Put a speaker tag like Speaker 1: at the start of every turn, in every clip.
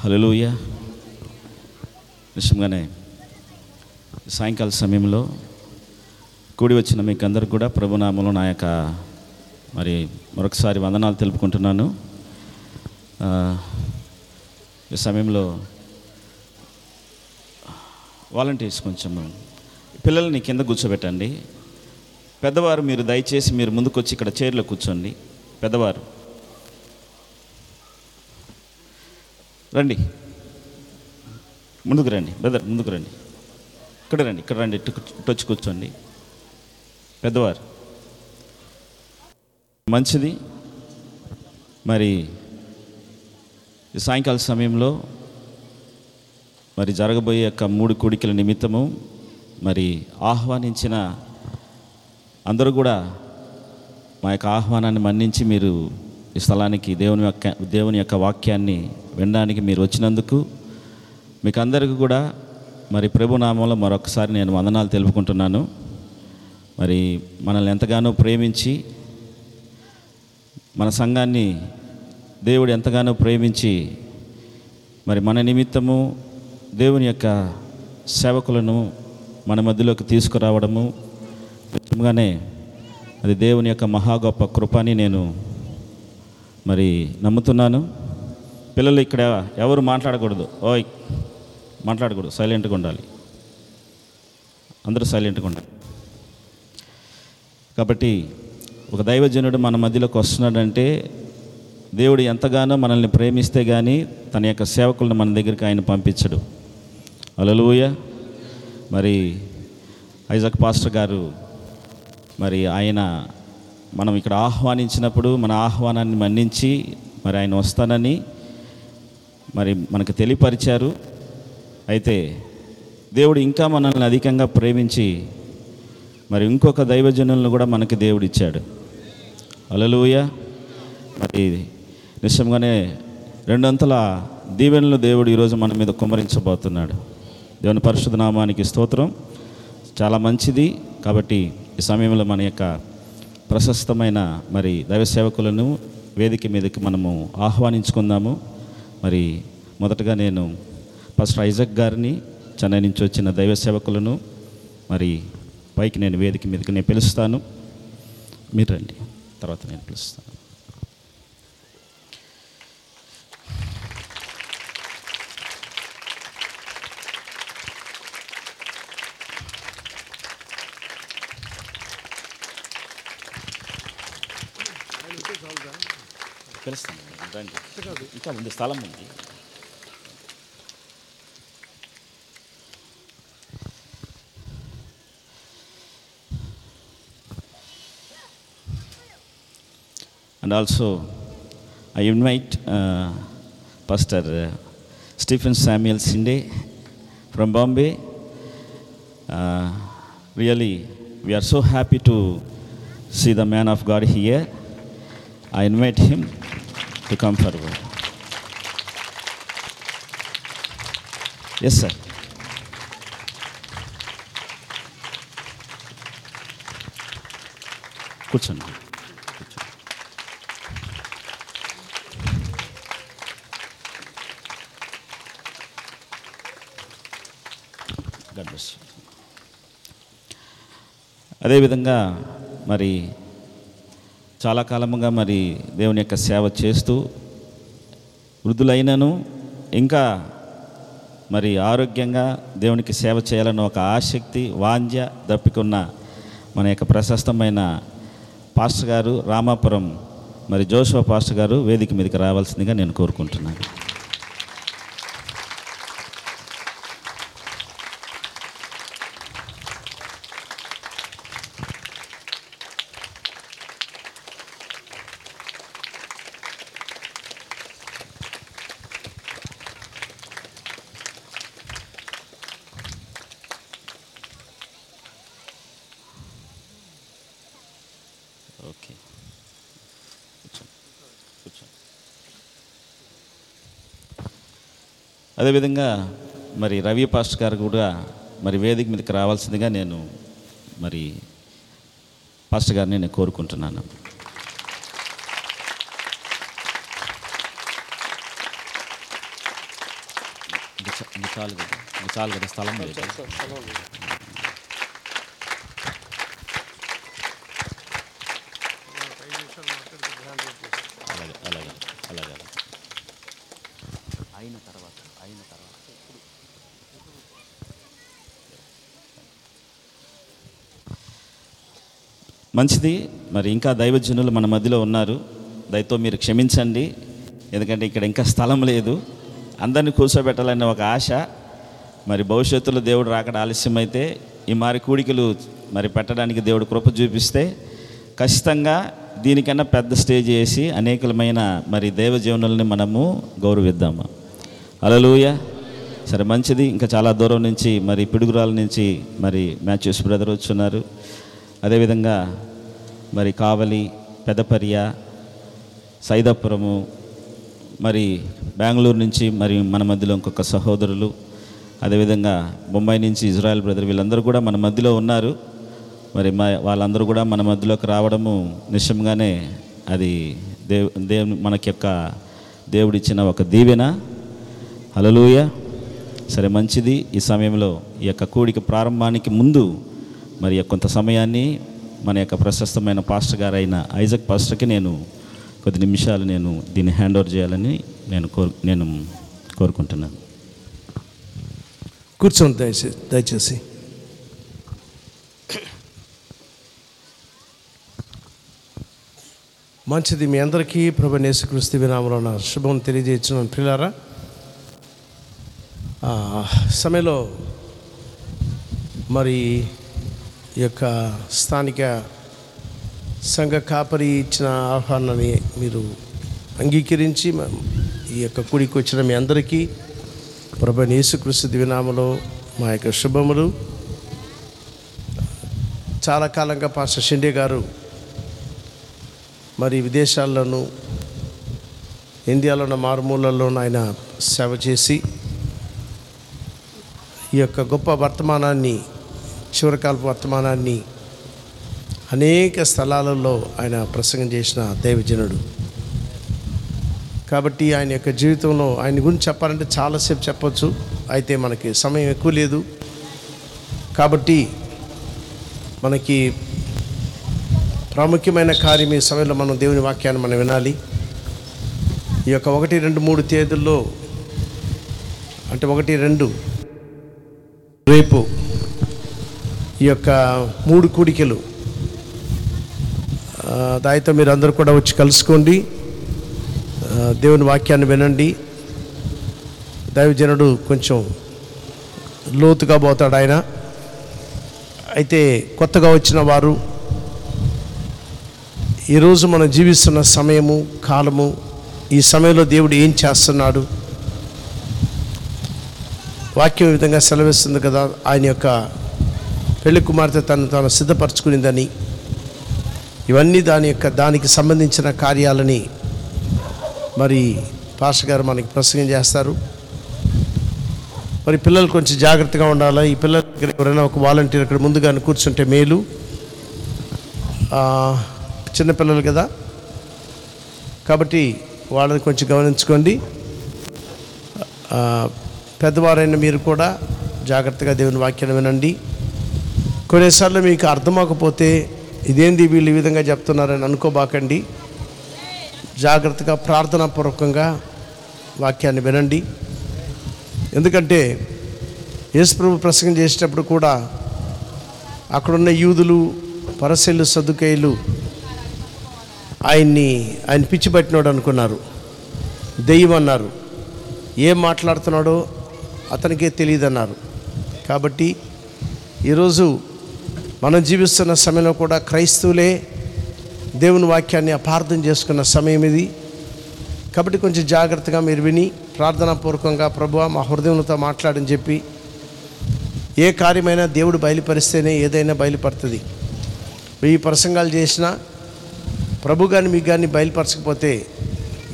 Speaker 1: హలోయ నిజంగానే సాయంకాల సమయంలో కూడి వచ్చిన మీకు అందరికి కూడా ప్రభునామంలో నా యొక్క మరి మరొకసారి వందనాలు తెలుపుకుంటున్నాను ఆ, ఈ సమయంలో వాలంటీర్స్ కొంచెం పిల్లల్ని కింద కూర్చోబెట్టండి పెద్దవారు మీరు దయచేసి మీరు ముందుకొచ్చి ఇక్కడ చైర్లో కూర్చోండి పెద్దవారు రండి ముందుకు రండి బ్రదర్ ముందుకు రండి ఇక్కడ రండి ఇక్కడ రండి ఇటు ఇటు వచ్చి కూర్చోండి పెద్దవారు మంచిది మరి ఈ సాయంకాల సమయంలో మరి జరగబోయే యొక్క మూడు కోడికల నిమిత్తము మరి ఆహ్వానించిన అందరూ కూడా మా యొక్క ఆహ్వానాన్ని మన్నించి మీరు ఈ స్థలానికి దేవుని యొక్క దేవుని యొక్క వాక్యాన్ని వినడానికి మీరు వచ్చినందుకు మీకు అందరికీ కూడా మరి ప్రభునామంలో మరొకసారి నేను వందనాలు తెలుపుకుంటున్నాను మరి మనల్ని ఎంతగానో ప్రేమించి మన సంఘాన్ని దేవుడు ఎంతగానో ప్రేమించి మరి మన నిమిత్తము దేవుని యొక్క సేవకులను మన మధ్యలోకి తీసుకురావడము నిజంగానే అది దేవుని యొక్క మహా గొప్ప కృప అని నేను మరి నమ్ముతున్నాను పిల్లలు ఇక్కడ ఎవరు మాట్లాడకూడదు ఓయ్ మాట్లాడకూడదు సైలెంట్గా ఉండాలి అందరూ సైలెంట్గా ఉండాలి కాబట్టి ఒక దైవజనుడు మన మధ్యలోకి వస్తున్నాడంటే దేవుడు ఎంతగానో మనల్ని ప్రేమిస్తే కానీ తన యొక్క సేవకులను మన దగ్గరికి ఆయన పంపించడు అలలుయ మరి ఐజాక్ పాస్టర్ గారు మరి ఆయన మనం ఇక్కడ ఆహ్వానించినప్పుడు మన ఆహ్వానాన్ని మన్నించి మరి ఆయన వస్తానని మరి మనకు తెలియపరిచారు అయితే దేవుడు ఇంకా మనల్ని అధికంగా ప్రేమించి మరి ఇంకొక దైవజనులను కూడా మనకి దేవుడు ఇచ్చాడు అలలుయ మరి నిశ్చయంగానే రెండంతల దీవెనలు దేవుడు ఈరోజు మన మీద కుమ్మరించబోతున్నాడు దేవుని పరిశుద్ధ నామానికి స్తోత్రం చాలా మంచిది కాబట్టి ఈ సమయంలో మన యొక్క ప్రశస్తమైన మరి దైవ సేవకులను వేదిక మీదకి మనము ఆహ్వానించుకుందాము మరి మొదటగా నేను ఫస్ట్ ఐజక్ గారిని చెన్నై నుంచి వచ్చిన దైవ సేవకులను మరి పైకి నేను వేదిక మీదకి నేను పిలుస్తాను మీరు రండి తర్వాత నేను పిలుస్తాను పిలుస్తాను రండి ఇంకా ఉంది స్థలం ఉంది And also, I invite uh, Pastor uh, Stephen Samuel Sinde from Bombay. Uh, really, we are so happy to see the man of God here. I invite him to come forward. Yes, sir. కూర్చోండి God bless you. అదేవిధంగా మరి చాలా కాలముగా మరి దేవుని యొక్క సేవ చేస్తూ వృద్ధులైనను ఇంకా మరి ఆరోగ్యంగా దేవునికి సేవ చేయాలన్న ఒక ఆసక్తి వాంఛ దప్పికున్న మన యొక్క ప్రశస్తమైన పాస్టర్ గారు రామాపురం మరి జోషువా పాస్టర్ గారు వేదిక మీదకి రావాల్సిందిగా నేను కోరుకుంటున్నాను ఓకే కూర్చోండి. కూర్చోండి. అదేవిధంగా మరి రవి పాస్టర్ గారు కూడా మరి వేదిక మీదకి రావాల్సిందిగా నేను మరి పాస్టర్ గారిని నేను కోరుకుంటున్నాను
Speaker 2: ఇంకా చాలు కదా ఇంకా చాలు కదా స్థలం లేదు అలాగే అలాగే అలాగే అలాగే. అయిన తర్వాత అయిన తర్వాత
Speaker 1: మంచిది మరి ఇంకా దైవజనులు మన మధ్యలో ఉన్నారు దయతో మీరు క్షమించండి ఎందుకంటే ఇక్కడ ఇంకా స్థలం లేదు అందరిని కూర్చోబెట్టాలనే ఒక ఆశ మరి భవిష్యత్తులో దేవుడు రాకడ ఆలస్యమైతే ఈ మారి కూడికలు మరి పెట్టడానికి దేవుడు కృప చూపిస్తే ఖచ్చితంగా దీనికన్నా పెద్ద స్టేజ్ వేసి అనేకలమైన మరి దైవజీవనుల్ని మనము గౌరవిద్దాము అలలుయ సరే మంచిది ఇంకా చాలా దూరం నుంచి మరి పిడుగురాల నుంచి మరి మ్యాచ్యూస్ బ్రదర్ వచ్చున్నారు అదేవిధంగా మరి కావలి పెదపర్య సైదాపురము మరి బెంగళూరు నుంచి మరి మన మధ్యలో ఇంకొక సహోదరులు అదేవిధంగా బొంబాయి నుంచి ఇజ్రాయెల్ బ్రదర్ వీళ్ళందరూ కూడా మన మధ్యలో ఉన్నారు మరి మా వాళ్ళందరూ కూడా మన మధ్యలోకి రావడము నిశ్చయంగానే అది దేవ్ దేవుని మనకి యొక్క దేవుడిచ్చిన ఒక దీవెన హలలుయ సరే మంచిది ఈ సమయంలో ఈ యొక్క కూడిక ప్రారంభానికి ముందు మరి యొక్క కొంత సమయాన్ని మన యొక్క ప్రశస్తమైన పాస్టర్ గారైన ఐజక్ పాస్టర్కి నేను కొద్ది నిమిషాలు నేను దీన్ని హ్యాండ్ ఓవర్ చేయాలని నేను కోరు నేను కోరుకుంటున్నాను
Speaker 3: కూర్చోండి దయచేసి దయచేసి మంచిది మీ అందరికీ ప్రభు నేసుక్రీస్తు విరామంలో నా శుభం తెలియజేస్తున్నాను ప్రిలారా ఆ, సమయంలో మరి ఈ యొక్క స్థానిక సంఘ కాపరి ఇచ్చిన ఆహ్వానాన్ని మీరు అంగీకరించి మ- ఈ యొక్క కూడికి వచ్చిన మీ అందరికీ ప్రభు యేసుక్రీస్తు దివినామలో మా యొక్క శుభములు చాలా కాలంగా పాస్టర్ షిండే గారు మరి విదేశాల్లోనూ ఇండియాలో ఉన్న మారుమూలల్లోనూ ఆయన సేవ చేసి ఈ యొక్క గొప్ప వర్తమానాన్ని చివరికాలపు వర్తమానాన్ని అనేక స్థలాలలో ఆయన ప్రసంగం చేసిన దైవజనుడు కాబట్టి ఆయన యొక్క జీవితంలో ఆయన గురించి చెప్పాలంటే చాలాసేపు చెప్పొచ్చు అయితే మనకి సమయం ఎక్కువ లేదు కాబట్టి మనకి ప్రాముఖ్యమైన కార్యం ఈ సమయంలో మనం దేవుని వాక్యాన్ని మనం వినాలి ఈ యొక్క ఒకటి రెండు మూడు తేదీల్లో అంటే ఒకటి రెండు రేపు ఈ యొక్క మూడు కూడికలు ఆ, దానితో మీరు అందరూ కూడా వచ్చి కలుసుకోండి ఆ, దేవుని వాక్యాన్ని వినండి దైవజనుడు కొంచెం లోతుగా పోతాడు ఆయన అయితే కొత్తగా వచ్చిన వారు ఈరోజు మనం జీవిస్తున్న సమయము కాలము ఈ సమయంలో దేవుడు ఏం చేస్తున్నాడు వాక్యం ఈ విధంగా సెలవిస్తుంది కదా ఆయన యొక్క పెళ్లి కుమార్తె తను తాను సిద్ధపరచుకునిందని ఇవన్నీ దాని యొక్క దానికి సంబంధించిన కార్యాలని మరి పాస్టర్ గారు మనకి ప్రసంగం చేస్తారు మరి పిల్లలు కొంచెం జాగ్రత్తగా ఉండాలి ఈ పిల్లల దగ్గర ఎవరైనా ఒక వాలంటీర్ ఇక్కడ ముందుగానే కూర్చుంటే మేలు ఆ, చిన్నపిల్లలు కదా కాబట్టి వాళ్ళని కొంచెం గమనించుకోండి ఆ, పెద్దవారైన మీరు కూడా జాగ్రత్తగా దేవుని వాక్యాన్ని వినండి కొన్నిసార్లు మీకు అర్థమవకపోతే ఇదేంది వీళ్ళు ఈ విధంగా చెప్తున్నారని అనుకోబాకండి జాగ్రత్తగా ప్రార్థనాపూర్వకంగా వాక్యాన్ని వినండి ఎందుకంటే యేసుప్రభు ప్రసంగం చేసేటప్పుడు కూడా అక్కడున్న యూదులు పరసెలు సదుకైలు ఆయన్ని ఆయన పిచ్చి పట్టినాడు అనుకున్నారు దెయ్యం అన్నారు ఏం మాట్లాడుతున్నాడో అతనికే తెలియదన్నారు కాబట్టి ఈరోజు మనం జీవిస్తున్న సమయంలో కూడా క్రైస్తవులే దేవుని వాక్యాన్ని అపార్థం చేసుకున్న సమయం ఇది కాబట్టి కొంచెం జాగ్రత్తగా మీరు విని ప్రార్థనాపూర్వకంగా ప్రభువా మా హృదయంతో మాట్లాడని చెప్పి ఏ కార్యమైనా దేవుడు బయలుపరిస్తేనే ఏదైనా బయలుపడుతుంది వెయ్యి ప్రసంగాలు చేసినా ప్రభు కానీ మీకు కానీ బయలుపరచకపోతే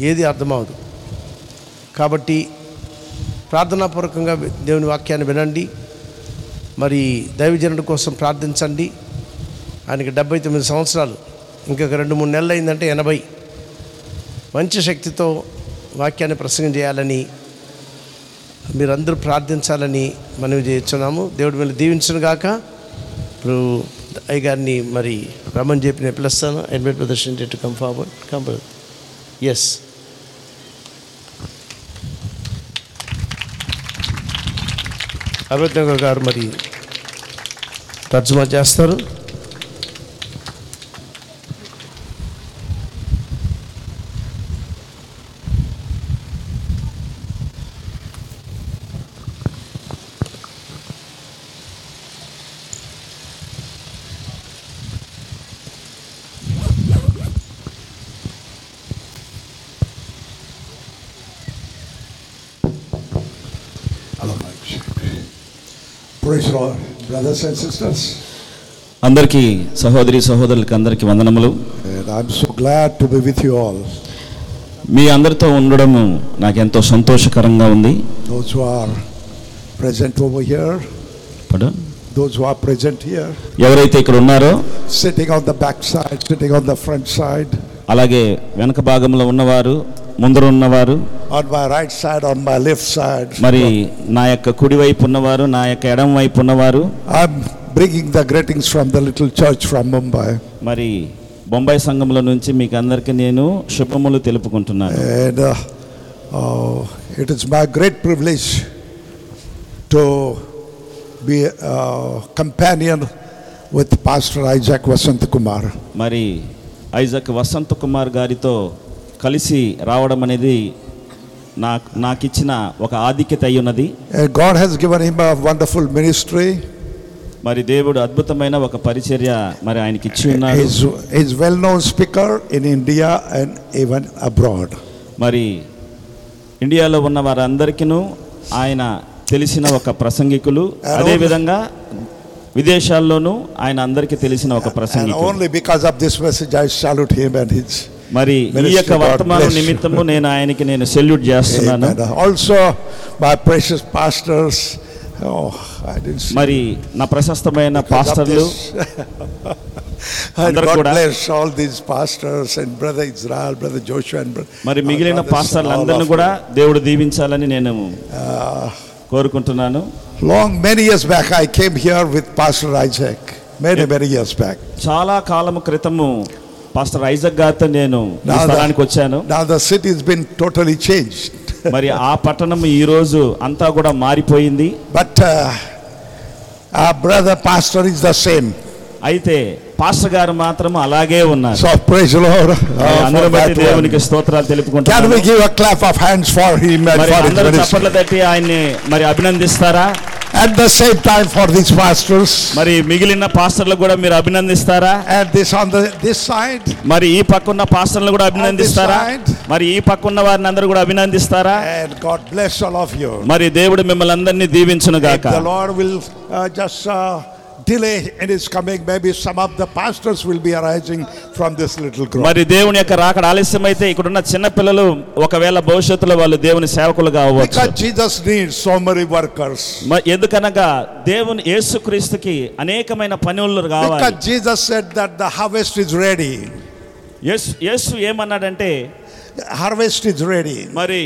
Speaker 3: ఏది అర్థమవదు కాబట్టి ప్రార్థనాపూర్వకంగా దేవుని వాక్యాన్ని వినండి మరి దైవజనుడి కోసం ప్రార్థించండి ఆయనకి డెబ్బై తొమ్మిది సంవత్సరాలు ఇంకొక రెండు మూడు నెలలు అయిందంటే ఎనభై మంచి శక్తితో వాక్యాన్ని ప్రసంగం చేయాలని మీరందరూ ప్రార్థించాలని మనవి చేస్తున్నాము దేవుడు మిమ్మల్ని దీవించను గాక ఇప్పుడు అయ్యగారిని మరి రమ్మని చెప్పి నేను పిలుస్తాను ఎన్బెట్ ప్రదర్శన టు కమ్ ఫార్వర్డ్ కమ్ ఎస్ అరవింద్ గారు మరి తర్జుమా చేస్తారు
Speaker 4: Praise the Lord, brothers and sisters.
Speaker 1: అందరికీ సహోదరి సహోదరులకి అందరికీ వందనములు
Speaker 4: And I'm so glad to be with you all.
Speaker 1: మీ అందరితో ఉండడం నాకు ఎంతో సంతోషకరంగా ఉంది
Speaker 4: Those who are present over here,
Speaker 1: పడు.
Speaker 4: those who are present here,
Speaker 1: ఎవరైతే ఇక్కడ ఉన్నారో
Speaker 4: sitting on the back side, sitting on the front side,
Speaker 1: అలాగే వెనక భాగంలో ఉన్నవారు ముందర ఉన్నవారు
Speaker 4: on my right side, on my left side.
Speaker 1: మరి నా యొక్క కుడి వైపు ఉన్నవారు నా యొక్క ఎడం వైపు ఉన్నవారు
Speaker 4: I'm bringing the greetings from the little church from Mumbai.
Speaker 1: మరి బొంబాయి సంఘంలో నుంచి మీకు అందరికీ నేను శుభములు తెలుపుకుంటున్నాను
Speaker 4: And uh, oh, it is my great privilege to be a uh, companion with Pastor Isaac Vasant Kumar.
Speaker 1: మరి ఐజాక్ వసంత్ కుమార్ గారితో కలిసి రావడం అనేది నా నాకిచ్చిన ఒక ఆధిక్యత అయి ఉన్నది
Speaker 4: And God has given him a wonderful ministry.
Speaker 1: మరి దేవుడు అద్భుతమైన ఒక పరిచర్య మరి ఆయనకి ఇచ్చి ఉన్నాడు
Speaker 4: He's, he's well-known speaker in India and even abroad.
Speaker 1: మరి ఇండియాలో ఉన్న వారందరికీను ఆయన తెలిసిన ఒక ప్రసంగికులు అదే విధంగా విదేశాల్లోనూ ఆయన అందరికీ తెలిసిన ఒక
Speaker 4: And
Speaker 1: ప్రసంగికులు
Speaker 4: only because of this message, I salute him and his.
Speaker 1: మరి ఈ యొక్క
Speaker 4: Minister God
Speaker 1: వర్తమానం
Speaker 4: bless.
Speaker 1: నిమిత్తము నేను ఆయనకి నేను సెల్యూట్ చేస్తున్నాను
Speaker 4: Amen. Also, my precious pastors. Oh, I didn't see.
Speaker 1: మరి నా ప్రశస్తమైన
Speaker 4: because of
Speaker 1: పాస్టర్లు
Speaker 4: this. and
Speaker 1: అందరూ
Speaker 4: God
Speaker 1: కూడా-
Speaker 4: bless all these pastors and brother Israel, brother Joshua and brother.
Speaker 1: మరి మిగిలిన పాస్టర్లు అందరిని కూడా దేవుడు దీవించాలని నేను కోరుకుంటున్నాను
Speaker 4: Uh, Long, many years back, I came here with Pastor Isaac. Many, many years back.
Speaker 1: చాలా కాలము క్రితము పాస్టర్ ఐజక్ గారితో నేను ఈ
Speaker 4: Now the-
Speaker 1: స్థలానికి వచ్చాను
Speaker 4: Now the city's been totally changed.
Speaker 1: మరి ఆ పట్టణం ఈ రోజు అంతా కూడా మారిపోయింది
Speaker 4: But uh, our brother pastor is the same.
Speaker 1: అయితే పాస్టర్ గారు మాత్రం అలాగే ఉన్నారు
Speaker 4: So praise the Lord. uh,
Speaker 1: మరి
Speaker 4: for
Speaker 1: అందరి బట్టి
Speaker 4: that one.
Speaker 1: దేవునికి స్తోత్రాలు
Speaker 4: Can we
Speaker 1: తెలుపుకుంటారు
Speaker 4: give a clap of hands for him and
Speaker 1: మరి
Speaker 4: for his
Speaker 1: అందరూ
Speaker 4: ministry?
Speaker 1: చప్పట్లు తట్టి ఆయన్ని మరి అభినందిస్తారా
Speaker 4: At the same time for these pastors.
Speaker 1: మరి మిగిలిన పాస్టర్లు కూడా మీరు అభినందిస్తారా
Speaker 4: And this on the this side.
Speaker 1: మరి ఈ పక్కన్న పాస్టర్లు కూడా అభినందిస్తారా
Speaker 4: side.
Speaker 1: మరి ఈ పక్కన్న వారిని అందరూ కూడా అభినందిస్తారా
Speaker 4: And God bless all of you.
Speaker 1: మరి దేవుడు మిమ్మల్ని అందరినీ దీవించును
Speaker 4: If
Speaker 1: గాక
Speaker 4: the Lord will uh, just uh, delay in his coming, maybe some of the pastors will be arising from this little group.
Speaker 1: మరి దేవుని యొక్క రాకడ ఆలస్యమైతే ఇక్కడున్న చిన్న పిల్లలు ఒకవేళ భవిష్యత్తులో వాళ్ళు దేవుని సేవకులుగా అవ్వచ్చు
Speaker 4: Because Jesus needs so many workers.
Speaker 1: మ- ఎందుకనగా దేవుని యేసుక్రీస్తుకి అనేకమైన పనులు కావాలి
Speaker 4: Because Jesus said that the harvest is ready.
Speaker 1: యేసు యేసు ఏమన్నాడంటే
Speaker 4: harvest is ready,
Speaker 1: మరి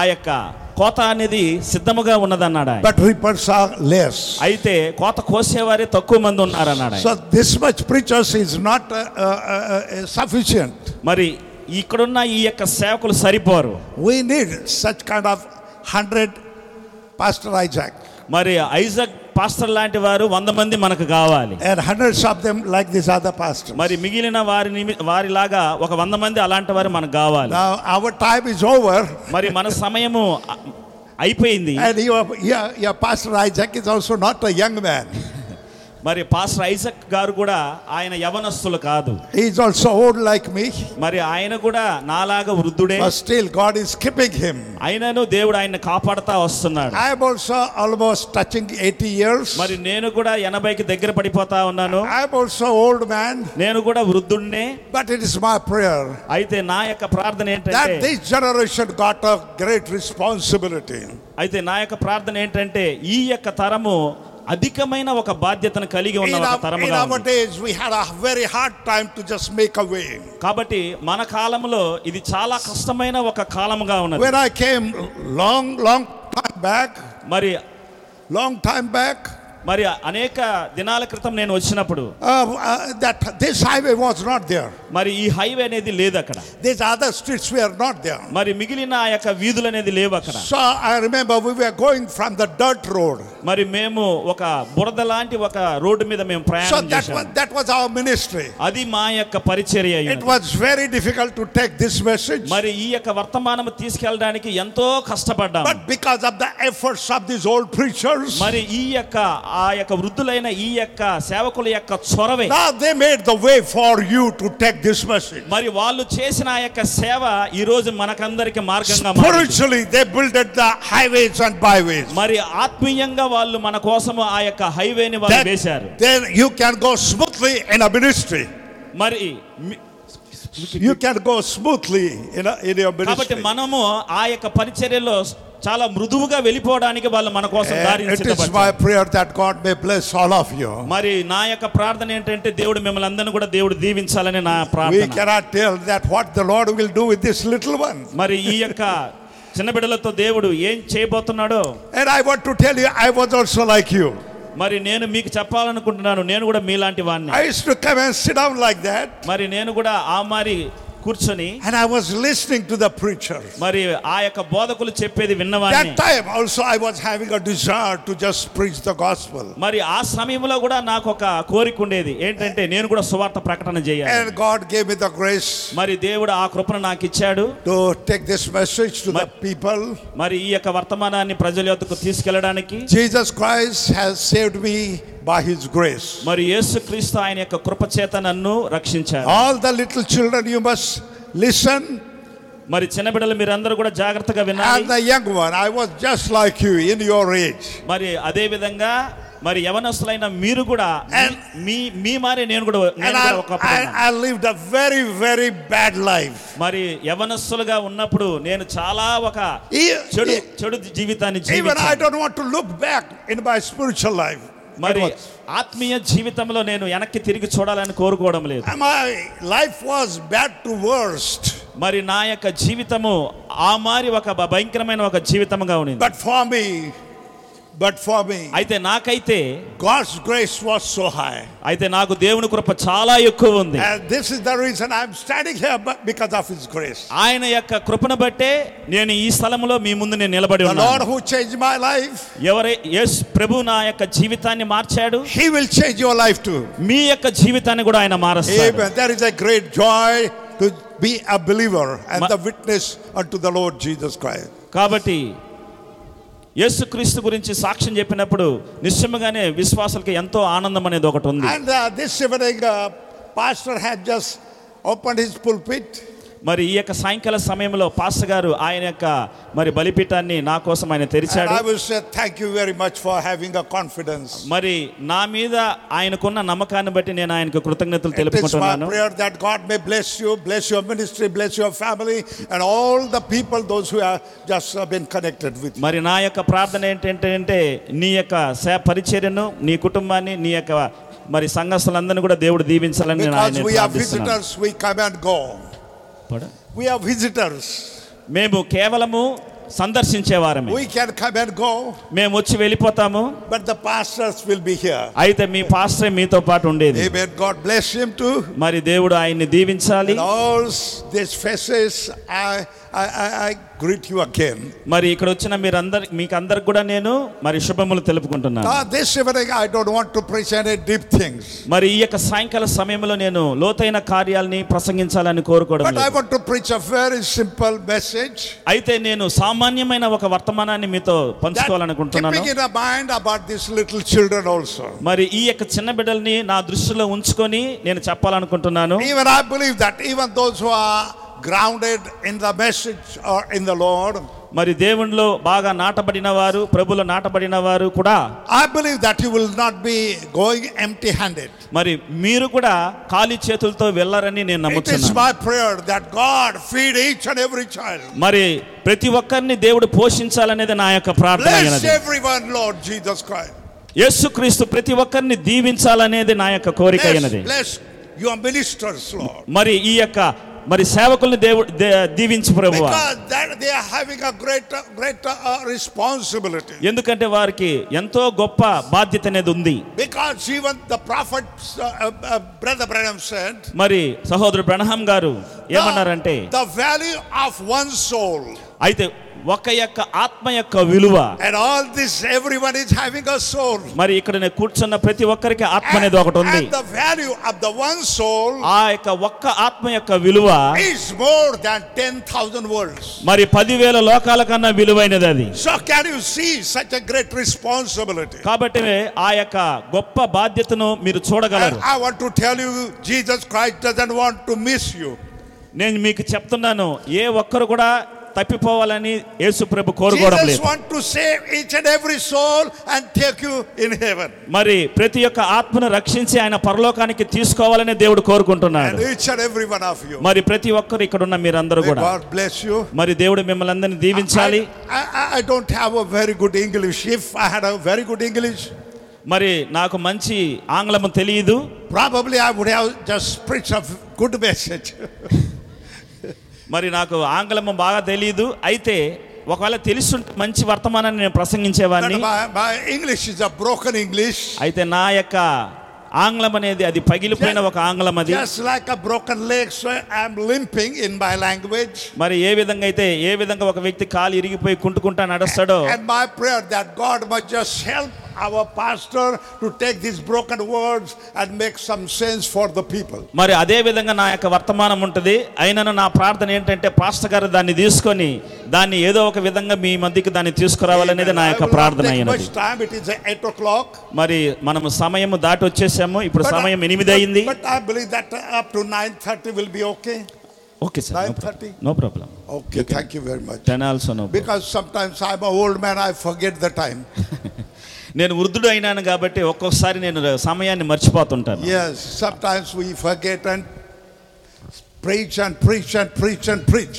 Speaker 1: ఆ యొక్క కోత అనేది సిద్ధముగా ఉన్నదన్నాడు ఆయన.
Speaker 4: but reapers are less.
Speaker 1: అయితే కోత కోసేవారే తక్కువ మంది ఉన్నారన్నాడు ఆయన.
Speaker 4: So this much preachers is not uh, uh, uh, uh, sufficient.
Speaker 1: మరి ఇక్కడున్న ఈ యొక్క సేవకులు సరిపోరు
Speaker 4: We need such kind of hundred Pastor Isaac
Speaker 1: మరి ఐజక్ పాస్టర్ లాంటి వారు వంద మంది మనకు కావాలి
Speaker 4: and hundreds of them like this other pastor.
Speaker 1: మరి మిగిలిన వారి నిమి- వారిలాగా ఒక వంద మంది అలాంటి వారు మనకు కావాలి
Speaker 4: Now our time is over,
Speaker 1: మరి మన సమయము అ- అయిపోయింది
Speaker 4: and your, your, your Pastor Isaac is also not a young man.
Speaker 1: మరి పాస్టర్ ఐజక్ గారు కూడా ఆయన యవనస్తులు కాదు
Speaker 4: He is also old like me,
Speaker 1: మరి ఆయన కూడా నాలాగా వృద్ధుడే
Speaker 4: but still God is keeping him.
Speaker 1: ఆయనను దేవుడు ఆయన కాపాడుతా వస్తున్నాడు
Speaker 4: I am also almost touching 80 years.
Speaker 1: మరి నేను కూడా ఎనభైకి దగ్గర పడిపోతా ఉన్నాను
Speaker 4: I am also old man,
Speaker 1: నేను కూడా వృద్ధుణ్ణే
Speaker 4: but it is my prayer.
Speaker 1: అయితే నా యొక్క ప్రార్థన
Speaker 4: that
Speaker 1: ఏంటంటే
Speaker 4: this generation got a great responsibility.
Speaker 1: అయితే నా యొక్క ప్రార్థన ఏంటంటే ఈ యొక్క తరము అధికమైన ఒక బాధ్యతను కలిగి
Speaker 4: In
Speaker 1: ఉన్న ఒక
Speaker 4: our, in
Speaker 1: తరముగా
Speaker 4: our
Speaker 1: ఉంది.
Speaker 4: days, we had a very hard time to just make a way.
Speaker 1: కాబట్టి మన కాలంలో ఇది చాలా కష్టమైన ఒక కాలముగా ఉన్నది
Speaker 4: When I came long, long time back,
Speaker 1: మరి
Speaker 4: long time back,
Speaker 1: మరి అనేక దినాల క్రితం నేను వచ్చినప్పుడు
Speaker 4: uh, uh, that this highway was not there.
Speaker 1: మరి ఈ హైవే అనేది లేదు అక్కడ
Speaker 4: These other streets were not there.
Speaker 1: మరి మిగిలిన ఆ యొక్క వీధులు అనేది లేవు అక్కడ
Speaker 4: So I remember we were going from the dirt road.
Speaker 1: మరి మేము ఒక బురద లాంటి ఒక రోడ్డు మీద మేము
Speaker 4: So
Speaker 1: ప్రయాణం
Speaker 4: that was,
Speaker 1: చేశాము
Speaker 4: that was our ministry.
Speaker 1: అది మా యొక్క పరిచర్య
Speaker 4: It
Speaker 1: అయ్యున్నది.
Speaker 4: was very difficult to take this message.
Speaker 1: మరి ఈ యొక్క వర్తమానం తీసుకెళ్ళడానికి ఎంతో కష్టపడ్డాము
Speaker 4: But because of the efforts of these old preachers,
Speaker 1: మరి ఈ యొక్క ఆ యొక్క వృద్ధులైన ఈ యొక్క సేవకుల యొక్క చొరవే
Speaker 4: now they made the way for you to take this message.
Speaker 1: మరి వాళ్ళు చేసిన ఆ యొక్క సేవ ఈ రోజు మనకందరికి మార్గంగా మారింది.
Speaker 4: Spiritually, they built the highways and byways.
Speaker 1: మరి ఆత్మీయంగా వాళ్ళు మన కోసము ఆ యొక్క హైవేని వాళ్ళు వేశారు
Speaker 4: That, then you can go smoothly in a ministry.
Speaker 1: మరి మి-
Speaker 4: You can go smoothly in, a, in your
Speaker 1: కాబట్టి
Speaker 4: ministry.
Speaker 1: మనము ఆ యొక్క పరిచర్యలో చాలా మృదువుగా వెళ్ళిపోవడానికి వాళ్ళు మన కోసం
Speaker 4: And
Speaker 1: దారిని
Speaker 4: Eh, it is my
Speaker 1: సిద్ధపరిచారు.
Speaker 4: prayer that God may bless all of you.
Speaker 1: మరి నా యొక్క ప్రార్థన ఏంటంటే దేవుడు మిమ్మల్ని అందరిని కూడా దేవుడు దీవించాలని నా
Speaker 4: We
Speaker 1: ప్రార్థన
Speaker 4: cannot tell that what the Lord will do with this little one.
Speaker 1: మరి ఈ యొక్క చిన్న బిడ్డలతో దేవుడు ఏం చేయబోతున్నాడో
Speaker 4: And I want to tell you, I was also like you.
Speaker 1: మరి నేను మీకు చెప్పాలనుకుంటున్నాను నేను కూడా మీలాంటి వాడిని
Speaker 4: I used to come and sit down like that,
Speaker 1: మరి నేను కూడా ఆ మరి కూర్చొని
Speaker 4: and I was listening to the preacher.
Speaker 1: మరి ఆ యొక్క బోధకులు చెప్పేది విన్నవాడిని
Speaker 4: That time also, I was having a desire to just preach the gospel.
Speaker 1: మరి ఆ సమయంలో కూడా నాకు ఒక కోరిక ఉండేది ఏంటంటే నేను కూడా సువార్త ప్రకటన చేయాలి
Speaker 4: And God gave me the grace
Speaker 1: మరి దేవుడు ఆ కృపను నాకు ఇచ్చాడు
Speaker 4: to take this message to the
Speaker 1: Ma-
Speaker 4: people.
Speaker 1: మరి ఈ యొక్క వర్తమానాన్ని ప్రజల యొద్దకు తీసుకెళ్ళడానికి
Speaker 4: Jesus Christ has saved me by his grace.
Speaker 1: మరి యేసుక్రీస్తు ఆయన యొక్క కృపచేత నన్ను రక్షించారు
Speaker 4: All the little children, you must listen.
Speaker 1: మరి చిన్న బిడ్డలు మీరందరూ కూడా జాగ్రత్తగా వినాలి
Speaker 4: And the young one, I was just like you in your age.
Speaker 1: మరి అదే విధంగా మరి యవనస్తులైన మీరు కూడా మీ-
Speaker 4: And-
Speaker 1: మీ మీ మారే నేను కూడా నేను
Speaker 4: And I,
Speaker 1: కూడా ఒకప్పుడు
Speaker 4: I,
Speaker 1: ఉన్నాను.
Speaker 4: I lived a very, very bad life.
Speaker 1: మరి యవనస్తులుగా ఉన్నప్పుడు నేను చాలా ఒక
Speaker 4: E-
Speaker 1: చెడు
Speaker 4: e-
Speaker 1: చెడు జీవితాన్ని
Speaker 4: Even I
Speaker 1: జీవించాను
Speaker 4: don't want to look back in my spiritual life.
Speaker 1: మరి
Speaker 4: I was-
Speaker 1: ఆత్మీయ జీవితంలో నేను వెనక్కి తిరిగి చూడాలని కోరుకోవడం లేదు
Speaker 4: My life was bad to worst.
Speaker 1: మరి నా యొక్క జీవితము ఆ మారి ఒక భ- భయంకరమైన ఒక జీవితముగా ఉన్నది
Speaker 4: But for me, but for me,
Speaker 1: అయితే నాకైతే
Speaker 4: God's grace was so high.
Speaker 1: అయితే నాకు దేవుని కృప చాలా ఎక్కువ ఉంది
Speaker 4: And this is the reason I'm standing here but because of His grace.
Speaker 1: ఆయన యొక్క కృపను బట్టే నేను ఈ స్థలంలో మీ ముందు నేను నిలబడి
Speaker 4: The Lord
Speaker 1: ఉన్నాను
Speaker 4: who changed my life,
Speaker 1: ఎవరై యేసు ప్రభు నా యొక్క జీవితాన్ని మార్చాడు
Speaker 4: He will change your life too.
Speaker 1: మీ యొక్క జీవితాన్ని కూడా ఆయన మారుస్తాడు
Speaker 4: Amen. There is a great joy to be a believer and
Speaker 1: Ma-
Speaker 4: the witness unto the Lord Jesus Christ.
Speaker 1: కాబట్టి యేసుక్రీస్తు గురించి సాక్ష్యం చెప్పినప్పుడు నిశ్చయముగానే విశ్వాసులకి ఎంతో ఆనందం అనేది ఒకటి ఉంది
Speaker 4: And uh, this evening, uh, Pastor had just opened his pulpit.
Speaker 1: మరి ఈ యొక్క సాయంకాల సమయంలో పాస్టర్ గారు ఆయన యొక్క మరి బలిపీఠాన్ని నా కోసం ఆయన
Speaker 4: And I
Speaker 1: తెరిచాడు
Speaker 4: will say thank you very much for having a confidence.
Speaker 1: మరి నా మీద ఆయనకున్న నమ్మకాన్ని బట్టి నేను ఆయనకు కృతజ్ఞతలు
Speaker 4: It is my
Speaker 1: తెలుపుకుంటున్నాను
Speaker 4: prayer that God may bless you, bless your ministry, bless your family, and all the people, those who have just uh, been connected with you.
Speaker 1: మరి నా యొక్క ప్రార్థన ఏంటంటే నీ యొక్క సే- పరిచర్యను నీ కుటుంబాన్ని నీ యొక్క మరి సంఘస్థులందరినీ కూడా దేవుడు దీవించాలని నేను
Speaker 4: Because
Speaker 1: ఆయన్ని
Speaker 4: we are
Speaker 1: ప్రార్థిస్తున్నాను.
Speaker 4: visitors, we come and go. We are visitors.
Speaker 1: మేము కేవలము సందర్శించేవారము
Speaker 4: We can come and go,
Speaker 1: మేము వచ్చి వెళ్ళిపోతాము
Speaker 4: but the pastors will be here.
Speaker 1: అయితే మీ పాస్టర్ మీతో పాటు ఉండేది
Speaker 4: Amen. God bless him too.
Speaker 1: మరి దేవుడు ఆయన్ని దీవించాలి
Speaker 4: And all s- these faces, I, I, I, I greet you again.
Speaker 1: మరి ఇక్కడ వచ్చిన మీరందరి మీకు అందరికి కూడా నేను మరి శుభములు తెలుపుకుంటున్నాను
Speaker 4: Now, Ah, this evening, I don't want to preach any deep things,
Speaker 1: మరి ఈ యొక్క సాయంకాల సమయంలో నేను లోతైన కార్యాలని ప్రసంగించాలని కోరుకోవడం
Speaker 4: but I
Speaker 1: లేదు.
Speaker 4: want to preach a very simple message.
Speaker 1: అయితే నేను సామాన్యమైన ఒక వర్తమానాన్ని మీతో
Speaker 4: That
Speaker 1: పంచుకోవాలనుకుంటున్నాను
Speaker 4: keeping in the mind about these little children also.
Speaker 1: మరి ఈ యొక్క చిన్న బిడ్డల్ని నా దృష్టిలో ఉంచుకొని నేను చెప్పాలనుకుంటున్నాను
Speaker 4: Even I believe that even those who are grounded in the message or in the Lord,
Speaker 1: మరి దేవునిలో బాగా నాటబడిన వారు ప్రభులో నాటబడిన వారు కూడా
Speaker 4: I believe that you will not be going empty handed.
Speaker 1: మరి మీరు కూడా ఖాళీ చేతులతో వెళ్ళారని నేను
Speaker 4: It is
Speaker 1: నమ్ముతున్నాను
Speaker 4: my prayer that God feed each and every child.
Speaker 1: మరి ప్రతి ఒక్కరిని దేవుడు పోషించాలనేది నా యొక్క ప్రార్థన
Speaker 4: Bless
Speaker 1: అయినది.
Speaker 4: everyone, Lord Jesus Christ.
Speaker 1: యేసుక్రీస్తు ప్రతి ఒక్కరిని దీవించాలనేది నా యొక్క కోరిక
Speaker 4: Bless,
Speaker 1: అయినది
Speaker 4: bless your ministers, Lord.
Speaker 1: మరి ఈ యొక్క మరి సేవకుల్ని దేవుడు దే- దీవించు ప్రభువా
Speaker 4: Because that they are having a greater, greater uh, responsibility.
Speaker 1: ఎందుకంటే వారికి ఎంతో గొప్ప బాధ్యత అనేది ఉంది
Speaker 4: Because even the prophet, uh, uh, Brother Branham said,
Speaker 1: మరి సహోదరు బ్రహ్మం గారు ఏమన్నారంటే
Speaker 4: the, the value of one soul.
Speaker 1: అయితే ఒక యొక్క ఆత్మ యొక్క విలువ
Speaker 4: And all this, everyone is having a soul.
Speaker 1: మరి ఇక్కడ నేను కూర్చున్న ప్రతి ఒక్కరికి ఆత్మ అనేది ఒకటి ఉంది
Speaker 4: and the value of the one soul
Speaker 1: ఆ యొక్క ఒక్క ఆత్మ యొక్క విలువ
Speaker 4: is more than 10,000 worlds.
Speaker 1: మరి పదివేల లోకాల కన్నా విలువైనది అది
Speaker 4: So can you see such a great responsibility?
Speaker 1: కాబట్టి ఆ యొక్క గొప్ప బాధ్యతను మీరు చూడగలరు
Speaker 4: And I want to tell you, Jesus Christ doesn't want to miss you.
Speaker 1: నేను మీకు చెప్తున్నాను ఏ ఒక్కరు కూడా తప్పిపోవాలని యేసు ప్రభు కోరుకోవడం
Speaker 4: Jesus
Speaker 1: లేదు
Speaker 4: wants to save each and every soul and take you in heaven.
Speaker 1: మరి ప్రతి ఒక్క ఆత్మను రక్షించి ఆయన పరలోకానికి తీసుకోవాలని దేవుడు కోరుకుంటున్నాడు
Speaker 4: And each and every one of you.
Speaker 1: మరి ప్రతి ఒక్కరు ఇక్కడ ఉన్న మీరందరూ
Speaker 4: May
Speaker 1: కూడా
Speaker 4: God bless you.
Speaker 1: మరి దేవుడు మిమ్మల్ని అందరినీ దీవించాలి
Speaker 4: I, I, I don't have a very good English. If I had a very good English,
Speaker 1: మరి నాకు మంచి ఆంగ్లం తెలియదు
Speaker 4: probably I would have just preached a good message.
Speaker 1: మరి నాకు ఆంగ్లం బాగా తెలియదు అయితే ఒకవేళ తెలిసి మంచి వర్తమానాన్ని నేను
Speaker 4: But
Speaker 1: ప్రసంగించేవాడిని
Speaker 4: my, my English is a broken English,
Speaker 1: అయితే నా యొక్క ఆంగ్లం అనేది అది పగిలిపోయిన ఒక ఆంగ్లం అది
Speaker 4: just like a broken leg. So I'm limping in my language.
Speaker 1: మరి ఏ విధంగా అయితే ఏ విధంగా ఒక వ్యక్తి కాలు ఇరిగిపోయి కుంటుకుంటా నడుస్తాడో
Speaker 4: And my prayer that God must just help our pastor to take these broken words and make some sense for the people.
Speaker 1: మరి అదే విధంగా నా యొక్క వర్తమానం ఉంటుంది అయినను నా ప్రార్థన ఏంటంటే పాస్టర్ గారు దాన్ని తీసుకొని దాన్ని ఏదో ఒక విధంగా మీ మధ్యకి దాన్ని తీసుకురావాలనేది నా యొక్క
Speaker 4: I will not
Speaker 1: ప్రార్థన
Speaker 4: take
Speaker 1: అయినది
Speaker 4: much time. It is eight o'clock.
Speaker 1: మరి మనం సమయం దాటి వచ్చేసాము ఇప్పుడు
Speaker 4: But I-
Speaker 1: సమయం ఎనిమిది అయింది
Speaker 4: But I believe that uh, up to nine thirty will be okay.
Speaker 1: Okay sir
Speaker 4: 9:30.
Speaker 1: No problem
Speaker 4: Okay, thank you very much.
Speaker 1: Ten also no
Speaker 4: Because sometimes I'm an old man, I forget the time.
Speaker 1: నేను వృద్ధుడు అయినాను కాబట్టి ఒక్కొక్కసారి నేను సమయాన్ని మర్చిపోతుంటాను
Speaker 4: Yes, sometimes we forget and preach and preach and preach and preach.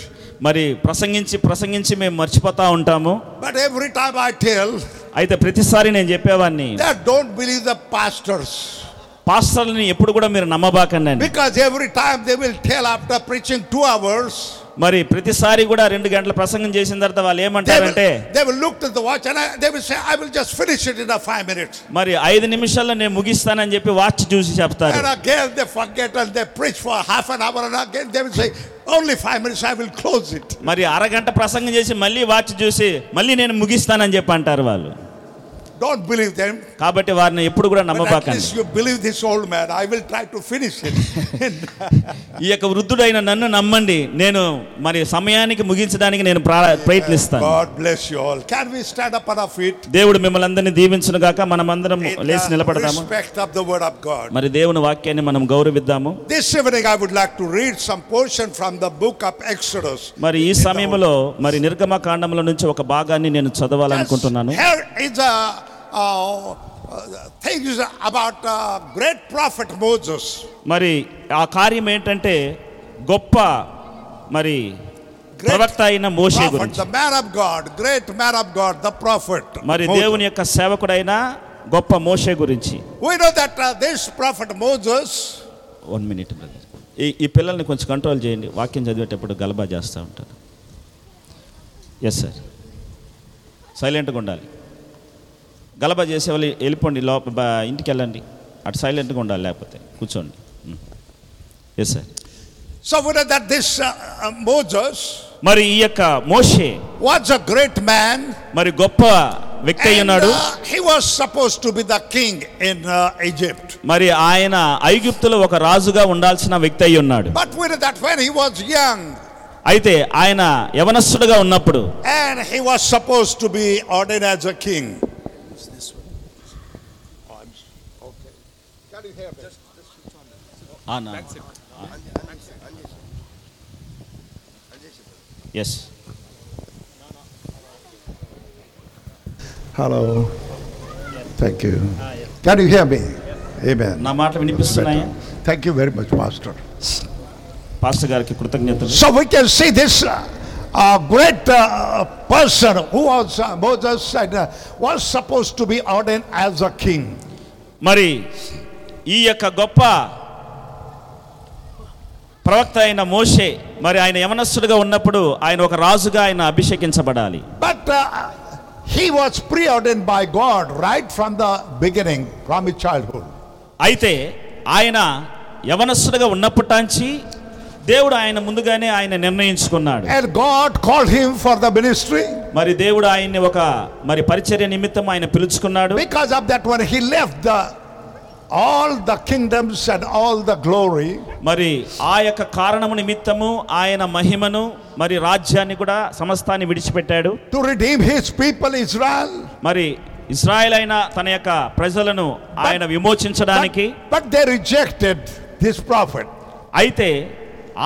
Speaker 1: మరి ప్రసంగించి ప్రసంగించి మేము మర్చిపోతా ఉంటాము
Speaker 4: But every time I tell
Speaker 1: అయితే ప్రతిసారి నేను చెప్పేవాడిని
Speaker 4: that don't believe the pastors
Speaker 1: పాస్టర్లని ఎప్పుడు కూడా మీరు నమ్మబాకండి అని.
Speaker 4: because every time they will tell after preaching two hours
Speaker 1: మరి ప్రతిసారి కూడా రెండు గంటల ప్రసంగం చేసిన తర్వాత వాళ్ళు
Speaker 4: they will,
Speaker 1: ఏమంటారంటే
Speaker 4: they will look to the watch and I, they will say I will just finish it in a five minutes.
Speaker 1: మరి ఐదు నిమిషాల్లో నేను ముగిస్తానని చెప్పి వాచ్ చూసి చెప్తారు
Speaker 4: And again they forget and they preach for half an hour and again they will say only five minutes I will close it.
Speaker 1: మరి అరగంట ప్రసంగం చేసి మళ్ళీ వాచ్ చూసి మళ్ళీ నేను ముగిస్తానని చెప్పి అంటారు వాళ్ళు
Speaker 4: Don't believe them.
Speaker 1: కాబట్టి వారిని ఎప్పుడు కూడా
Speaker 4: But at
Speaker 1: నమ్మబాకండి
Speaker 4: least you believe this old man. I will try to finish it.
Speaker 1: ఈ యొక్క వృద్ధుడైన నన్ను నమ్మండి నేను మరి సమయానికి ముగించడానికి నేను ప్రా- ప్రయత్నిస్తాను
Speaker 4: God bless you all. Can we stand up on our feet?
Speaker 1: దేవుడు మిమ్మల్ని అందరినీ దీవించును గాక మనమందరం
Speaker 4: In
Speaker 1: లేచి
Speaker 4: the
Speaker 1: నిలబడదాము
Speaker 4: respect of the word of God.
Speaker 1: మరి దేవుని వాక్యాన్ని మనం గౌరవిద్దాము
Speaker 4: This evening I would like to read some portion from the book of Exodus.
Speaker 1: మరి ఈ సమయంలో మరి నిర్గమ కాండంలో నుంచి ఒక భాగాన్ని నేను చదవాలనుకుంటున్నాను
Speaker 4: Yes, Here is a uh, uh, things about uh, great prophet Moses.
Speaker 1: మరి ఆ కార్యం ఏంటంటే గొప్ప మరి ప్రవక్త అయిన మోషే
Speaker 4: Prophet,
Speaker 1: గురించి
Speaker 4: the man of God, great man of God, the prophet.
Speaker 1: మరి
Speaker 4: Moses.
Speaker 1: దేవుని యొక్క సేవకుడైన గొప్ప మోషే గురించి
Speaker 4: We know that uh, this prophet Moses,
Speaker 1: one minute brother ఈ ఈ పిల్లల్ని కొంచెం కంట్రోల్ చేయండి వాక్యం చదివేటప్పుడు గలబా చేస్తూ ఉంటారు ఎస్ సార్ సైలెంట్గా ఉండాలి గలబా చేసే వాళ్ళు వెళ్ళిపోండి లోప బ- ఇంటికి వెళ్ళండి అటు సైలెంట్గా ఉండాలి లేకపోతే కూర్చోండి Hmm. Yes sir
Speaker 4: so we know that this uh, uh, Moses
Speaker 1: మరి ఈ యొక్క మోషే
Speaker 4: was a great man.
Speaker 1: మరి గొప్ప వ్యక్తి అయి
Speaker 4: And,
Speaker 1: ఉన్నాడు
Speaker 4: uh, he was supposed to be the king in uh, Egypt.
Speaker 1: మరి ఆయన ఐగుప్తులో ఒక రాజుగా ఉండాల్సిన వ్యక్తి అయి ఉన్నాడు
Speaker 4: But we know that when he was young,
Speaker 1: అయితే ఆయన యవనస్తుడుగా ఉన్నప్పుడు
Speaker 4: and he was supposed to be ordained as a king.
Speaker 1: Ah, yes
Speaker 5: Hello. Thank you. Can you hear me? Amen.
Speaker 1: నా మాటలు వినిపిస్తున్నాయా
Speaker 5: Thank you very much, Master.
Speaker 1: Pastor గారికి కృతజ్ఞతలు
Speaker 5: So we can see this uh,
Speaker 4: a great uh, person who was uh, Moses and uh, was supposed to be ordained as a king.
Speaker 1: మరి ఈ యొక్క గొప్ప ప్రవక్త అయిన మోషే మరి ఆయన యవనస్తుడిగా ఉన్నప్పుడు ఆయన ఒక రాజుగా ఆయన అభిషేకించబడాలి
Speaker 4: But uh, he was preordained by God right from the beginning, from his childhood.
Speaker 1: అయితే ఆయన యవనస్తుడిగా ఉన్నప్పటాంచి దేవుడు ఆయన ముందుగానే ఆయన నిర్ణయించుకున్నాడు
Speaker 4: And God called him for the ministry.
Speaker 1: మరి దేవుడు ఆయన్ని ఒక మరి పరిచర్య నిమిత్తం ఆయన పిలుచుకున్నాడు
Speaker 4: Because of that, when he left the all the kingdoms and all the glory,
Speaker 1: మరి ఆ యొక్క కారణము నిమిత్తము ఆయన మహిమను మరి రాజ్యాన్ని కూడా సమస్తాన్ని విడిచిపెట్టాడు
Speaker 4: to redeem his people Israel.
Speaker 1: మరి ఇస్రాయల్ అయిన తన యొక్క ప్రజలను ఆయన
Speaker 4: But,
Speaker 1: విమోచించడానికి
Speaker 4: but they rejected this prophet.
Speaker 1: అయితే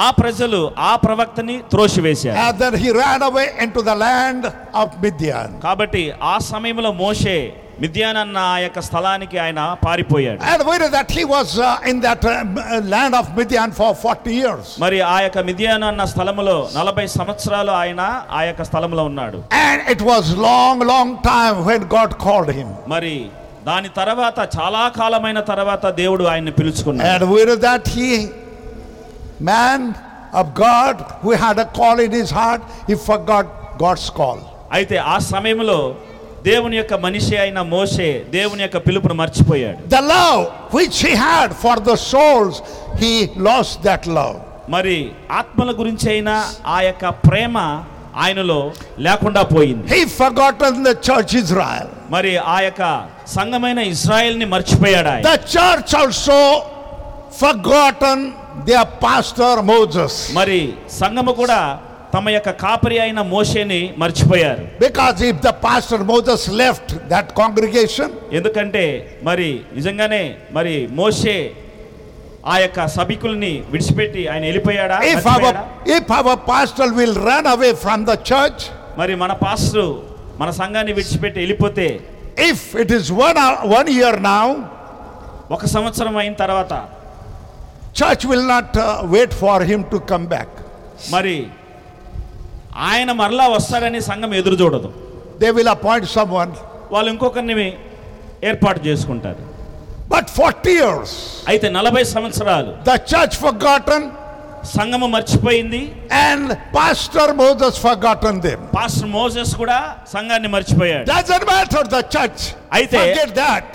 Speaker 1: ఆ ప్రజలు ఆ ప్రవక్తని త్రోసివేశారు
Speaker 4: And then he ran away into the land of Midian.
Speaker 1: కాబట్టి ఆ సమయంలో మోషే మిద్యాన్ అన్న ఆ యొక్క స్థలానికి ఆయన పారిపోయాడు
Speaker 4: And with that, he was uh, in that uh, m- uh, land of Midian for 40 years.
Speaker 1: మరి ఆ యొక్క మిద్యాన్ అన్న స్థలములో నలభై సంవత్సరాలు ఆయన ఆ యొక్క స్థలంలో ఉన్నాడు
Speaker 4: And it was long, long time when God called him.
Speaker 1: మరి దాని తర్వాత చాలా కాలమైన తర్వాత దేవుడు ఆయన్ని పిలుచుకున్నాడు
Speaker 4: And with that, he, man of God, who had a call in his heart, he forgot God's call.
Speaker 1: అయితే ఆ సమయంలో దేవుని యొక్క మనిషి అయిన మోషే దేవుని యొక్క పిలుపును మర్చిపోయాడు
Speaker 4: The love which he had for the souls, he lost that love.
Speaker 1: మరి ఆత్మల గురించి అయినా ఆ యొక్క ప్రేమ ఆయనలో లేకుండా పోయింది
Speaker 4: He forgotten the church Israel.
Speaker 1: మరి ఆ యొక్క సంఘమైన ఇస్రాయెల్ ని మర్చిపోయాడు ఆయన
Speaker 4: The church also forgotten their pastor Moses.
Speaker 1: మరి సంఘము కూడా తమ యొక్క కాపరి అయిన మోషేని మర్చిపోయారు
Speaker 4: Because if the pastor Moses left that congregation,
Speaker 1: ఎందుకంటే మరి నిజంగానే మరి మోషే ఆ యొక్క సభికుల్ని విడిచిపెట్టి ఆయన వెళ్ళిపోయాడా
Speaker 4: if
Speaker 1: మర్చిపోయాడా?
Speaker 4: our, if our pastor will run away from the church,
Speaker 1: మరి మన పాస్టర్ మన సంఘాన్ని విడిచిపెట్టి వెళ్ళిపోతే
Speaker 4: if it is one, hour- one year now,
Speaker 1: ఒక సంవత్సరం అయిన తర్వాత
Speaker 4: church will not uh, wait for him to come back.
Speaker 1: మరి ఆయన మరలా వస్తాడని సంఘం ఎదురు చూడదు
Speaker 4: They will appoint someone.
Speaker 1: వాళ్ళు ఇంకొకరిని ఏర్పాటు చేసుకుంటారు
Speaker 4: But 40 years,
Speaker 1: అయితే నలభై సంవత్సరాలు
Speaker 4: the church forgotten
Speaker 1: సంఘము మర్చిపోయింది
Speaker 4: and pastor Moses forgotten them.
Speaker 1: Pastor Moses కూడా సంఘాన్ని మర్చిపోయాడు
Speaker 4: Doesn't matter the church.
Speaker 1: Aithe-
Speaker 4: Forget that.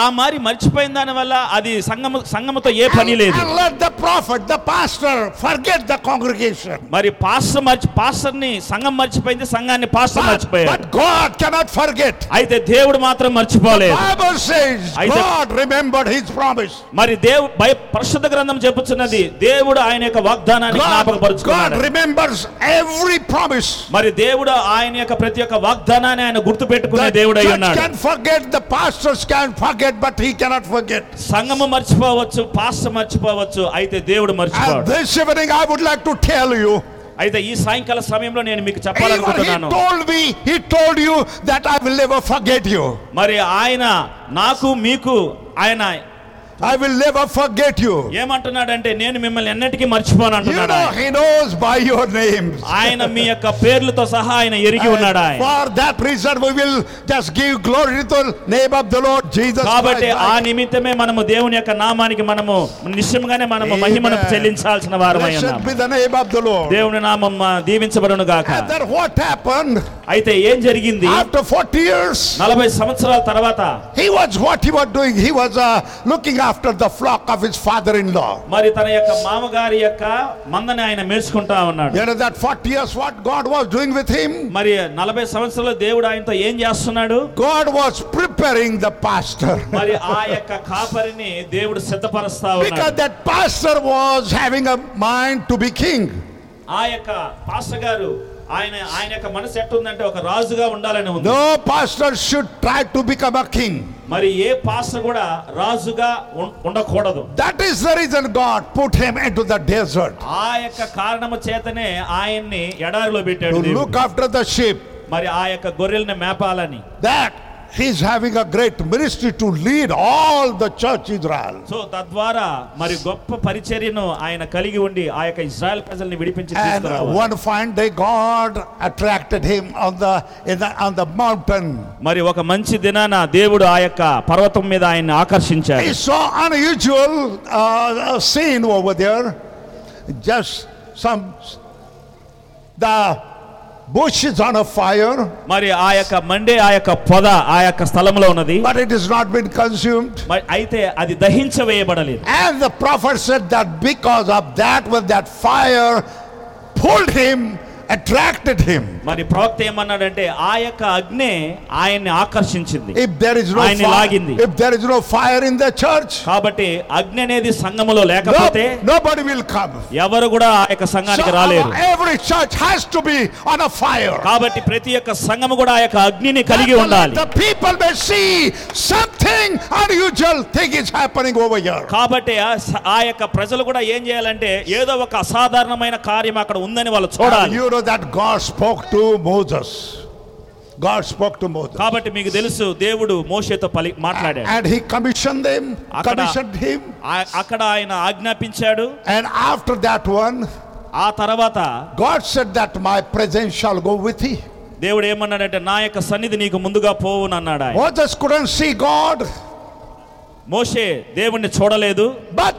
Speaker 1: ఆ మరి మర్చిపోయిన దాని వల్ల అది సంఘము సంఘముతో ఏ పని
Speaker 4: And-
Speaker 1: లేదు
Speaker 4: And let the prophet, the pastor, forget the congregation.
Speaker 1: మరి పాస్టర్ మర్చి పాస్టర్ని సంఘం మర్చిపోయింది సంఘాన్ని పాస్టర్
Speaker 4: But,
Speaker 1: మర్చిపోయాడు
Speaker 4: but God cannot forget.
Speaker 1: అయితే దేవుడు మాత్రం మర్చిపోలేదు
Speaker 4: Bible says
Speaker 1: Aithe-
Speaker 4: God remembered his promise.
Speaker 1: మరి దేవు బై పరిశుద్ధ గ్రంథం చెప్పుచున్నది దేవుడు ఆయన యొక్క వాగ్దానాన్ని
Speaker 4: God, God
Speaker 1: జ్ఞాపకపరుచుకున్నాడు
Speaker 4: remembers every promise.
Speaker 1: మరి దేవుడు ఆయన యొక్క ప్రతి ఒక్క వాగ్దానాన్ని ఆయన గుర్తు పెట్టుకునే
Speaker 4: The
Speaker 1: దేవుడు అయి
Speaker 4: church
Speaker 1: ఉన్నాడు
Speaker 4: can forget, the pastors can forget, but he cannot forget.
Speaker 1: సంఘము మర్చిపోవచ్చు పాస్టర్ మర్చిపోవచ్చు అయితే దేవుడు
Speaker 4: And
Speaker 1: మర్చిపోడు
Speaker 4: this evening I would like to tell you.
Speaker 1: అయితే ఈ సాయంకాల సమయంలో నేను మీకు
Speaker 4: Even he
Speaker 1: చెప్పాలనుకుంటున్నాను
Speaker 4: told me, he told you that I will never forget you.
Speaker 1: మరి ఆయన నాకు మీకు ఆయన
Speaker 4: I will never forget you.
Speaker 1: ఏమంటున్నాడంటే నేను మిమ్మల్ని ఎన్నటికీ మర్చిపోను
Speaker 4: You
Speaker 1: అంటున్నాడు
Speaker 4: know,
Speaker 1: ఆయన.
Speaker 4: he knows by your names.
Speaker 1: ఆయన మీ యొక్క పేర్లతో సహా ఆయన ఎరిగి ఉన్నాడు
Speaker 4: And
Speaker 1: ఆయన
Speaker 4: For that reason, we will just give glory to the name of the Lord Jesus
Speaker 1: కాబట్టి
Speaker 4: Christ.
Speaker 1: ఆ నిమిత్తమే మనము దేవుని యొక్క నామానికి మనము నిశ్చయంగానే మనము మహిమను
Speaker 4: Amen.
Speaker 1: చెల్లించాల్సిన వారమై ఉన్నాము
Speaker 4: Blessed be the name of the Lord.
Speaker 1: దేవుని నామం దీవించబడును గాక
Speaker 4: And then what happened
Speaker 1: అయితే ఏం జరిగింది
Speaker 4: after 40 years?
Speaker 1: నలభై సంవత్సరాల తర్వాత
Speaker 4: He was what he was doing. He was uh, looking after the flock of his father-in-law.
Speaker 1: మరి తన యొక్క మామగారి యొక్క మందని ఆయన మేర్చుకుంటా ఉన్నాడు
Speaker 4: You know that 40 years what God was doing with him?
Speaker 1: మరి నలభై సంవత్సరాలు దేవుడు ఆయనతో ఏం చేస్తున్నాడు
Speaker 4: God was preparing the pastor.
Speaker 1: మరి ఆ యొక్క కాపరిని దేవుడు సిద్ధపరుస్తా
Speaker 4: Because
Speaker 1: ఉన్నాడు
Speaker 4: that pastor was having a mind to be king.
Speaker 1: ఆ యొక్క పాస్టర్ గారు ఆయన ఆయన యొక్క మనసు ఎట్టుందంటే ఒక రాజుగా ఉండాలని ఉంది
Speaker 4: No pastor should try to become a king.
Speaker 1: మరి ఏ పాస్టర్ కూడా రాజుగా ఉం- ఉండకూడదు
Speaker 4: That is the reason God put him into the desert
Speaker 1: ఆ యొక్క కారణము చేతనే ఆయన్ని ఎడారిలో
Speaker 4: to
Speaker 1: పెట్టాడు దేవుడు.
Speaker 4: look after the sheep.
Speaker 1: మరి ఆ యొక్క గొర్రెల్ని మేపాలని
Speaker 4: That He is having a great ministry to lead all the church Israel.
Speaker 1: So తద్వారా మరి గొప్ప పరిచర్యను ఆయన కలిగి ఉండి ఆ యొక్క ఇజ్రాయెల్ ప్రజల్ని విడిపించి
Speaker 4: And
Speaker 1: తీసుకురావాలి.
Speaker 4: one fine day, God attracted him on the, in the on the mountain.
Speaker 1: మరి ఒక మంచి దినాన దేవుడు ఆ యొక్క పర్వతం మీద ఆయన్ని ఆకర్షించాడు
Speaker 4: He saw unusual uh, scene over there. Just some the bush is on a fire,
Speaker 1: మరి ఆ యొక్క మండే ఆ యొక్క పొద ఆ యొక్క స్థలంలో ఉన్నది
Speaker 4: but it has not been consumed.
Speaker 1: మరి అయితే అది దహించవేయబడలేదు
Speaker 4: And the prophet said that because of that, when that fire pulled him, attracted him.
Speaker 1: మరి ప్రవక్త ఏమన్నాడంటే ఆ యొక్క అగ్నే ఆయన్ని ఆకర్షించింది
Speaker 4: If there is no
Speaker 1: ఆయన్ని
Speaker 4: fire,
Speaker 1: లాగింది.
Speaker 4: if there is no fire in the church,
Speaker 1: కాబట్టి అగ్ని అనేది సంఘములో
Speaker 4: no,
Speaker 1: లేకపోతే
Speaker 4: nobody will come.
Speaker 1: ఎవరు కూడా ఆ యొక్క
Speaker 4: So
Speaker 1: సంఘానికి రాలేరు
Speaker 4: our- every church has to be on a fire.
Speaker 1: కాబట్టి ప్రతి యొక్క సంఘము కూడా ఆ యొక్క అగ్నిని కలిగి ఉండాలి
Speaker 4: The people may see something unusual thing is happening over here.
Speaker 1: కాబట్టి ఆ స- ఆ యొక్క ప్రజలు కూడా ఏం చేయాలంటే ఏదో ఒక అసాధారణమైన కార్యం అక్కడ ఉందని వాళ్ళు చూడాలి
Speaker 4: You know that God spoke to Moses. God spoke to Moses.
Speaker 1: కాబట్టి మీకు తెలుసు దేవుడు మోషేతో పలి మాట్లాడాడు
Speaker 4: And he commissioned them,
Speaker 1: అక్కడ-
Speaker 4: commissioned him.
Speaker 1: ఆ- అక్కడ ఆయన ఆజ్ఞాపించాడు
Speaker 4: And after that one,
Speaker 1: ఆ తర్వాత
Speaker 4: God said that my presence shall go with thee.
Speaker 1: దేవుడు ఏమన్నాడంటే నా యొక్క సన్నిధి నీకు ముందుగా పోవును అన్నాడు ఆయన
Speaker 4: Moses couldn't see God,
Speaker 1: మోషే దేవుణ్ణి చూడలేదు
Speaker 4: but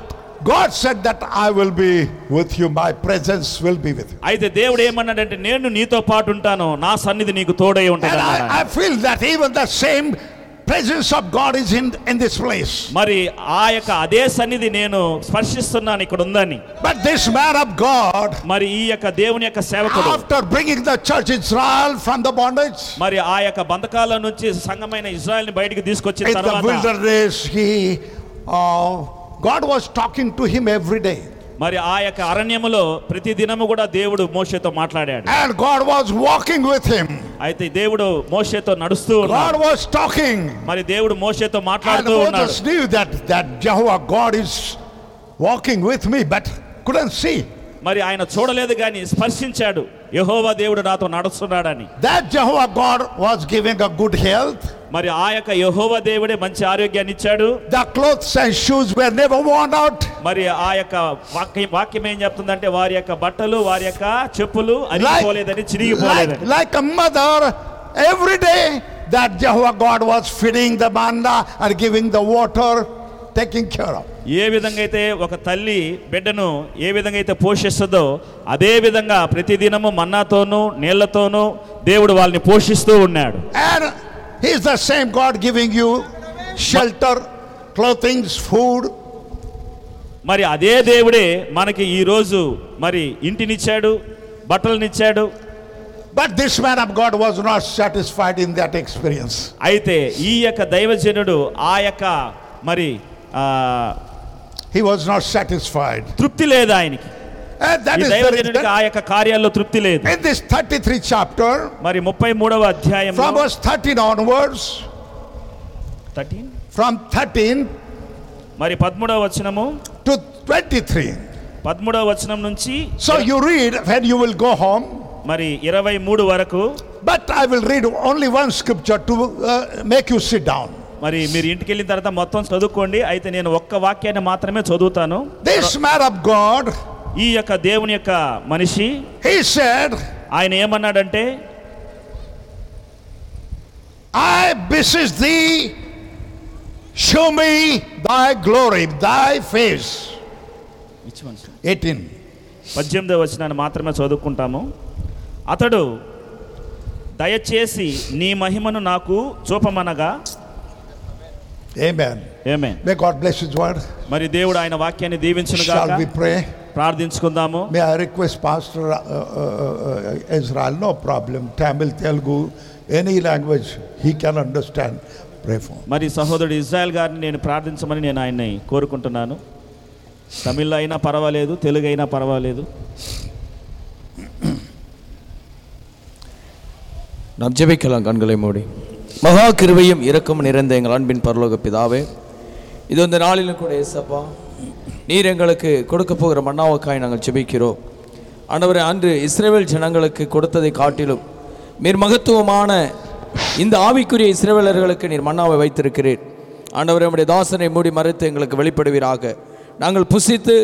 Speaker 4: God said that I will be with you, my presence will be with you.
Speaker 1: అయితే దేవుడు ఏమన్నాడంటే నేను నీతో పాటు ఉంటాను నా సన్నిధి నీకు తోడై
Speaker 4: And
Speaker 1: ఉంటాను అన్నాడు ఆయన.
Speaker 4: I, I feel that even the same presence of God is in, in this place.
Speaker 1: మరి ఆ యొక్క అదే సన్నిధి నేను స్పర్శిస్తున్నాను ఇక్కడ ఉందని
Speaker 4: But this man of God,
Speaker 1: మరి ఈ యొక్క దేవుని యొక్క సేవకుడు
Speaker 4: after bringing the church Israel from the bondage
Speaker 1: మరి ఆ యొక్క బంధకాల నుంచి సంఘమైన ఇజ్రాయెల్ ని బయటికి
Speaker 4: in
Speaker 1: తీసుకొచ్చిన
Speaker 4: the
Speaker 1: తర్వాత
Speaker 4: wilderness, he, uh, God was talking to him every day.
Speaker 1: మరి ఆ యొక్క అరణ్యములో ప్రతి దినము కూడా దేవుడు మోషేతో మాట్లాడాడు
Speaker 4: And God was walking with him.
Speaker 1: అయితే దేవుడు మోషేతో నడుస్తూ
Speaker 4: God
Speaker 1: ఉన్నాడు
Speaker 4: was talking.
Speaker 1: మరి దేవుడు మోషేతో
Speaker 4: And
Speaker 1: మాట్లాడుతూ ఉన్నాడు
Speaker 4: Moses knew that, that Jehovah God is walking with me, but couldn't see.
Speaker 1: మరి ఆయన చూడలేదు కానీ స్పర్శించాడు యహోవా దేవుడు నాతో నడుస్తున్నాడని
Speaker 4: That Jehovah God was giving a good health.
Speaker 1: మరి ఆ యొక్క యహోవా దేవుడే మంచి ఆరోగ్యాన్ని ఇచ్చాడు
Speaker 4: The clothes and shoes were never worn out.
Speaker 1: మరి ఆ యొక్క వాక్యం వాక్యం ఏం చెప్తుందంటే వారి యొక్క బట్టలు వారి యొక్క చెప్పులు అరిగిపోలేదని
Speaker 4: like,
Speaker 1: చిరిగిపోలేదని
Speaker 4: like a mother, every day that Jehovah God was feeding the manna and giving the water, taking care of.
Speaker 1: ఏ విధంగా అయితే ఒక తల్లి బిడ్డను ఏ విధంగా అయితే పోషిస్తుందో అదే విధంగా ప్రతిదినము మన్నాతోనూ నీళ్లతోనూ దేవుడు వాళ్ళని పోషిస్తూ ఉన్నాడు
Speaker 4: And He's the same God giving you shelter, clothing, food.
Speaker 1: మరి అదే దేవుడే మనకి ఈ రోజు మరి ఇంటినిచ్చాడు బట్టలనిచ్చాడు
Speaker 4: But this man of God was not satisfied in that experience.
Speaker 1: అయితే ఈ యొక్క దైవజనుడు ఆ యొక్క మరి ఆ,
Speaker 4: He was not satisfied.
Speaker 1: తృప్తి లేదు ఆయనకి
Speaker 4: And that
Speaker 1: ఈ
Speaker 4: is the
Speaker 1: దైవజనుడికి
Speaker 4: reason.
Speaker 1: ఆ యొక్క కార్యాల్లో తృప్తి లేదు
Speaker 4: In this 33 chapter,
Speaker 1: మరి ముప్పై మూడవ అధ్యాయం
Speaker 4: from verse 13 onwards,
Speaker 1: thirteen
Speaker 4: from 13
Speaker 1: మరి పదమూడవ వచనము
Speaker 4: to 23.
Speaker 1: పదమూడవ వచనం నుంచి
Speaker 4: So you read when you will go home.
Speaker 1: మరి ఇరవై మూడు వరకు
Speaker 4: But I will read only one scripture to uh, make you sit down.
Speaker 1: మరి మీరు ఇంటికి వెళ్ళిన తర్వాత మొత్తం చదువుకోండి అయితే నేను ఒక్క వాక్యాన్ని మాత్రమే చదువుతాను
Speaker 4: This man of God,
Speaker 1: ఈ యొక్క దేవుని యొక్క మనిషి
Speaker 4: he said,
Speaker 1: ఆయన ఏమన్నాడంటే
Speaker 4: I beseech thee, show me thy glory, thy face. 18.
Speaker 1: పద్దెనిమిదవ వచనాన్ని మాత్రమే చదువుకుంటాము అతడు దయచేసి నీ మహిమను నాకు చూపమనగా
Speaker 4: Amen.
Speaker 1: ఏమే
Speaker 4: May God bless his word.
Speaker 1: మరి దేవుడు ఆయన వాక్యాన్ని
Speaker 4: Shall we
Speaker 1: దీవించును
Speaker 4: pray?
Speaker 1: ప్రార్థించుకుందాము
Speaker 4: May I request Pastor uh, uh, uh, Israel, no problem. Tamil, Telugu, any language he can understand. Pray for him.
Speaker 1: మరి సహోదరుడు ఇజ్రాయెల్ గారిని నేను ప్రార్థించమని నేను ఆయన్ని కోరుకుంటున్నాను తమిళ్ అయినా పర్వాలేదు తెలుగు అయినా పర్వాలేదు
Speaker 6: நாம் ஜெபிக்கலாம் கண்களை மூடி மகா கிருபையும் இரக்கம் நிறைந்த எங்கள் அன்பின் பரலோக பிதாவே இது இந்த நாளிலும் கூட ஏசப்பா நீர் எங்களுக்கு கொடுக்க போகிற மன்னாவுக்காய் நாங்கள் ஜெபிக்கிறோம் ஆண்டவரே அன்று இஸ்ரேல் ஜனங்களுக்கு கொடுத்ததை காட்டிலும் மீர் மகத்துவமான இந்த ஆவிக்குரிய இஸ்ரவேலர்களுக்கு நீர் மன்னாவை வைத்திருக்கிறீர் ஆண்டவர் நம்முடைய தாசனை மூடி மறைத்து எங்களுக்கு வெளிப்படுவீராக நாங்கள் புசித்து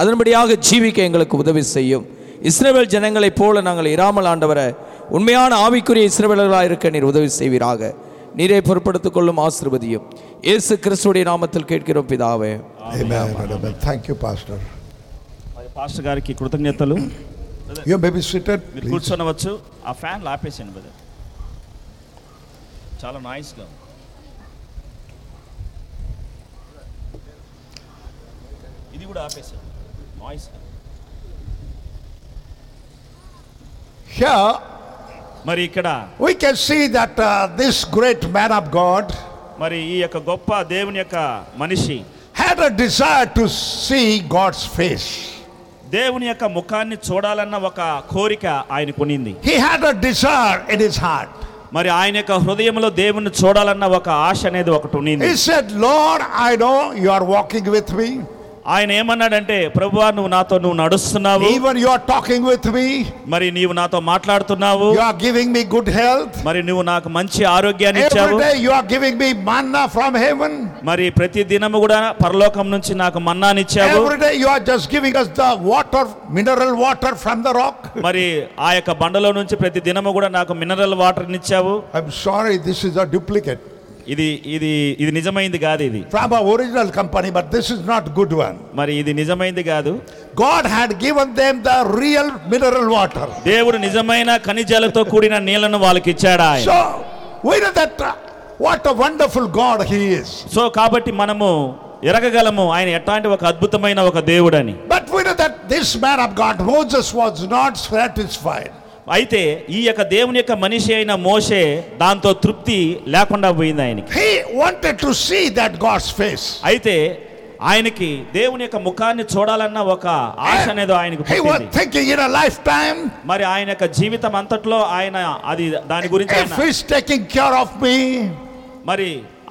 Speaker 6: அதன்படியாக ஜீவிக்க எங்களுக்கு உதவி செய்யும் இஸ்ரவேல் ஜனங்களைப் போல நாங்கள் இராமல் ஆண்டவரை உண்மையான ஆவிக்குரிய இஸ்ரவேலர்களாக இருக்க நீர் உதவி செய்வீராக நீரை பொருட்படுத்திக் கொள்ளும் ஆசிர்வதியும் இயேசு கிறிஸ்துவுடைய நாமத்தில் கேட்கிறோம் பிதாவே
Speaker 7: Amen. and Amen. Thank you, Pastor.
Speaker 1: మరి పాస్టర్ గారికి కృతజ్ఞతలు
Speaker 7: You may be seated.
Speaker 1: మీరు
Speaker 7: please.
Speaker 1: కూర్చొనవచ్చు ఆ ఫ్యాన్లు ఆపేసేయండి బ్రదర్ చాలా నాయిస్గా ఉంది ఇది కూడా ఆపేసేయండి నాయిస్
Speaker 4: Here
Speaker 1: మరి ఇక్కడ
Speaker 4: we can see that uh, this great man of God
Speaker 1: మరి ఈ యొక్క గొప్ప దేవుని యొక్క మనిషి
Speaker 4: had a desire to see God's face.
Speaker 1: దేవుని యొక్క ముఖాన్ని చూడాలన్న ఒక కోరిక ఆయన కొనింది
Speaker 4: He had a desire in his heart.
Speaker 1: మరి ఆయన యొక్క హృదయంలో దేవుని చూడాలన్న ఒక ఆశ అనేది ఒకటి ఉన్నింది
Speaker 4: He said, Lord, I know you are walking with me.
Speaker 1: ఆయన ఏమన్నాడంటే ప్రభువా నువ్వు నాతో నువ్వు నడుస్తున్నావు
Speaker 4: Even you are talking with me.
Speaker 1: మరి నీవు నాతో మాట్లాడుతున్నావు
Speaker 4: You are giving me good health.
Speaker 1: మరి నువ్వు నాకు మంచి ఆరోగ్యాన్ని ఇచ్చావు
Speaker 4: Every day you are giving me manna from heaven.
Speaker 1: మరి ప్రతి దినము కూడా పరలోకం నుంచి నాకు మన్నానిచ్చావు
Speaker 4: Every day you are just giving us the water, mineral water from the rock.
Speaker 1: మరి ఆ యొక్క బండలో నుంచి ప్రతి దినము కూడా నాకు మినరల్ వాటర్ ఇచ్చావు
Speaker 4: I'm sorry, this is a duplicate
Speaker 1: ఇది ఇది ఇది నిజమైంది కాదు ఇది
Speaker 4: from our original company, but this is not good one.
Speaker 1: మరి ఇది నిజమైంది కాదు
Speaker 4: God had given them the real mineral water.
Speaker 1: దేవుడు నిజమైన ఖనిజాలతో కూడిన నీళ్లను వాళ్ళకి ఇచ్చాడు ఆయన
Speaker 4: So we know that uh, what a wonderful God He is.
Speaker 1: So కాబట్టి మనము ఎరగగలము ఆయన ఎట్లాంటి ఒక అద్భుతమైన ఒక దేవుడని
Speaker 4: But we know that this man of God, Moses, was not satisfied.
Speaker 1: అయితే ఈ యొక్క దేవుని యొక్క మనిషి అయిన మోషే దాంతో తృప్తి లేకుండా పోయింది ఆయనకి
Speaker 4: He wanted to see that God's face.
Speaker 1: అయితే ఆయనకి దేవుని యొక్క ముఖాన్ని చూడాలన్న ఒక ఆశ అనేది ఆయనకు
Speaker 4: He was
Speaker 1: పుట్టింది.
Speaker 4: thinking in a lifetime,
Speaker 1: మరి ఆయన యొక్క జీవితం అంతట్లో ఆయన అది దాని గురించి
Speaker 4: if
Speaker 1: ఆయన
Speaker 4: He's taking care of me,
Speaker 1: మరి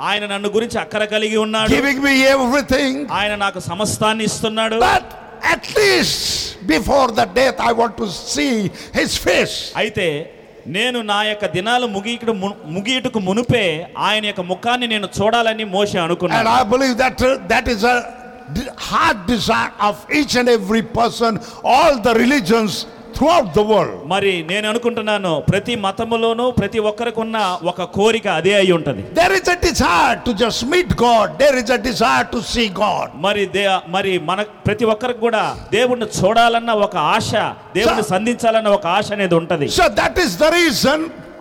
Speaker 1: ఆయన నన్ను గురించి అక్కర కలిగి ఉన్నాడు
Speaker 4: giving me everything,
Speaker 1: ఆయన నాకు సమస్తాన్ని ఇస్తున్నాడు
Speaker 4: but at least before the death, I want to see His face.
Speaker 1: అయితే నేను నా యొక్క దినాలు ముగియటకు ము- ముగియటకు మునుపే ఆయన యొక్క ముఖాన్ని నేను చూడాలని మోషే
Speaker 4: And
Speaker 1: అనుకున్నాను
Speaker 4: I believe that uh, that is a de- heart desire of each and every person, all the religions throughout the world.
Speaker 1: మరి నేను అనుకుంటున్నాను ప్రతి మతములోనూ ప్రతి ఒక్కరికి ఉన్న ఒక కోరిక అదే అయి ఉంటది
Speaker 4: There is a desire to just meet God. There is a desire to see God.
Speaker 1: మరి దే మరి మన ప్రతి ఒక్కరికి కూడా దేవుణ్ణి చూడాలన్న ఒక ఆశ దేవుణ్ణి సంధించాలన్న ఒక ఆశ అనేది ఉంటది
Speaker 4: So that is the reason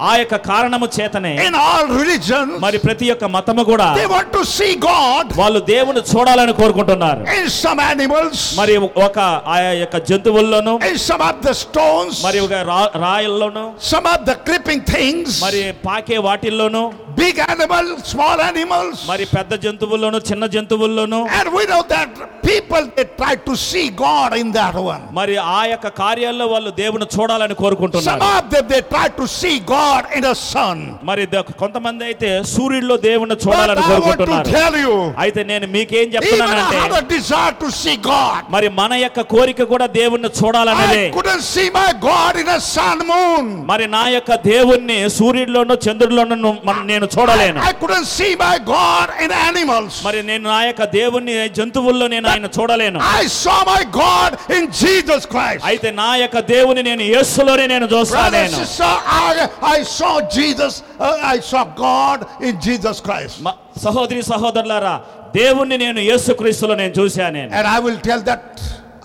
Speaker 1: ఆ యొక్క కారణము చేతనే
Speaker 4: in all religions
Speaker 1: మరి ప్రతి ఒక్క మతము కూడా
Speaker 4: they want to see God
Speaker 1: వాళ్ళు దేవుని చూడాలని కోరుకుంటున్నారు
Speaker 4: in some animals,
Speaker 1: మరి ఒక ఆ యొక్క జంతువుల్లోనూ
Speaker 4: in some of the stones,
Speaker 1: మరి ఒక రా- రాయల్లోనూ
Speaker 4: some of the creeping things,
Speaker 1: మరి పాకే వాటిల్లోనూ
Speaker 4: big animals, small animals.
Speaker 1: మరి పెద్ద జంతువుల్లోనూ చిన్న జంతువుల్లోనూ
Speaker 4: And we know that people they try to see God in that one.
Speaker 1: మరి ఆ యొక్క కార్యాల్లో వాళ్ళు దేవుని చూడాలని
Speaker 4: Some
Speaker 1: కోరుకుంటున్నారు
Speaker 4: of them they try to see God in the sun.
Speaker 1: మరి ద- కొంతమంది అయితే సూర్యుడిలో దేవుని
Speaker 4: But
Speaker 1: చూడాలని
Speaker 4: I want to
Speaker 1: కోరుకుంటున్నారు
Speaker 4: tell you,
Speaker 1: అయితే నేను మీకేం
Speaker 4: even I
Speaker 1: చెప్తున్నానంటే
Speaker 4: have a desire to see God.
Speaker 1: మరి మన యొక్క కోరిక కూడా దేవుణ్ణి చూడాలనేదే
Speaker 4: I couldn't see my God in a sun moon.
Speaker 1: మరి నా యొక్క దేవుణ్ణి సూర్యుడిలోనూ చంద్రుడిలోనూ ను- మన- నేను చూడలేను
Speaker 4: I couldn't see my God in animals.
Speaker 1: మరి నేను నా యొక్క దేవుణ్ణి జంతువుల్లో నేను ఆయన చూడలేను
Speaker 4: I saw my God in Jesus Christ.
Speaker 1: అయితే నా యొక్క దేవుని నేను యేసులోనే నేను
Speaker 4: Brother and
Speaker 1: చూస్తాను
Speaker 4: sister, I, I saw Jesus, uh, I saw God in Jesus Christ.
Speaker 1: మ- సహోదరి సహోదరులారా దేవుణ్ణి నేను యేసుక్రీస్తులో నేను చూశాను నేను
Speaker 4: And I will tell that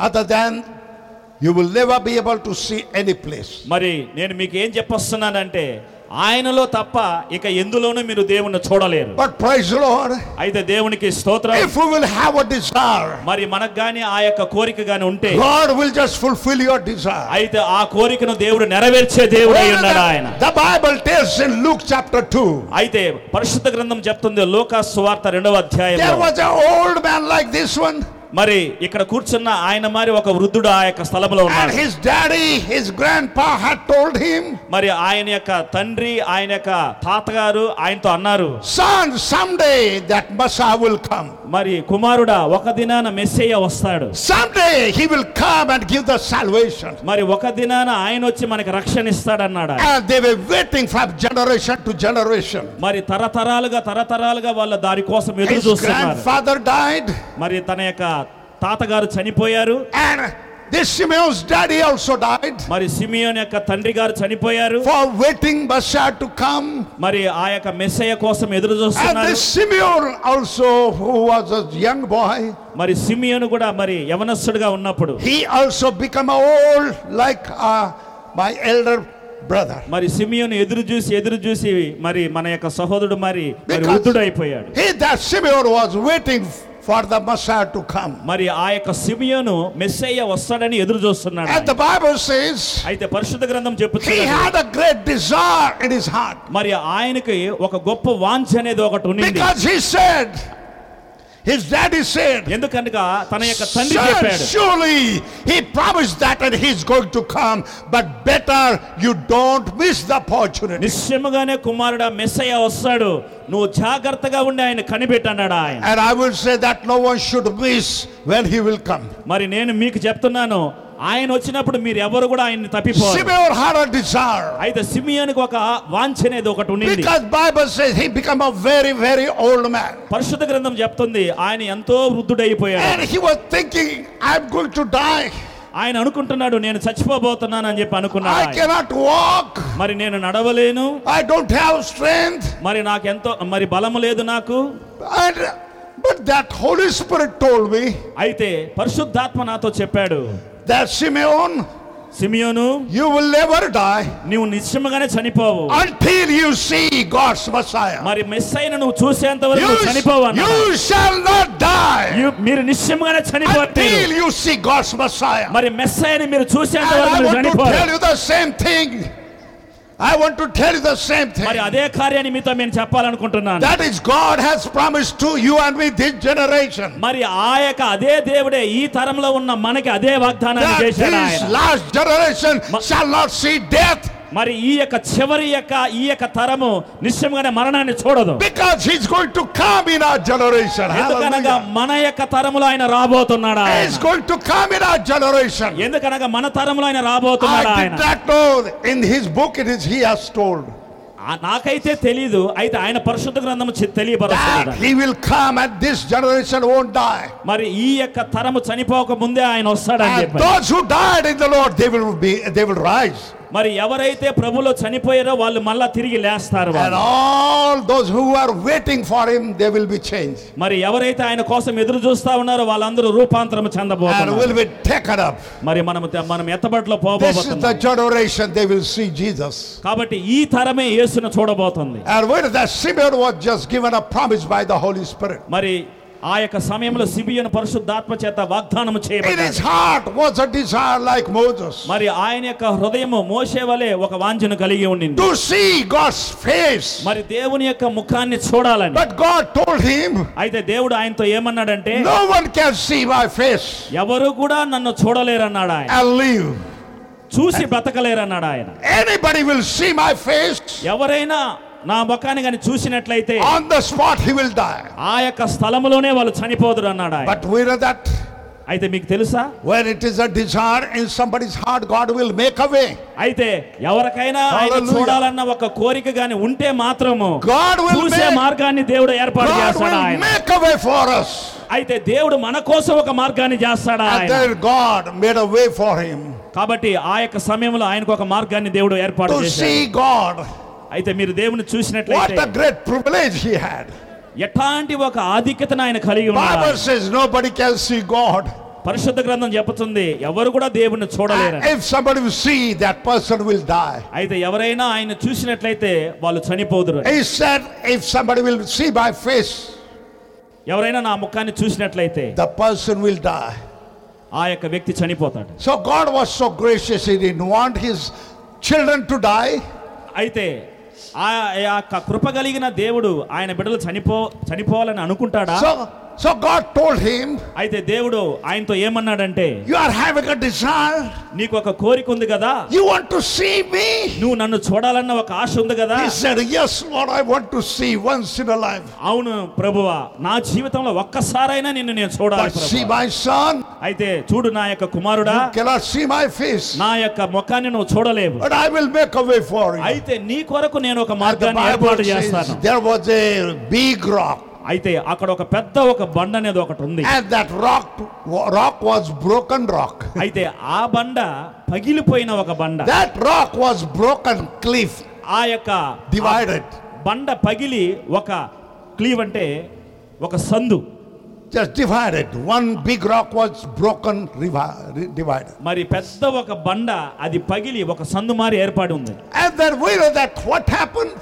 Speaker 4: other than you will never be able to see any place.
Speaker 1: మరి నేను మీకు ఏం చెప్పొస్తున్నానంటే ఆయనలో తప్ప ఇక ఎందులోనూ మీరు దేవుణ్ణి చూడలేరు
Speaker 4: But praise the Lord,
Speaker 1: అయితే దేవునికి స్తోత్రం
Speaker 4: if we will have a desire,
Speaker 1: మరి మనకు గాని ఆ యొక్క కోరిక గాని ఉంటే
Speaker 4: God will just fulfill your desire.
Speaker 1: అయితే ఆ కోరికను దేవుడు నెరవేర్చే దేవుడు అయి ఉన్నాడు ఆయన
Speaker 4: The Bible tells in Luke chapter 2.
Speaker 1: అయితే పరిశుద్ధ గ్రంథం చెప్తుంది లోకా సువార్త రెండవ
Speaker 4: There
Speaker 1: అధ్యాయంలో
Speaker 4: was an old man like this one.
Speaker 1: మరి ఇక్కడ కూర్చున్న ఆయన మరి ఒక వృద్ధుడు ఆ యొక్క స్థలంలో
Speaker 4: And
Speaker 1: ఉన్నాడు
Speaker 4: his daddy, his grandpa had told him,
Speaker 1: మరి ఆయన యొక్క తండ్రి ఆయన యొక్క తాతగారు ఆయనతో అన్నారు
Speaker 4: Son, someday that Messiah will come.
Speaker 1: మరి కుమారుడా ఒక దినాన మెస్సయ్య వస్తాడు
Speaker 4: Someday he will come and give the salvation.
Speaker 1: మరి ఒక దినాన ఆయన వచ్చి మనకి రక్షణ ఇస్తాడన్నాడు ఆయన.
Speaker 4: And they were waiting from generation to generation.
Speaker 1: మరి తరతరాలుగా తరతరాలుగా వాళ్ళ దారి కోసం ఎదురు
Speaker 4: His
Speaker 1: చూస్తున్నారు
Speaker 4: grandfather died,
Speaker 1: మరి తన యొక్క తాతగారు చనిపోయారు
Speaker 4: and this Simeon's daddy also died
Speaker 1: మరి సిమియోన్ యొక్క తండ్రి గారు చనిపోయారు
Speaker 4: for waiting Messiah to come.
Speaker 1: మరి ఆ యొక్క మెస్సయ్య కోసం ఎదురు
Speaker 4: And
Speaker 1: చూస్తున్నారు
Speaker 4: this Simeon also, who was a young boy,
Speaker 1: మరి సిమియోను కూడా మరి యవనస్తుడిగా ఉన్నప్పుడు
Speaker 4: he also became old like uh, my elder brother.
Speaker 1: మరి సిమియోను ఎదురు చూసి ఎదురు చూసి మరి మన యొక్క సహోదరుడు మరి మరి
Speaker 4: Because-
Speaker 1: వృద్ధుడు అయిపోయాడు
Speaker 4: He, that Simeon, was waiting for the Messiah to come.
Speaker 1: మరి ఆ యొక్క సిమియోను మెస్సయ్య వస్తాడని ఎదురు చూస్తున్నాడు
Speaker 4: And the
Speaker 1: ఆయన.
Speaker 4: Bible says
Speaker 1: అయితే పరిశుద్ధ గ్రంథం
Speaker 4: he
Speaker 1: చెప్పుతుంది
Speaker 4: had a great desire in his heart
Speaker 1: మరి ఆయనకి ఒక గొప్ప వాంఛ అనేది ఒకటి ఉండింది
Speaker 4: because he said, his daddy said,
Speaker 1: ఎందుకనగా తన యొక్క తండ్రి
Speaker 4: Son,
Speaker 1: చెప్పాడు
Speaker 4: surely he promised that and he's going to come, but better you don't miss the opportunity.
Speaker 1: నిశ్చయముగానే కుమారుడా మెస్సయ్య వస్తాడు నువ్వు జాగ్రత్తగా ఉండి ఆయన కనిపెట్టన్నాడు ఆయన
Speaker 4: And I will say that no one should miss when he will come.
Speaker 1: మరి నేను మీకు చెప్తున్నాను ఆయన వచ్చినప్పుడు మీరు ఎవరు కూడా ఆయన్ని తప్పిపోరు
Speaker 4: Simeon had a desire
Speaker 1: అయితే సిమియోనికి ఒక వాంఛ అనేది ఒకటి ఉండింది
Speaker 4: because Bible says he became a very, very old man.
Speaker 1: పరిశుద్ధ గ్రంథం చెప్తుంది ఆయన ఎంతో
Speaker 4: And
Speaker 1: వృద్ధుడైపోయాడు
Speaker 4: he was thinking, I'm going to die.
Speaker 1: ఆయన అనుకుంటున్నాడు నేను చచ్చిపోబోతున్నాను అని చెప్పి అనుకున్నాడు
Speaker 4: I
Speaker 1: ఆయన.
Speaker 4: cannot walk.
Speaker 1: మరి నేను నడవలేను
Speaker 4: I don't have strength.
Speaker 1: మరి నాకెంతో మరి బలము లేదు నాకు
Speaker 4: And but that Holy Spirit told me
Speaker 1: అయితే పరిశుద్ధాత్మ నాతో చెప్పాడు
Speaker 4: that Simeon,
Speaker 1: Simeon
Speaker 4: you will never die
Speaker 1: నీవు నిశ్చయముగానే చనిపోవు
Speaker 4: until you see God's Messiah.
Speaker 1: మరి మిస్ అయిన నువ్వు చూసేంత
Speaker 4: You,
Speaker 1: వరకు నువ్వు చనిపోవు అన్నాడు.
Speaker 4: you shall not die
Speaker 1: You- మీరు నిశ్చయముగానే చనిపోతారు
Speaker 4: until you see God's Messiah.
Speaker 1: మరి మెస్ అయిన మీరు చూసేంత
Speaker 4: And
Speaker 1: వరకు
Speaker 4: I
Speaker 1: మీరు
Speaker 4: want to tell
Speaker 1: చనిపోరు
Speaker 4: you the same thing. I want to tell you the same thing.
Speaker 1: మరి అదే కార్యాన్ని మీతో నేను చెప్పాలనుకుంటున్నాను
Speaker 4: That is, God has promised to you and me this generation.
Speaker 1: మరి ఆ యొక్క అదే దేవుడే ఈ తరంలో ఉన్న మనకి అదే వాగ్దానాన్ని
Speaker 4: that
Speaker 1: చేశాడు
Speaker 4: this
Speaker 1: ఆయన
Speaker 4: last generation
Speaker 1: Ma-
Speaker 4: shall not see death
Speaker 1: మరి ఈ యొక్క చివరి యొక్క ఈ యొక్క తరము నిశ్చయముగానే మరణాన్ని చూడదు
Speaker 4: because he's going to come in our generation.
Speaker 1: ఎందుకనగా
Speaker 4: Hallelujah.
Speaker 1: మన యొక్క తరములో ఆయన రాబోతున్నాడు
Speaker 4: He's
Speaker 1: ఆయన
Speaker 4: going to come in our generation.
Speaker 1: ఎందుకనగా మన తరములో ఆయన రాబోతున్నాడు
Speaker 4: I
Speaker 1: ఆయన
Speaker 4: did not know in his book it is he has told
Speaker 1: ఆ- నాకైతే తెలీదు అయితే ఆయన పరిశుద్ధ గ్రంథము చె-
Speaker 4: that
Speaker 1: తెలియపరుస్తున్నాడు
Speaker 4: he will come and this generation won't die.
Speaker 1: మరి ఈ యొక్క తరము చనిపోక ముందే ఆయన వస్తాడని
Speaker 4: And
Speaker 1: చెప్పారు
Speaker 4: those who died in the Lord they will be they will rise.
Speaker 1: మరి ఎవరైతే ప్రభులో చనిపోయారో వాళ్ళు మళ్ళా తిరిగి లేస్తారు
Speaker 4: And
Speaker 1: వాళ్ళు.
Speaker 4: all those who are waiting for him they will be changed
Speaker 1: మరి ఎవరైతే ఆయన కోసం ఎదురు చూస్తా ఉన్నారో వాళ్ళందరూ రూపాంతరం
Speaker 4: and
Speaker 1: చెందబోతున్నారు
Speaker 4: will be taken up.
Speaker 1: మరి మనం మనం ఎత్తబడిలో
Speaker 4: This is the
Speaker 1: పోబోతున్నాం
Speaker 4: generation they will see Jesus.
Speaker 1: కాబట్టి ఈ తరమే యేసును చూడబోతుంది
Speaker 4: And when that Simeon was just given a promise by the Holy Spirit,
Speaker 1: మరి ఆ యొక్క సమయంలో సిబియను పరిశుద్ధాత్మ చేత వాగ్దానం
Speaker 4: in his
Speaker 1: చేయబడింది
Speaker 4: heart was a desire like Moses
Speaker 1: మరి ఆయన యొక్క హృదయము మోసే వలె ఒక వాంఛను కలిగి ఉండింది
Speaker 4: to see God's face.
Speaker 1: మరి దేవుని యొక్క ముఖాన్ని చూడాలని
Speaker 4: But God told him,
Speaker 1: అయితే దేవుడు ఆయనతో ఏమన్నాడంటే
Speaker 4: No one can see my face
Speaker 1: ఎవరు కూడా నన్ను చూడలేరన్నాడు ఆయన
Speaker 4: and live.
Speaker 1: చూసి బ్రతకలేరన్నాడు ఆయన
Speaker 4: Anybody will see my face,
Speaker 1: ఎవరైనా నా ముఖాన్ని కానీ చూసినట్లయితే
Speaker 4: on the spot he will die.
Speaker 1: ఆ యొక్క స్థలంలోనే వాళ్ళు చనిపోదురు అన్నాడు ఆయన
Speaker 4: But we know that
Speaker 1: అయితే మీకు తెలుసా
Speaker 4: when it is a desire in somebody's heart, God will make a way.
Speaker 1: అయితే ఎవరికైనా ఆయన
Speaker 4: Hallelujah.
Speaker 1: చూడాలన్న ఒక కోరిక గాని ఉంటే మాత్రము
Speaker 4: God will
Speaker 1: చూసే
Speaker 4: make-
Speaker 1: మార్గాన్ని దేవుడు ఏర్పాటు
Speaker 4: God
Speaker 1: చేస్తాడు
Speaker 4: will
Speaker 1: ఆయన
Speaker 4: make a way for us.
Speaker 1: అయితే దేవుడు మన కోసం ఒక మార్గాన్ని చేస్తాడు
Speaker 4: And
Speaker 1: ఆయన
Speaker 4: then God made a way for him
Speaker 1: కాబట్టి ఆ యొక్క సమయంలో ఆయనకు ఒక మార్గాన్ని దేవుడు ఏర్పాటు
Speaker 4: to
Speaker 1: చేశాడు
Speaker 4: see God.
Speaker 1: అయితే మీరు దేవుని
Speaker 4: What
Speaker 1: చూసినట్లయితే
Speaker 4: a great privilege he had.
Speaker 1: ఎట్లాంటి ఒక ఆధిక్యతను ఆయన కలిగి ఉన్నాడు
Speaker 4: Bible says nobody can see God.
Speaker 1: పరిశుద్ధ గ్రంథం చెబుతుంది ఎవరు కూడా దేవుణ్ణి చూడలేరు
Speaker 4: And if somebody will see, that person will die.
Speaker 1: అయితే ఎవరైనా ఆయన చూసినట్లయితే వాళ్ళు చనిపోదురు
Speaker 4: He said, if somebody will see my face,
Speaker 1: ఎవరైనా నా ముఖాన్ని చూసినట్లయితే
Speaker 4: the person will die.
Speaker 1: ఆ యొక్క వ్యక్తి చనిపోతాడు
Speaker 4: So God was so gracious, He didn't want His children to die.
Speaker 1: అయితే ఆ యొక్క కృప కలిగిన దేవుడు ఆయన బిడ్డలు చనిపో చనిపోవాలని అనుకుంటాడా
Speaker 4: So So God told him,
Speaker 1: అయితే దేవుడు ఆయనతో ఏమన్నాడంటే
Speaker 4: You are having a desire.
Speaker 1: నీకు ఒక కోరిక ఉంది కదా
Speaker 4: You want to see me?
Speaker 1: నువ్వు నన్ను చూడాలన్న ఒక ఆశ ఉంది కదా
Speaker 4: He said, Yes, Lord, I want to see once in a life.
Speaker 1: అవును ప్రభువా నా జీవితంలో ఒక్కసారైనా నిన్ను నేను
Speaker 4: But
Speaker 1: చూడాలి
Speaker 4: see,
Speaker 1: ప్రభువా.
Speaker 4: my son,
Speaker 1: అయితే చూడు నా యొక్క కుమారుడా
Speaker 4: you cannot see my face.
Speaker 1: నా యొక్క ముఖాన్ని నువ్వు చూడలేవు
Speaker 4: But I will make a way for you.
Speaker 1: అయితే నీ కొరకు నేను ఒక
Speaker 4: And the
Speaker 1: మార్గాన్ని
Speaker 4: Bible
Speaker 1: ఏర్పాటు
Speaker 4: says
Speaker 1: చేస్తాను
Speaker 4: there was a big rock,
Speaker 1: అయితే అక్కడ ఒక పెద్ద ఒక బండ అనేది ఒకటి ఉంది
Speaker 4: and that rock rock was broken rock.
Speaker 1: అయితే ఆ బండ పగిలిపోయిన ఒక బండ
Speaker 4: That rock was broken cliff,
Speaker 1: ఆ యొక్క
Speaker 4: divided.
Speaker 1: బండ పగిలి ఒక క్లీవ్ అంటే ఒక సందు
Speaker 4: Just divided. One big rock was broken, revi- re- divided.
Speaker 1: మరి పెద్ద ఒక బండ అది పగిలి ఒక సందు మారి ఏర్పడి ఉంది
Speaker 4: And then we know that what happened.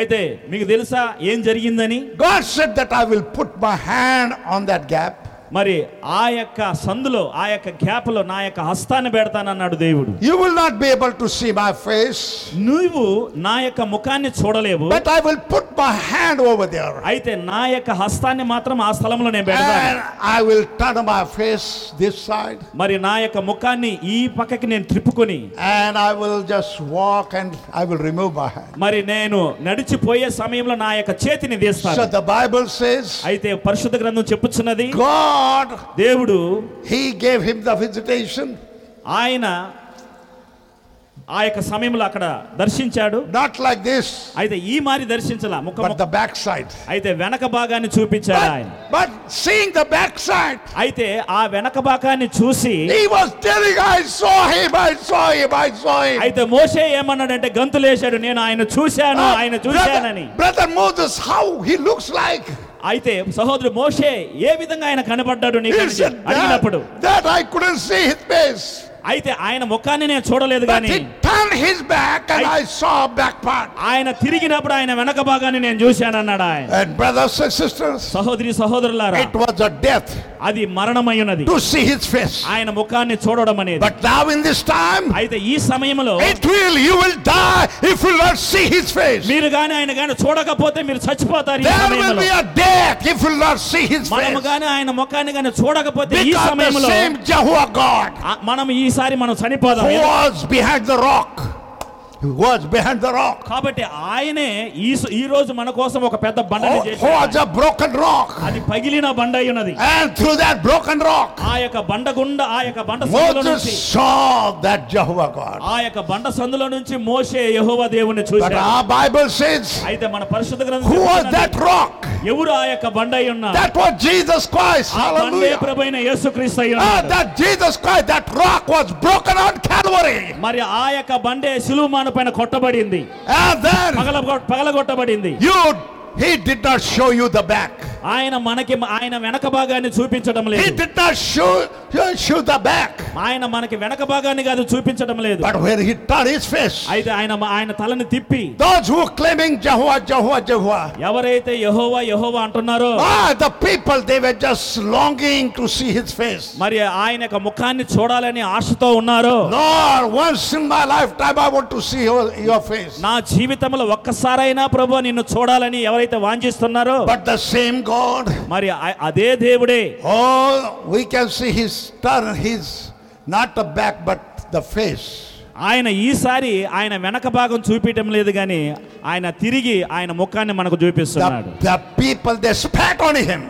Speaker 1: అయితే మీకు తెలుసా ఏం జరిగిందని
Speaker 4: God said that I will put my hand on that gap.
Speaker 1: మరి ఆ యొక్క సందులో ఆ యొక్క గ్యాప్లో నా యొక్క హస్తాన్ని పెడతానన్నాడు దేవుడు
Speaker 4: You will not be able to see my face,
Speaker 1: నువ్వు నా యొక్క ముఖాన్ని చూడలేవు
Speaker 4: but I will put my hand over there.
Speaker 1: అయితే నా యొక్క హస్తాన్ని మాత్రం ఆ స్థలంలో నేను పెడతాను
Speaker 4: And I will turn my face this side.
Speaker 1: మరి నా యొక్క ముఖాన్ని ఈ పక్కకి నేను త్రిప్పుకొని
Speaker 4: And I will just walk and I will remove my hand.
Speaker 1: మరి నేను నడిచిపోయే సమయంలో నా యొక్క చేతిని తీస్తాను
Speaker 4: So the Bible says
Speaker 1: అయితే పరిశుద్ధ గ్రంథం చెప్పుచున్నది
Speaker 4: God,
Speaker 1: దేవుడు
Speaker 4: He gave him the visitation,
Speaker 1: ఆయన ఆ యొక్క సమయంలో అక్కడ దర్శించాడు
Speaker 4: not like this,
Speaker 1: అయితే ఈ మారి దర్శించలా ముఖ
Speaker 4: but the backside.
Speaker 1: అయితే వెనక భాగాన్ని చూపించాడు ఆయన
Speaker 4: But, but seeing the backside,
Speaker 1: అయితే ఆ వెనక భాగాన్ని చూసి
Speaker 4: he was telling, I saw him, I saw him, I saw him.
Speaker 1: అయితే మోషే ఏమన్నాడంటే గంతులేశాడు నేను ఆయన చూశాను
Speaker 4: Uh,
Speaker 1: ఆయన చూశానని
Speaker 4: brother, brother Moses, how he looks like.
Speaker 1: అయితే సహోదరు మోషే ఏ విధంగా ఆయన కనబడ్డాడు నీకు
Speaker 4: He
Speaker 1: అని
Speaker 4: said, that,
Speaker 1: అడిగినప్పుడు
Speaker 4: that I couldn't see his face.
Speaker 1: అయితే ఆయన ముఖాన్ని నేను చూడలేదు
Speaker 4: But
Speaker 1: కానీ
Speaker 4: he turned his back and
Speaker 1: I-
Speaker 4: I saw back part.
Speaker 1: ఆయన తిరిగినప్పుడు ఆయన వెనక భాగాన్ని నేను చూశానన్నాడు ఆయన
Speaker 4: And brothers and sisters,
Speaker 1: సహోదరి సహోదరులారా
Speaker 4: it was a death.
Speaker 1: అది మరణమైనది
Speaker 4: to see his face.
Speaker 1: ఆయన ముఖాన్ని చూడడం అనేది
Speaker 4: But now in this time,
Speaker 1: అయితే ఈ సమయంలో
Speaker 4: it will, you will die if you will not see his face.
Speaker 1: మీరు గాని ఆయన గాని చూడకపోతే మీరు చచ్చిపోతారు ఈ
Speaker 4: There will
Speaker 1: సమయంలో
Speaker 4: be a death if you will not see his
Speaker 1: మనము
Speaker 4: face.
Speaker 1: గాని ఆయన ముఖాన్ని గాని చూడకపోతే ఈ
Speaker 4: Because the
Speaker 1: సమయంలో
Speaker 4: same Jehovah God
Speaker 1: ఆ- మనం ఈసారి మనం చనిపోదాం
Speaker 4: who was behind the rock, who was behind the rock,
Speaker 1: కాబట్టి ఆయనే ఈ స- ఈ రోజు మన కోసం ఒక పెద్ద బండని
Speaker 4: who, who
Speaker 1: చేశాడు
Speaker 4: was a broken rock.
Speaker 1: అది పగిలిన బండ అయి ఉన్నది
Speaker 4: And through that broken rock,
Speaker 1: ఆ యొక్క బండ గుండ ఆ యొక్క బండ సందులో నుంచి
Speaker 4: Moses saw that Jehovah God.
Speaker 1: ఆ యొక్క బండ సందులో నుంచి మోషే యెహోవా దేవుని
Speaker 4: But
Speaker 1: చూశాడు
Speaker 4: our Bible says,
Speaker 1: అయితే మన పరిశుద్ధ గ్రంథం
Speaker 4: who was
Speaker 1: చెప్తున్నది,
Speaker 4: that rock?
Speaker 1: ఎవరు ఆ యొక్క బండ అయి ఉన్నారు
Speaker 4: That was Jesus Christ.
Speaker 1: ఆ బండే
Speaker 4: Hallelujah.
Speaker 1: ప్రభైన యేసుక్రీస్తు అయి
Speaker 4: Ah,
Speaker 1: ఉన్నాడు.
Speaker 4: that Jesus Christ, that rock was broken on Calvary.
Speaker 1: మరి ఆ యొక్క బండే సిలుమాను పైన కొట్టబడింది
Speaker 4: And then
Speaker 1: పగల పగలగొట్టబడింది
Speaker 4: you, he did not show you the back.
Speaker 1: ఆయన మనకి ఆయన వెనక భాగాన్ని చూపించడం
Speaker 4: He
Speaker 1: లేదు
Speaker 4: did not show you show the back.
Speaker 1: ఆయన మనకి వెనక భాగాన్ని కాదు చూపించడం లేదు
Speaker 4: But when he turned his face,
Speaker 1: అయితే ఆయన ఆయన తలని తిప్పి
Speaker 4: those who claiming Jehovah, Jehovah, Jehovah,
Speaker 1: ఎవరైతే యహోవా యహోవా అంటున్నారో
Speaker 4: ah, the people, they were just longing to see his face.
Speaker 1: మరి ఆయన యొక్క ముఖాన్ని చూడాలని ఆశతో ఉన్నారో
Speaker 4: Lord, once in my lifetime, I want to see your, your face.
Speaker 1: నా జీవితంలో ఒక్కసారైనా ప్రభు నిన్ను చూడాలని ఎవరైతే వాంఛిస్తున్నారో
Speaker 4: But the same God,
Speaker 1: మరి ఆ- అదే దేవుడే
Speaker 4: oh, we can see his turn, his, not the back, but the face.
Speaker 1: ఆయన ఈసారి ఆయన వెనక భాగం చూపించడం లేదు కానీ ఆయన తిరిగి ఆయన ముఖాన్ని మనకు
Speaker 4: the,
Speaker 1: చూపిస్తున్నాడు
Speaker 4: the people they spat on him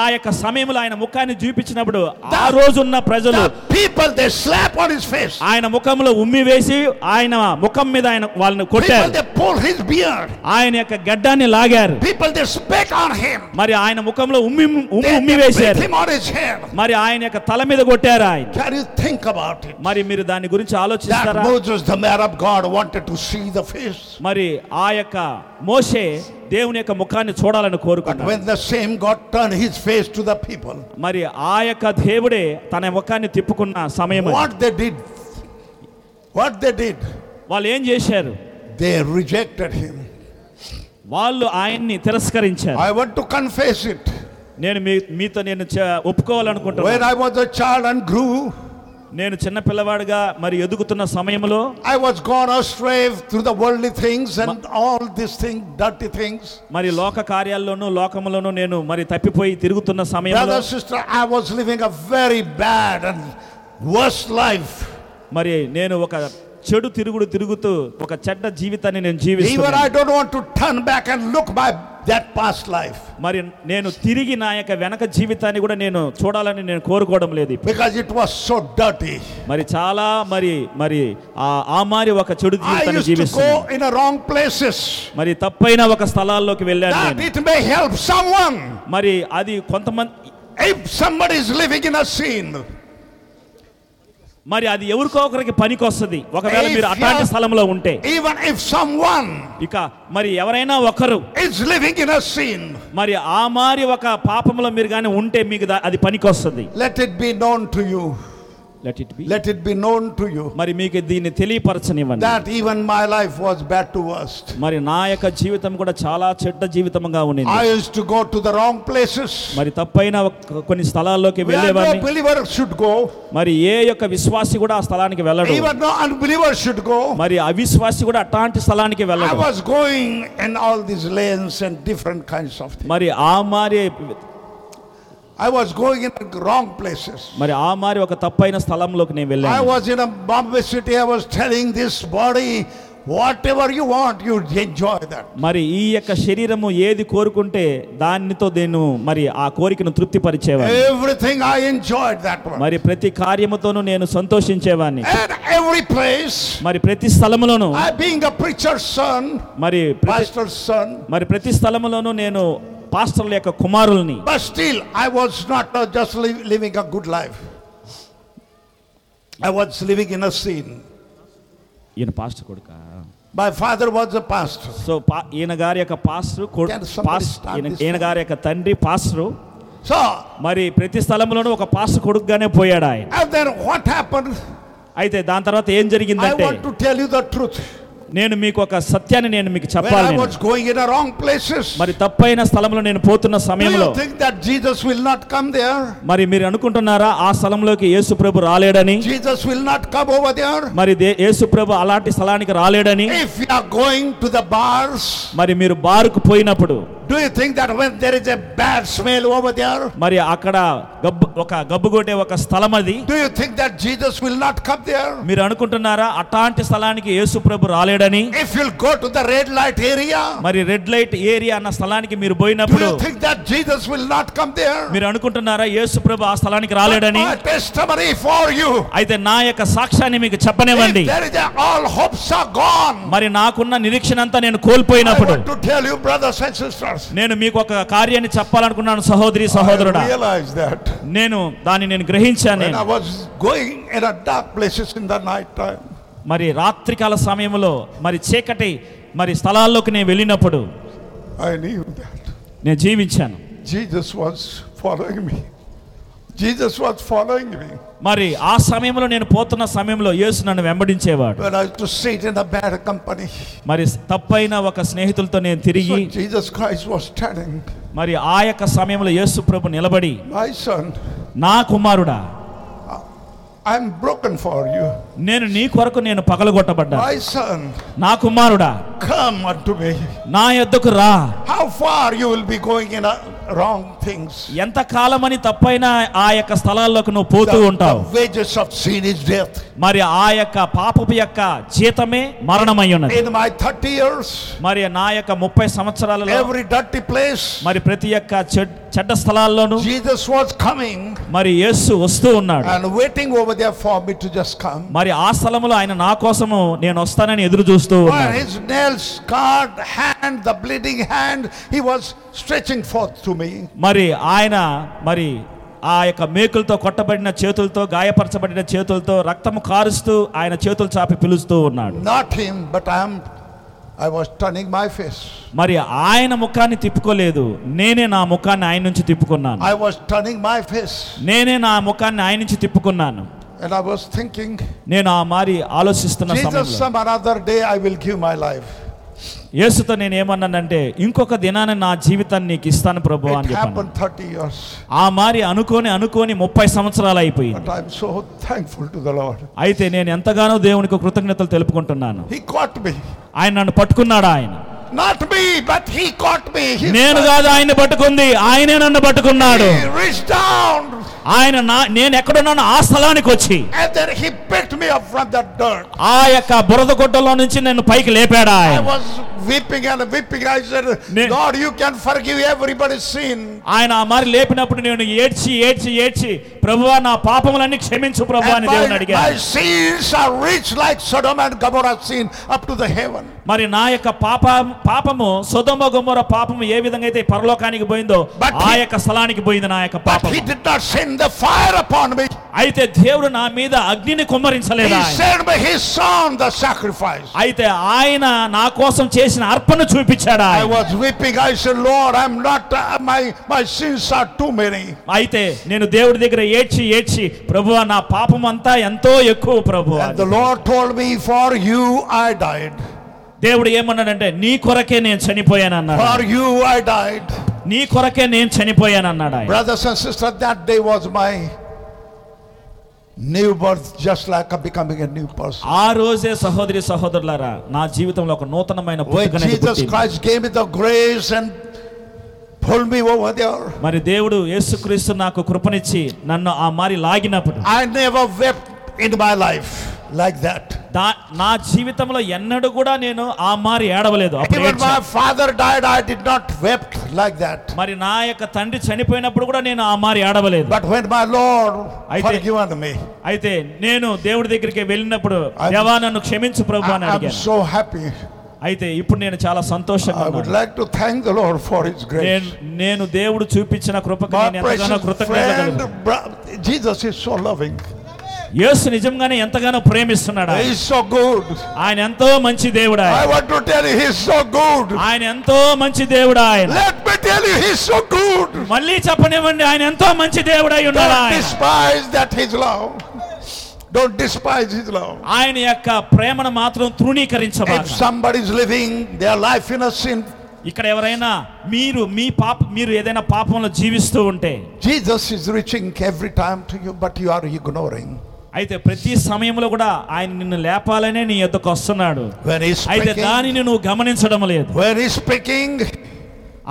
Speaker 1: ఆ యొక్క సమయంలో ఆయన ముఖాన్ని చూపించినప్పుడు ఆ రోజున్న ప్రజలు
Speaker 4: the people they slap on his face
Speaker 1: ఆయన ముఖంలో ఉమ్మి వేసి ఆయన ముఖం మీద ఆయన వాళ్ళని
Speaker 4: people
Speaker 1: కొట్టారు
Speaker 4: they pull his beard
Speaker 1: ఆయన యొక్క గడ్డాన్ని లాగారు
Speaker 4: people they spit on him
Speaker 1: మరి ఆయన ముఖంలో ఉమ్మి ఉమ్మి
Speaker 4: they,
Speaker 1: ఉమ్మి
Speaker 4: they beat
Speaker 1: వేశారు
Speaker 4: him on his head
Speaker 1: మరి ఆయన యొక్క తల మీద కొట్టారు ఆయన
Speaker 4: can you think about it
Speaker 1: మరి మీరు దాని గురించి
Speaker 4: that
Speaker 1: ఆలోచిస్తారా
Speaker 4: Moses the man of God wanted to see the face
Speaker 1: మరి ఆ యొక్క మోషే దేవుని యొక్క ముఖాన్ని చూడాలని
Speaker 4: but
Speaker 1: కోరుకున్నాడు
Speaker 4: when the same God turned his face to the people
Speaker 1: మరి ఆ యొక్క దేవుడే తన ముఖాన్ని తిప్పుకున్న సమయం అది.
Speaker 4: what they did what they did
Speaker 1: వాళ్ళు ఏం చేశారు
Speaker 4: they rejected him
Speaker 1: వాళ్ళు ఆయన్ని తిరస్కరించారు
Speaker 4: I want to confess it
Speaker 1: నేను మీ మీతో నేను చె-
Speaker 4: when
Speaker 1: ఒప్పుకోవాలనుకుంటున్నాను
Speaker 4: I was a child and grew
Speaker 1: నేను చిన్న పిల్లవాడుగా మరి ఎదుగుతున్న సమయంలో
Speaker 4: I was gone astray through the worldly things and all these things, dirty things.
Speaker 1: మరి లోక కార్యాల్లోనూ లోకములోనూ నేను మరి తప్పిపోయి తిరుగుతున్న సమయంలో
Speaker 4: Brother, sister, I was living a very bad and worse life.
Speaker 1: మరి నేను ఒక చెడు తిరుగుడు తిరుగుతూ ఒక చెడ్డ జీవితాన్ని నేను
Speaker 4: Even
Speaker 1: జీవిస్తున్నాను
Speaker 4: I don't want to turn back and look my that past life
Speaker 1: మరి నేను తిరిగి నా యొక్క వెనక జీవితాన్ని కూడా నేను చూడాలని నేను కోరుకోవడం లేదు ఇప్పుడు.
Speaker 4: because it was so dirty.
Speaker 1: మరి చాలా మరి మరి ఆ- ఆ మరి ఒక చెడు
Speaker 4: I
Speaker 1: జీవితాన్ని
Speaker 4: used to go
Speaker 1: జీవిస్తున్నాను
Speaker 4: in the wrong places.
Speaker 1: మరి తప్పైన ఒక స్థలాల్లోకి వెళ్ళాను
Speaker 4: That
Speaker 1: నేను
Speaker 4: it may help someone.
Speaker 1: మరి అది కొంతమంది
Speaker 4: If somebody is living in a sin,
Speaker 1: మరి అది ఎవరికో ఒకరికి పనికొస్తుంది ఒకవేళ
Speaker 4: If
Speaker 1: మీరు అట్లాంటి
Speaker 4: you-
Speaker 1: స్థలంలో ఉంటే
Speaker 4: even if someone
Speaker 1: ఇక మరి ఎవరైనా ఒకరు
Speaker 4: is living in a sin,
Speaker 1: మరి ఆ మారి ఒక పాపంలో మీరు కానీ ఉంటే మీకు దా- అది పనికొస్తుంది
Speaker 4: let it be known to you.
Speaker 1: Let it be.
Speaker 4: Let it be known to you
Speaker 1: మరి మీకు దీన్ని తెలియపరచనివ్వండి
Speaker 4: that even my life was bad to worst.
Speaker 1: మరి నా యొక్క జీవితం కూడా చాలా చెడ్డ జీవితంగా ఉండింది
Speaker 4: I used to go to the wrong places.
Speaker 1: మరి తప్పైన ఒక- కొన్ని స్థలాల్లోకి
Speaker 4: Where no
Speaker 1: వెళ్ళేవాడిని
Speaker 4: believer should go,
Speaker 1: మరి ఏ యొక్క విశ్వాసి కూడా ఆ స్థలానికి వెళ్ళడు
Speaker 4: even no unbeliever should go.
Speaker 1: మరి అవిశ్వాసి కూడా అట్లాంటి స్థలానికి
Speaker 4: I
Speaker 1: వెళ్ళడు
Speaker 4: was going in all these lanes and different kinds of things.
Speaker 1: మరి ఆ మారి
Speaker 4: I was going in the wrong places.
Speaker 1: మరి ఆ మారి ఒక తప్పైన స్థలంలోకి నేను
Speaker 4: I
Speaker 1: వెళ్ళాను
Speaker 4: was in a Bombay city. I was telling this body, whatever you want, you enjoy that.
Speaker 1: మరి ఈ యొక్క శరీరము ఏది కోరుకుంటే దానితో నేను మరి ఆ కోరికను తృప్తిపరిచేవాడిని
Speaker 4: Everything I enjoyed that one.
Speaker 1: మరి ప్రతి కార్యముతోనూ నేను సంతోషించేవాడిని
Speaker 4: And every place,
Speaker 1: మరి ప్రతి స్థలములోను
Speaker 4: I being a preacher's son,
Speaker 1: మరి ప్రతి-
Speaker 4: pastor's son,
Speaker 1: మరి ప్రతి స్థలములోను నేను పాస్టర్ల యొక్క కుమారుల్ని
Speaker 4: but still I was not uh, just li- living a good life. I was living in a sin.
Speaker 1: ఈయన పాస్టర్ కొడుక
Speaker 4: My father was a pastor.
Speaker 1: So పా- ఈయన గారి యొక్క పాస్టర్ కో-
Speaker 4: Can somebody
Speaker 1: పాస్-
Speaker 4: start
Speaker 1: ఈయన-
Speaker 4: this
Speaker 1: ఈయన గారి యొక్క తండ్రి పాస్టర్
Speaker 4: So
Speaker 1: మరి ప్రతి స్థలంలోనూ ఒక పాస్టర్ కొడుకుగానే పోయాడు ఆయన
Speaker 4: And then what happened?
Speaker 1: అయితే దాని తర్వాత ఏం
Speaker 4: I
Speaker 1: జరిగిందంటే
Speaker 4: want to tell you the truth.
Speaker 1: నేను మీకు ఒక సత్యాన్ని నేను మీకు
Speaker 4: When
Speaker 1: చెప్పాలి
Speaker 4: I
Speaker 1: నేను.
Speaker 4: was going in the wrong places,
Speaker 1: మరి తప్పైన స్థలంలో నేను పోతున్న
Speaker 4: do
Speaker 1: సమయంలో
Speaker 4: you think that Jesus will not come there?
Speaker 1: మరి మీరు అనుకుంటున్నారా ఆ స్థలంలోకి యేసుప్రభు రాలేడని
Speaker 4: Jesus will not come over there?
Speaker 1: మరి దే- యేసుప్రభు అలాంటి స్థలానికి రాలేడని
Speaker 4: If you are going to the bars,
Speaker 1: మరి మీరు బారుకు పోయినప్పుడు
Speaker 4: do you think that when there is a bad smell over there,
Speaker 1: మరి అక్కడ గబ్బు ఒక గబ్బుగొట్టే ఒక స్థలం అది
Speaker 4: do you think that Jesus will not come there?
Speaker 1: మీరు అనుకుంటున్నారా అట్లాంటి స్థలానికి యేసుప్రభు రాలేడని
Speaker 4: If you'll go to the red light area,
Speaker 1: మరి రెడ్ లైట్ ఏరియా అన్న స్థలానికి మీరు
Speaker 4: do
Speaker 1: పోయినప్పుడు
Speaker 4: you think that Jesus will not come there?
Speaker 1: మీరు అనుకుంటున్నారా యేసు ప్రభు ఆ స్థలానికి
Speaker 4: But
Speaker 1: రాలేడని
Speaker 4: My testimony for you.
Speaker 1: అయితే నా యొక్క సాక్ష్యాన్ని మీకు
Speaker 4: If
Speaker 1: చెప్పనివ్వండి
Speaker 4: there is a, all hopes are gone.
Speaker 1: మరి నాకున్న నిరీక్షణ అంతా నేను
Speaker 4: I
Speaker 1: కోల్పోయినప్పుడు
Speaker 4: want to tell you, brothers and sisters.
Speaker 1: నేను మీకు ఒక కార్యాన్ని చెప్పాలనుకున్నాను సహోదరి సహోదరుడా
Speaker 4: I realized that.
Speaker 1: నేను దాన్ని నేను గ్రహించాను
Speaker 4: When
Speaker 1: నేను.
Speaker 4: I was going in a dark places in the night time,
Speaker 1: మరి రాత్రికాల సమయంలో మరి చీకటి మరి స్థలాల్లోకి నేను వెళ్ళినప్పుడు
Speaker 4: I knew that
Speaker 1: నేను జీవించాను
Speaker 4: Jesus was following me. Jesus was following me.
Speaker 1: మరి ఆ సమయంలో నేను పోతున్న సమయంలో యేసు నన్ను వెంబడించేవాడు
Speaker 4: When I used to sit in a bad company,
Speaker 1: మరి తప్పైన ఒక స్నేహితులతో నేను
Speaker 4: so
Speaker 1: తిరిగి
Speaker 4: Jesus Christ was standing.
Speaker 1: మరి ఆ యొక్క సమయంలో యేసు ప్రభు నిలబడి
Speaker 4: My son,
Speaker 1: నా కుమారుడా
Speaker 4: I'm broken for you.
Speaker 1: నేను నీ కొరకు నేను పగలగొట్టబడ్డా
Speaker 4: My son,
Speaker 1: నా కుమారుడా
Speaker 4: come unto me.
Speaker 1: నా యొద్దకు రా
Speaker 4: How far you will be going in a wrong things?
Speaker 1: ఎంత కాలమని తప్పైన ఆ యొక్క స్థలాల్లోకి నువ్వు పోతూ ఉంటావు
Speaker 4: the wages of sin is death.
Speaker 1: మరి ఆ యొక్క పాపపు యొక్క జీతమే మరణమై ఉన్నది
Speaker 4: In my 30 years,
Speaker 1: మరి నా యొక్క ముప్పై సంవత్సరాలలో
Speaker 4: every dirty place,
Speaker 1: మరి ప్రతి యొక్క చెడ్- చెడ్డ స్థలాల్లోనూ
Speaker 4: Jesus was coming.
Speaker 1: మరి యేసు వస్తూ ఉన్నాడు
Speaker 4: and waiting over there for me to just come.
Speaker 1: మరి ఆ స్థలంలో ఆయన నా కోసము నేను వస్తానని ఎదురు చూస్తూ
Speaker 4: For
Speaker 1: ఉన్నాడు
Speaker 4: his nails, scarred hand, the bleeding hand, he was stretching forth to me.
Speaker 1: మరి ఆయన మరి ఆ యొక్క మేకులతో కొట్టబడిన చేతులతో గాయపరచబడిన చేతులతో రక్తము కారుస్తూ ఆయన చేతులు చాపి పిలుస్తూ ఉన్నాడు
Speaker 4: Not him, but I am. I was turning my face.
Speaker 1: మరి ఆయన ముఖాన్ని తిప్పుకోలేదు నేనే నా ముఖాన్ని ఆయన నుంచి తిప్పుకున్నాను
Speaker 4: I was turning my face,
Speaker 1: నేనే నా ముఖాన్ని ఆయన నుంచి తిప్పుకున్నాను
Speaker 4: and I was thinking,
Speaker 1: నేను ఆ మరి ఆలోచిస్తున్న
Speaker 4: Jesus,
Speaker 1: సమయంలో
Speaker 4: some another day I will give my life.
Speaker 1: యేసుతో నేను ఏమన్నానంటే ఇంకొక దినాన్ని నా జీవితాన్ని నీకు ఇస్తాను ప్రభు
Speaker 4: It
Speaker 1: అని చెప్పాను
Speaker 4: happened 30 years,
Speaker 1: ఆ మారి అనుకోని అనుకోని ముప్పై సంవత్సరాలు అయిపోయింది
Speaker 4: but I'm so thankful to the Lord.
Speaker 1: అయితే నేను ఎంతగానో దేవునికి కృతజ్ఞతలు తెలుపుకుంటున్నాను
Speaker 4: He caught me.
Speaker 1: ఆయన నన్ను పట్టుకున్నాడు ఆయన
Speaker 4: Not me, but he caught me. He,
Speaker 1: నేను కాదు ఆయన్ని పట్టుకుంది ఆయనే నన్ను పట్టుకున్నాడు
Speaker 4: he reached down
Speaker 1: ఆయన నా నేను ఎక్కడున్నానో ఆ స్థలానికి వచ్చి
Speaker 4: and then he picked me up from that dirt.
Speaker 1: ఆ యొక్క బురద గుడ్డలో నుంచి నేను పైకి లేపాడు
Speaker 4: I
Speaker 1: ఆయన
Speaker 4: was weeping and weeping. I said,
Speaker 1: Ne-
Speaker 4: Lord, you can forgive everybody's sin.
Speaker 1: ఆయన ఆ మరి లేపినప్పుడు నేను ఏడ్చి ఏడ్చి ఏడ్చి ప్రభువా నా పాపములన్నీ క్షమించు ప్రభువా
Speaker 4: And
Speaker 1: అని దేవుని
Speaker 4: my, my
Speaker 1: అడిగాను
Speaker 4: sins are rich like Sodom and Gomorrah's sin up to the heaven.
Speaker 1: మరి నా యొక్క పాప పాపము సొదమ గుమ్మర పాపము ఏ విధంగా అయితే పరలోకానికి పోయిందో
Speaker 4: But
Speaker 1: ఆ
Speaker 4: he-
Speaker 1: యొక్క స్థలానికి పోయింది నా యొక్క
Speaker 4: But
Speaker 1: పాపము
Speaker 4: he did not send the fire upon me.
Speaker 1: అయితే దేవుడు నా మీద అగ్నిని
Speaker 4: He
Speaker 1: కుమ్మరించలేదా ఆయన?
Speaker 4: sent me his son, the sacrifice.
Speaker 1: అయితే ఆయన నా కోసం చేసిన అర్పణ చూపించాడు
Speaker 4: I
Speaker 1: ఆయన
Speaker 4: was weeping. I said, Lord, I'm not, uh, my, my sins are too many.
Speaker 1: అయితే నేను దేవుడి దగ్గర ఏడ్చి ఏడ్చి ప్రభువా నా పాపం అంతా ఎంతో ఎక్కువ ప్రభు
Speaker 4: And the Lord told me, For you I died.
Speaker 1: దేవుడు ఏమన్నాడంటే నీ కొరకే నేను చనిపోయాను అన్నాడు
Speaker 4: For you I died.
Speaker 1: నీ కొరకే నేను చనిపోయాను అన్నాడు ఆయన
Speaker 4: Brothers and sisters, that day was my new birth, just like I'm becoming a new person.
Speaker 1: ఆ రోజే సహోదరి సహోదరులారా నా జీవితంలో ఒక నూతనమైన
Speaker 4: When
Speaker 1: పుట్టుక అనేది
Speaker 4: Jesus
Speaker 1: పుట్టింది.
Speaker 4: Christ gave me the grace and pulled me over there,
Speaker 1: మరి దేవుడు యేసుక్రీస్తు నాకు కృపనిచ్చి నన్ను ఆ మారి లాగినప్పుడు
Speaker 4: I never wept in my life like that.
Speaker 1: దా- నా జీవితంలో ఎన్నడూ కూడా నేను ఆ మారి ఏడవలేదు అప్పుడు
Speaker 4: Even my
Speaker 1: ఏడ్చాను.
Speaker 4: father died, I did not wept like that.
Speaker 1: మరి నా యొక్క తండ్రి చనిపోయినప్పుడు కూడా నేను ఆ మారి ఏడవలేదు
Speaker 4: But when my Lord
Speaker 1: I think-
Speaker 4: forgiven me,
Speaker 1: అయితే నేను దేవుడి దగ్గరికి వెళ్ళినప్పుడు
Speaker 4: I'm-
Speaker 1: దేవా నన్ను క్షమించు ప్రభు అని
Speaker 4: I- I'm
Speaker 1: అడిగాను
Speaker 4: so happy.
Speaker 1: అయితే ఇప్పుడు నేను చాలా సంతోషంగా
Speaker 4: I would
Speaker 1: ఉన్నాను.
Speaker 4: like to thank the Lord for His
Speaker 1: నేను
Speaker 4: grace.
Speaker 1: నేను దేవుడు చూపించిన కృపకు
Speaker 4: My
Speaker 1: నేను ఎంతగానో
Speaker 4: precious
Speaker 1: కృతజ్ఞత
Speaker 4: friend, bro- Jesus is so loving.
Speaker 1: యేసు నిజంగానే ఎంతగానో ప్రేమిస్తున్నాడు ఆయన.
Speaker 4: He's so good.
Speaker 1: ఆయన ఎంతో మంచి దేవుడు
Speaker 4: I
Speaker 1: ఆయన
Speaker 4: want to tell you, He's so good.
Speaker 1: ఆయన ఎంతో మంచి దేవుడు ఆయన
Speaker 4: Let me tell you, He's so good.
Speaker 1: మళ్ళీ చెప్పనివ్వండి ఆయన ఎంతో మంచి దేవుడు అయి ఉన్నాడు
Speaker 4: Don't
Speaker 1: ఆయన
Speaker 4: despise that His love. Don't despise His love.
Speaker 1: ఆయన యొక్క ప్రేమను మాత్రం
Speaker 4: If
Speaker 1: తృణీకరించబాక
Speaker 4: somebody is living their life in a sin,
Speaker 1: ఇక్కడ ఎవరైనా మీరు మీ పాప మీరు ఏదైనా పాపంలో జీవిస్తూ ఉంటే
Speaker 4: Jesus is reaching every time to you, but you are ignoring.
Speaker 1: అయితే ప్రతి సమయంలో కూడా ఆయన నిన్ను లేపాలనే నీ యొద్దకు వస్తున్నాడు
Speaker 4: When He's
Speaker 1: అయితే
Speaker 4: speaking,
Speaker 1: దానిని నువ్వు గమనించడం లేదు
Speaker 4: when He's speaking,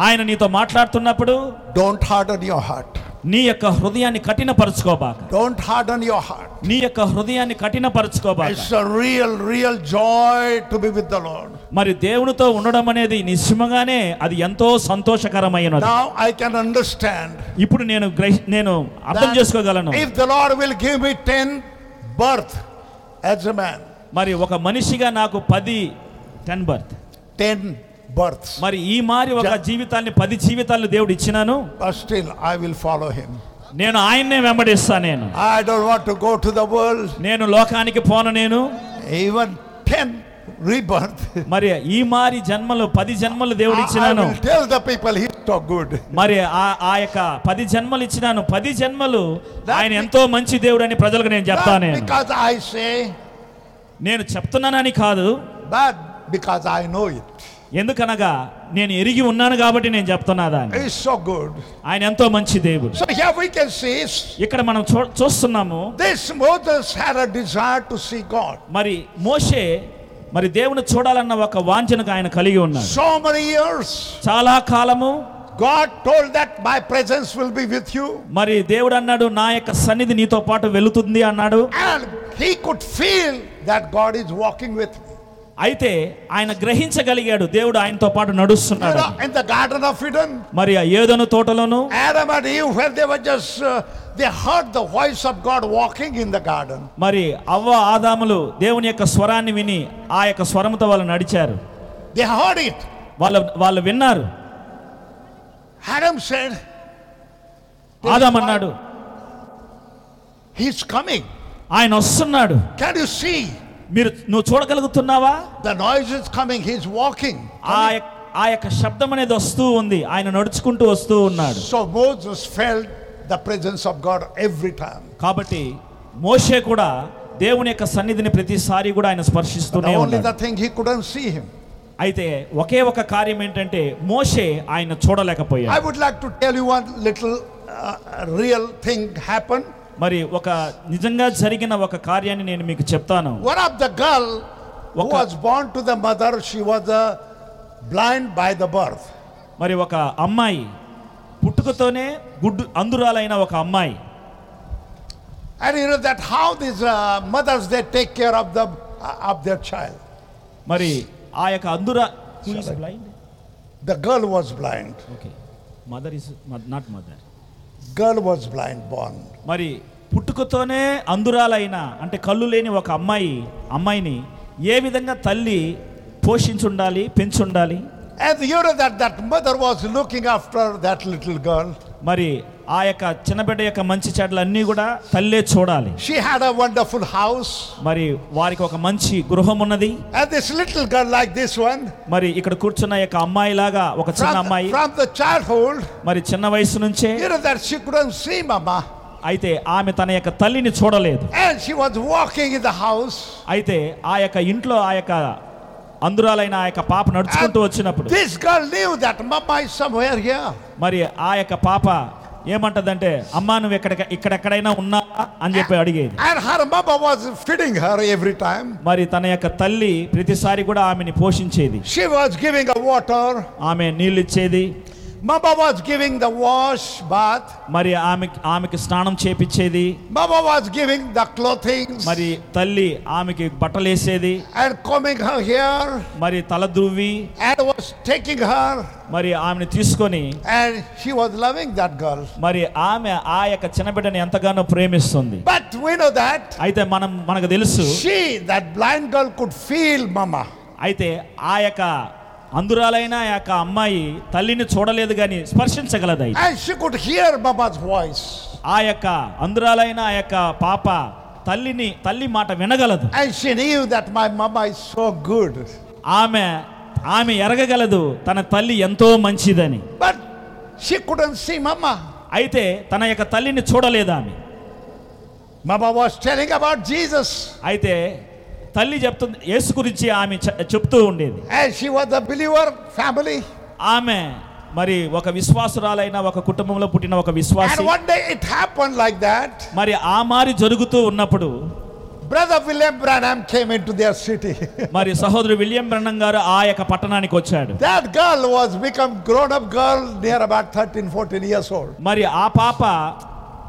Speaker 1: ఆయన నీతో మాట్లాడుతున్నప్పుడు
Speaker 4: don't harden your heart.
Speaker 1: నీ యొక్క హృదయాన్ని కఠినపరచుకోబాక
Speaker 4: Don't harden your heart.
Speaker 1: నీ యొక్క హృదయాన్ని కఠినపరచుకోబాక
Speaker 4: It's a real, real joy to be with the Lord.
Speaker 1: మరి దేవునితో ఉండడం అనేది నిజంగానే అది ఎంతో సంతోషకరమైనది
Speaker 4: Now I can understand.
Speaker 1: ఇప్పుడు నేను గ్రహి- నేను అర్థం
Speaker 4: that
Speaker 1: చేసుకోగలను
Speaker 4: If the Lord will give me 10 birth as a man,
Speaker 1: మరి ఒక మనిషిగా నాకు పది టెన్ బర్త్
Speaker 4: 10 births,
Speaker 1: మరి ఈ మారి ఒక జీవితాన్ని పది జీవితాలను దేవుడు ఇచ్చినాను
Speaker 4: but still I will follow him.
Speaker 1: నేను ఆయన్నే వెంబడిస్తా నేను
Speaker 4: I don't want to go to the world.
Speaker 1: నేను లోకానికి పోను నేను
Speaker 4: Even 10 rebirth.
Speaker 1: మరి ఈ మారి జన్మలు పది జన్మలు దేవుడు
Speaker 4: I, I
Speaker 1: ఇచ్చినాను
Speaker 4: will tell the people he's so good.
Speaker 1: మరి ఆ- ఆ యొక్క పది జన్మలు ఇచ్చినాను పది జన్మలు ఆయన ఎంతో మంచి దేవుడు అని ప్రజలకు నేను చెప్తా
Speaker 4: Not
Speaker 1: నేను
Speaker 4: because I say,
Speaker 1: నేను చెప్తున్నానని కాదు
Speaker 4: but because I know it.
Speaker 1: ఎందుకనగా నేను ఎరిగి ఉన్నాను కాబట్టి నేను చెప్తున్నా దాన్ని
Speaker 4: He's so good.
Speaker 1: ఆయన ఎంతో మంచి దేవుడు
Speaker 4: So here we can see
Speaker 1: ఇక్కడ మనం చూ చూస్తున్నాము
Speaker 4: this Moses had a desire to see God.
Speaker 1: మరి మోషే మరి దేవుని చూడాలన్న ఒక వాంఛనకు ఆయన కలిగి ఉన్నాడు
Speaker 4: So many years,
Speaker 1: చాలా కాలము
Speaker 4: God told that my presence will be with you.
Speaker 1: మరి దేవుడు అన్నాడు నా యొక్క సన్నిధి నీతో పాటు వెళుతుంది అన్నాడు
Speaker 4: And he could feel that God is walking with him.
Speaker 1: అయితే ఆయన గ్రహించగలిగాడు దేవుడు ఆయనతో పాటు
Speaker 4: You
Speaker 1: నడుస్తున్నాడు
Speaker 4: know, in the Garden of Eden,
Speaker 1: మరి ఆ ఏదోను తోటలోను
Speaker 4: Adam and Eve, when they were just, uh, they heard the voice of God walking in the garden.
Speaker 1: మరి అవ్వ ఆదాములు దేవుని యొక్క స్వరాన్ని విని ఆ యొక్క స్వరంతో వాళ్ళు నడిచారు
Speaker 4: They heard it.
Speaker 1: వాళ్ళు వాళ్ళు విన్నారు
Speaker 4: Adam said,
Speaker 1: ఆదాం అన్నాడు
Speaker 4: He's coming.
Speaker 1: ఆయన వస్తున్నాడు
Speaker 4: Can you see?
Speaker 1: మీరు నువ్వు చూడగలుగుతున్నావా
Speaker 4: The noise is coming. He's walking.
Speaker 1: ఆ యొక్క- ఆ యొక్క శబ్దం అనేది వస్తూ ఉంది ఆయన నడుచుకుంటూ వస్తూ ఉన్నాడు
Speaker 4: So Moses felt the presence of God every time.
Speaker 1: కాబట్టి మోషే కూడా దేవుని యొక్క సన్నిధిని ప్రతిసారి కూడా ఆయన
Speaker 4: But
Speaker 1: స్పర్శిస్తూనే
Speaker 4: only the
Speaker 1: ఉన్నాడు
Speaker 4: thing he couldn't see him.
Speaker 1: అయితే ఒకే ఒక కార్యం ఏంటంటే మోషే ఆయన చూడలేకపోయాడు
Speaker 4: I would like to tell you one little uh, real thing happened.
Speaker 1: మరి ఒక నిజంగా జరిగిన ఒక కార్యాన్ని నేను మీకు చెప్తాను
Speaker 4: One of the girl who
Speaker 1: Waka-
Speaker 4: was born to the mother, she was uh, blind by the birth.
Speaker 1: మరి ఒక అమ్మాయి పుట్టుకతోనే గుడ్డు అందురాలైన ఒక అమ్మాయి
Speaker 4: And you know that how these uh, mothers they take care of the uh, of their child.
Speaker 1: మరి ఆ యొక్క అందురా who is blind?
Speaker 4: The girl was blind.
Speaker 1: Okay mother is not mother
Speaker 4: Girl was blind born.
Speaker 1: మరి పుట్టుకతోనే అందురాలైన అంటే కళ్ళు లేని ఒక అమ్మాయి అమ్మాయిని ఏ విధంగా తల్లి పోషించుండాలి పెంచుండాలి
Speaker 4: And you know that that mother was looking after that little girl.
Speaker 1: మరి ఆ యొక్క చిన్నబిడ్డ యొక్క మంచి చెడ్లన్నీ కూడా తల్లే చూడాలి
Speaker 4: She had a wonderful house.
Speaker 1: మరి వారికి ఒక మంచి గృహం ఉన్నది
Speaker 4: And this little girl like this one,
Speaker 1: మరి ఇక్కడ కూర్చున్న యొక్క అమ్మాయి లాగా ఒక చిన్న
Speaker 4: from,
Speaker 1: అమ్మాయి
Speaker 4: from the childhood,
Speaker 1: మరి చిన్న వయసు నుంచే
Speaker 4: you know that she couldn't see mama.
Speaker 1: అయితే ఆమె తన యొక్క తల్లిని చూడలేదు
Speaker 4: And she was walking in the house.
Speaker 1: అయితే ఆ యొక్క ఇంట్లో ఆ యొక్క అందురాలైన ఆ యొక్క పాప నడుచుకుంటూ వచ్చినప్పుడు
Speaker 4: This girl knew that mama is somewhere here.
Speaker 1: మరి ఆ యొక్క పాప ఏమంటదంటే అమ్మా నువ్వు ఇక్కడ ఇక్కడెక్కడైనా ఉన్నావా అని చెప్పి అడిగేది
Speaker 4: And her mama was feeding her every time.
Speaker 1: మరి తన యొక్క తల్లి ప్రతిసారి కూడా ఆమెని పోషించేది
Speaker 4: She was giving her water.
Speaker 1: ఆమె నీళ్ళు ఇచ్చేది
Speaker 4: Mama was giving the wash bath.
Speaker 1: మరి ఆమె ఆమెకి స్నానం చేపించేది
Speaker 4: Mama was giving the clothings
Speaker 1: మరి తల్లి ఆమెకి బట్టలేసేది
Speaker 4: and combing her hair
Speaker 1: మరి తల దువ్వి
Speaker 4: and was taking her.
Speaker 1: మరి ఆమెను తీసుకొని
Speaker 4: And she was loving that girl.
Speaker 1: మరి ఆమె ఆ యొక్క చిన్నబిడ్డని ఎంతగానో ప్రేమిస్తుంది
Speaker 4: But we know that
Speaker 1: అయితే మనం మనకు తెలుసు
Speaker 4: she, that blind girl, could feel mama.
Speaker 1: అయితే ఆ యొక్క అందురాలైన ఆ యొక్క అమ్మాయి తల్లిని చూడలేదు కానీ స్పర్శించగలదు అయితే.
Speaker 4: And she could hear mama's voice.
Speaker 1: ఆ యొక్క అందురాలైన ఆ యొక్క పాప తల్లిని తల్లి మాట వినగలదు
Speaker 4: And she knew that my mama is so good.
Speaker 1: ఆమె ఆమె ఎరగగలదు తన తల్లి ఎంతో మంచిదని
Speaker 4: But she couldn't see mama.
Speaker 1: అయితే తన యొక్క తల్లిని చూడలేదు ఆమె
Speaker 4: Mama was telling about Jesus.
Speaker 1: అయితే తల్లి చెప్తుంది యేసు గురించి ఆమె చె- చెప్తూ ఉండేది
Speaker 4: And she was a believer family.
Speaker 1: ఆమె మరి ఒక విశ్వాసురాలైన ఒక కుటుంబంలో పుట్టిన ఒక విశ్వాసి
Speaker 4: And one day it happened like that.
Speaker 1: మరి ఆ మారి జరుగుతూ ఉన్నప్పుడు
Speaker 4: Brother William Branham came into their city.
Speaker 1: మరి సహోదరు విలియం బ్రన్నం గారు ఆ యొక్క పట్టణానికి వచ్చాడు
Speaker 4: that girl was become grown-up girl near about 13, 14 years old.
Speaker 1: మరి ఆ పాప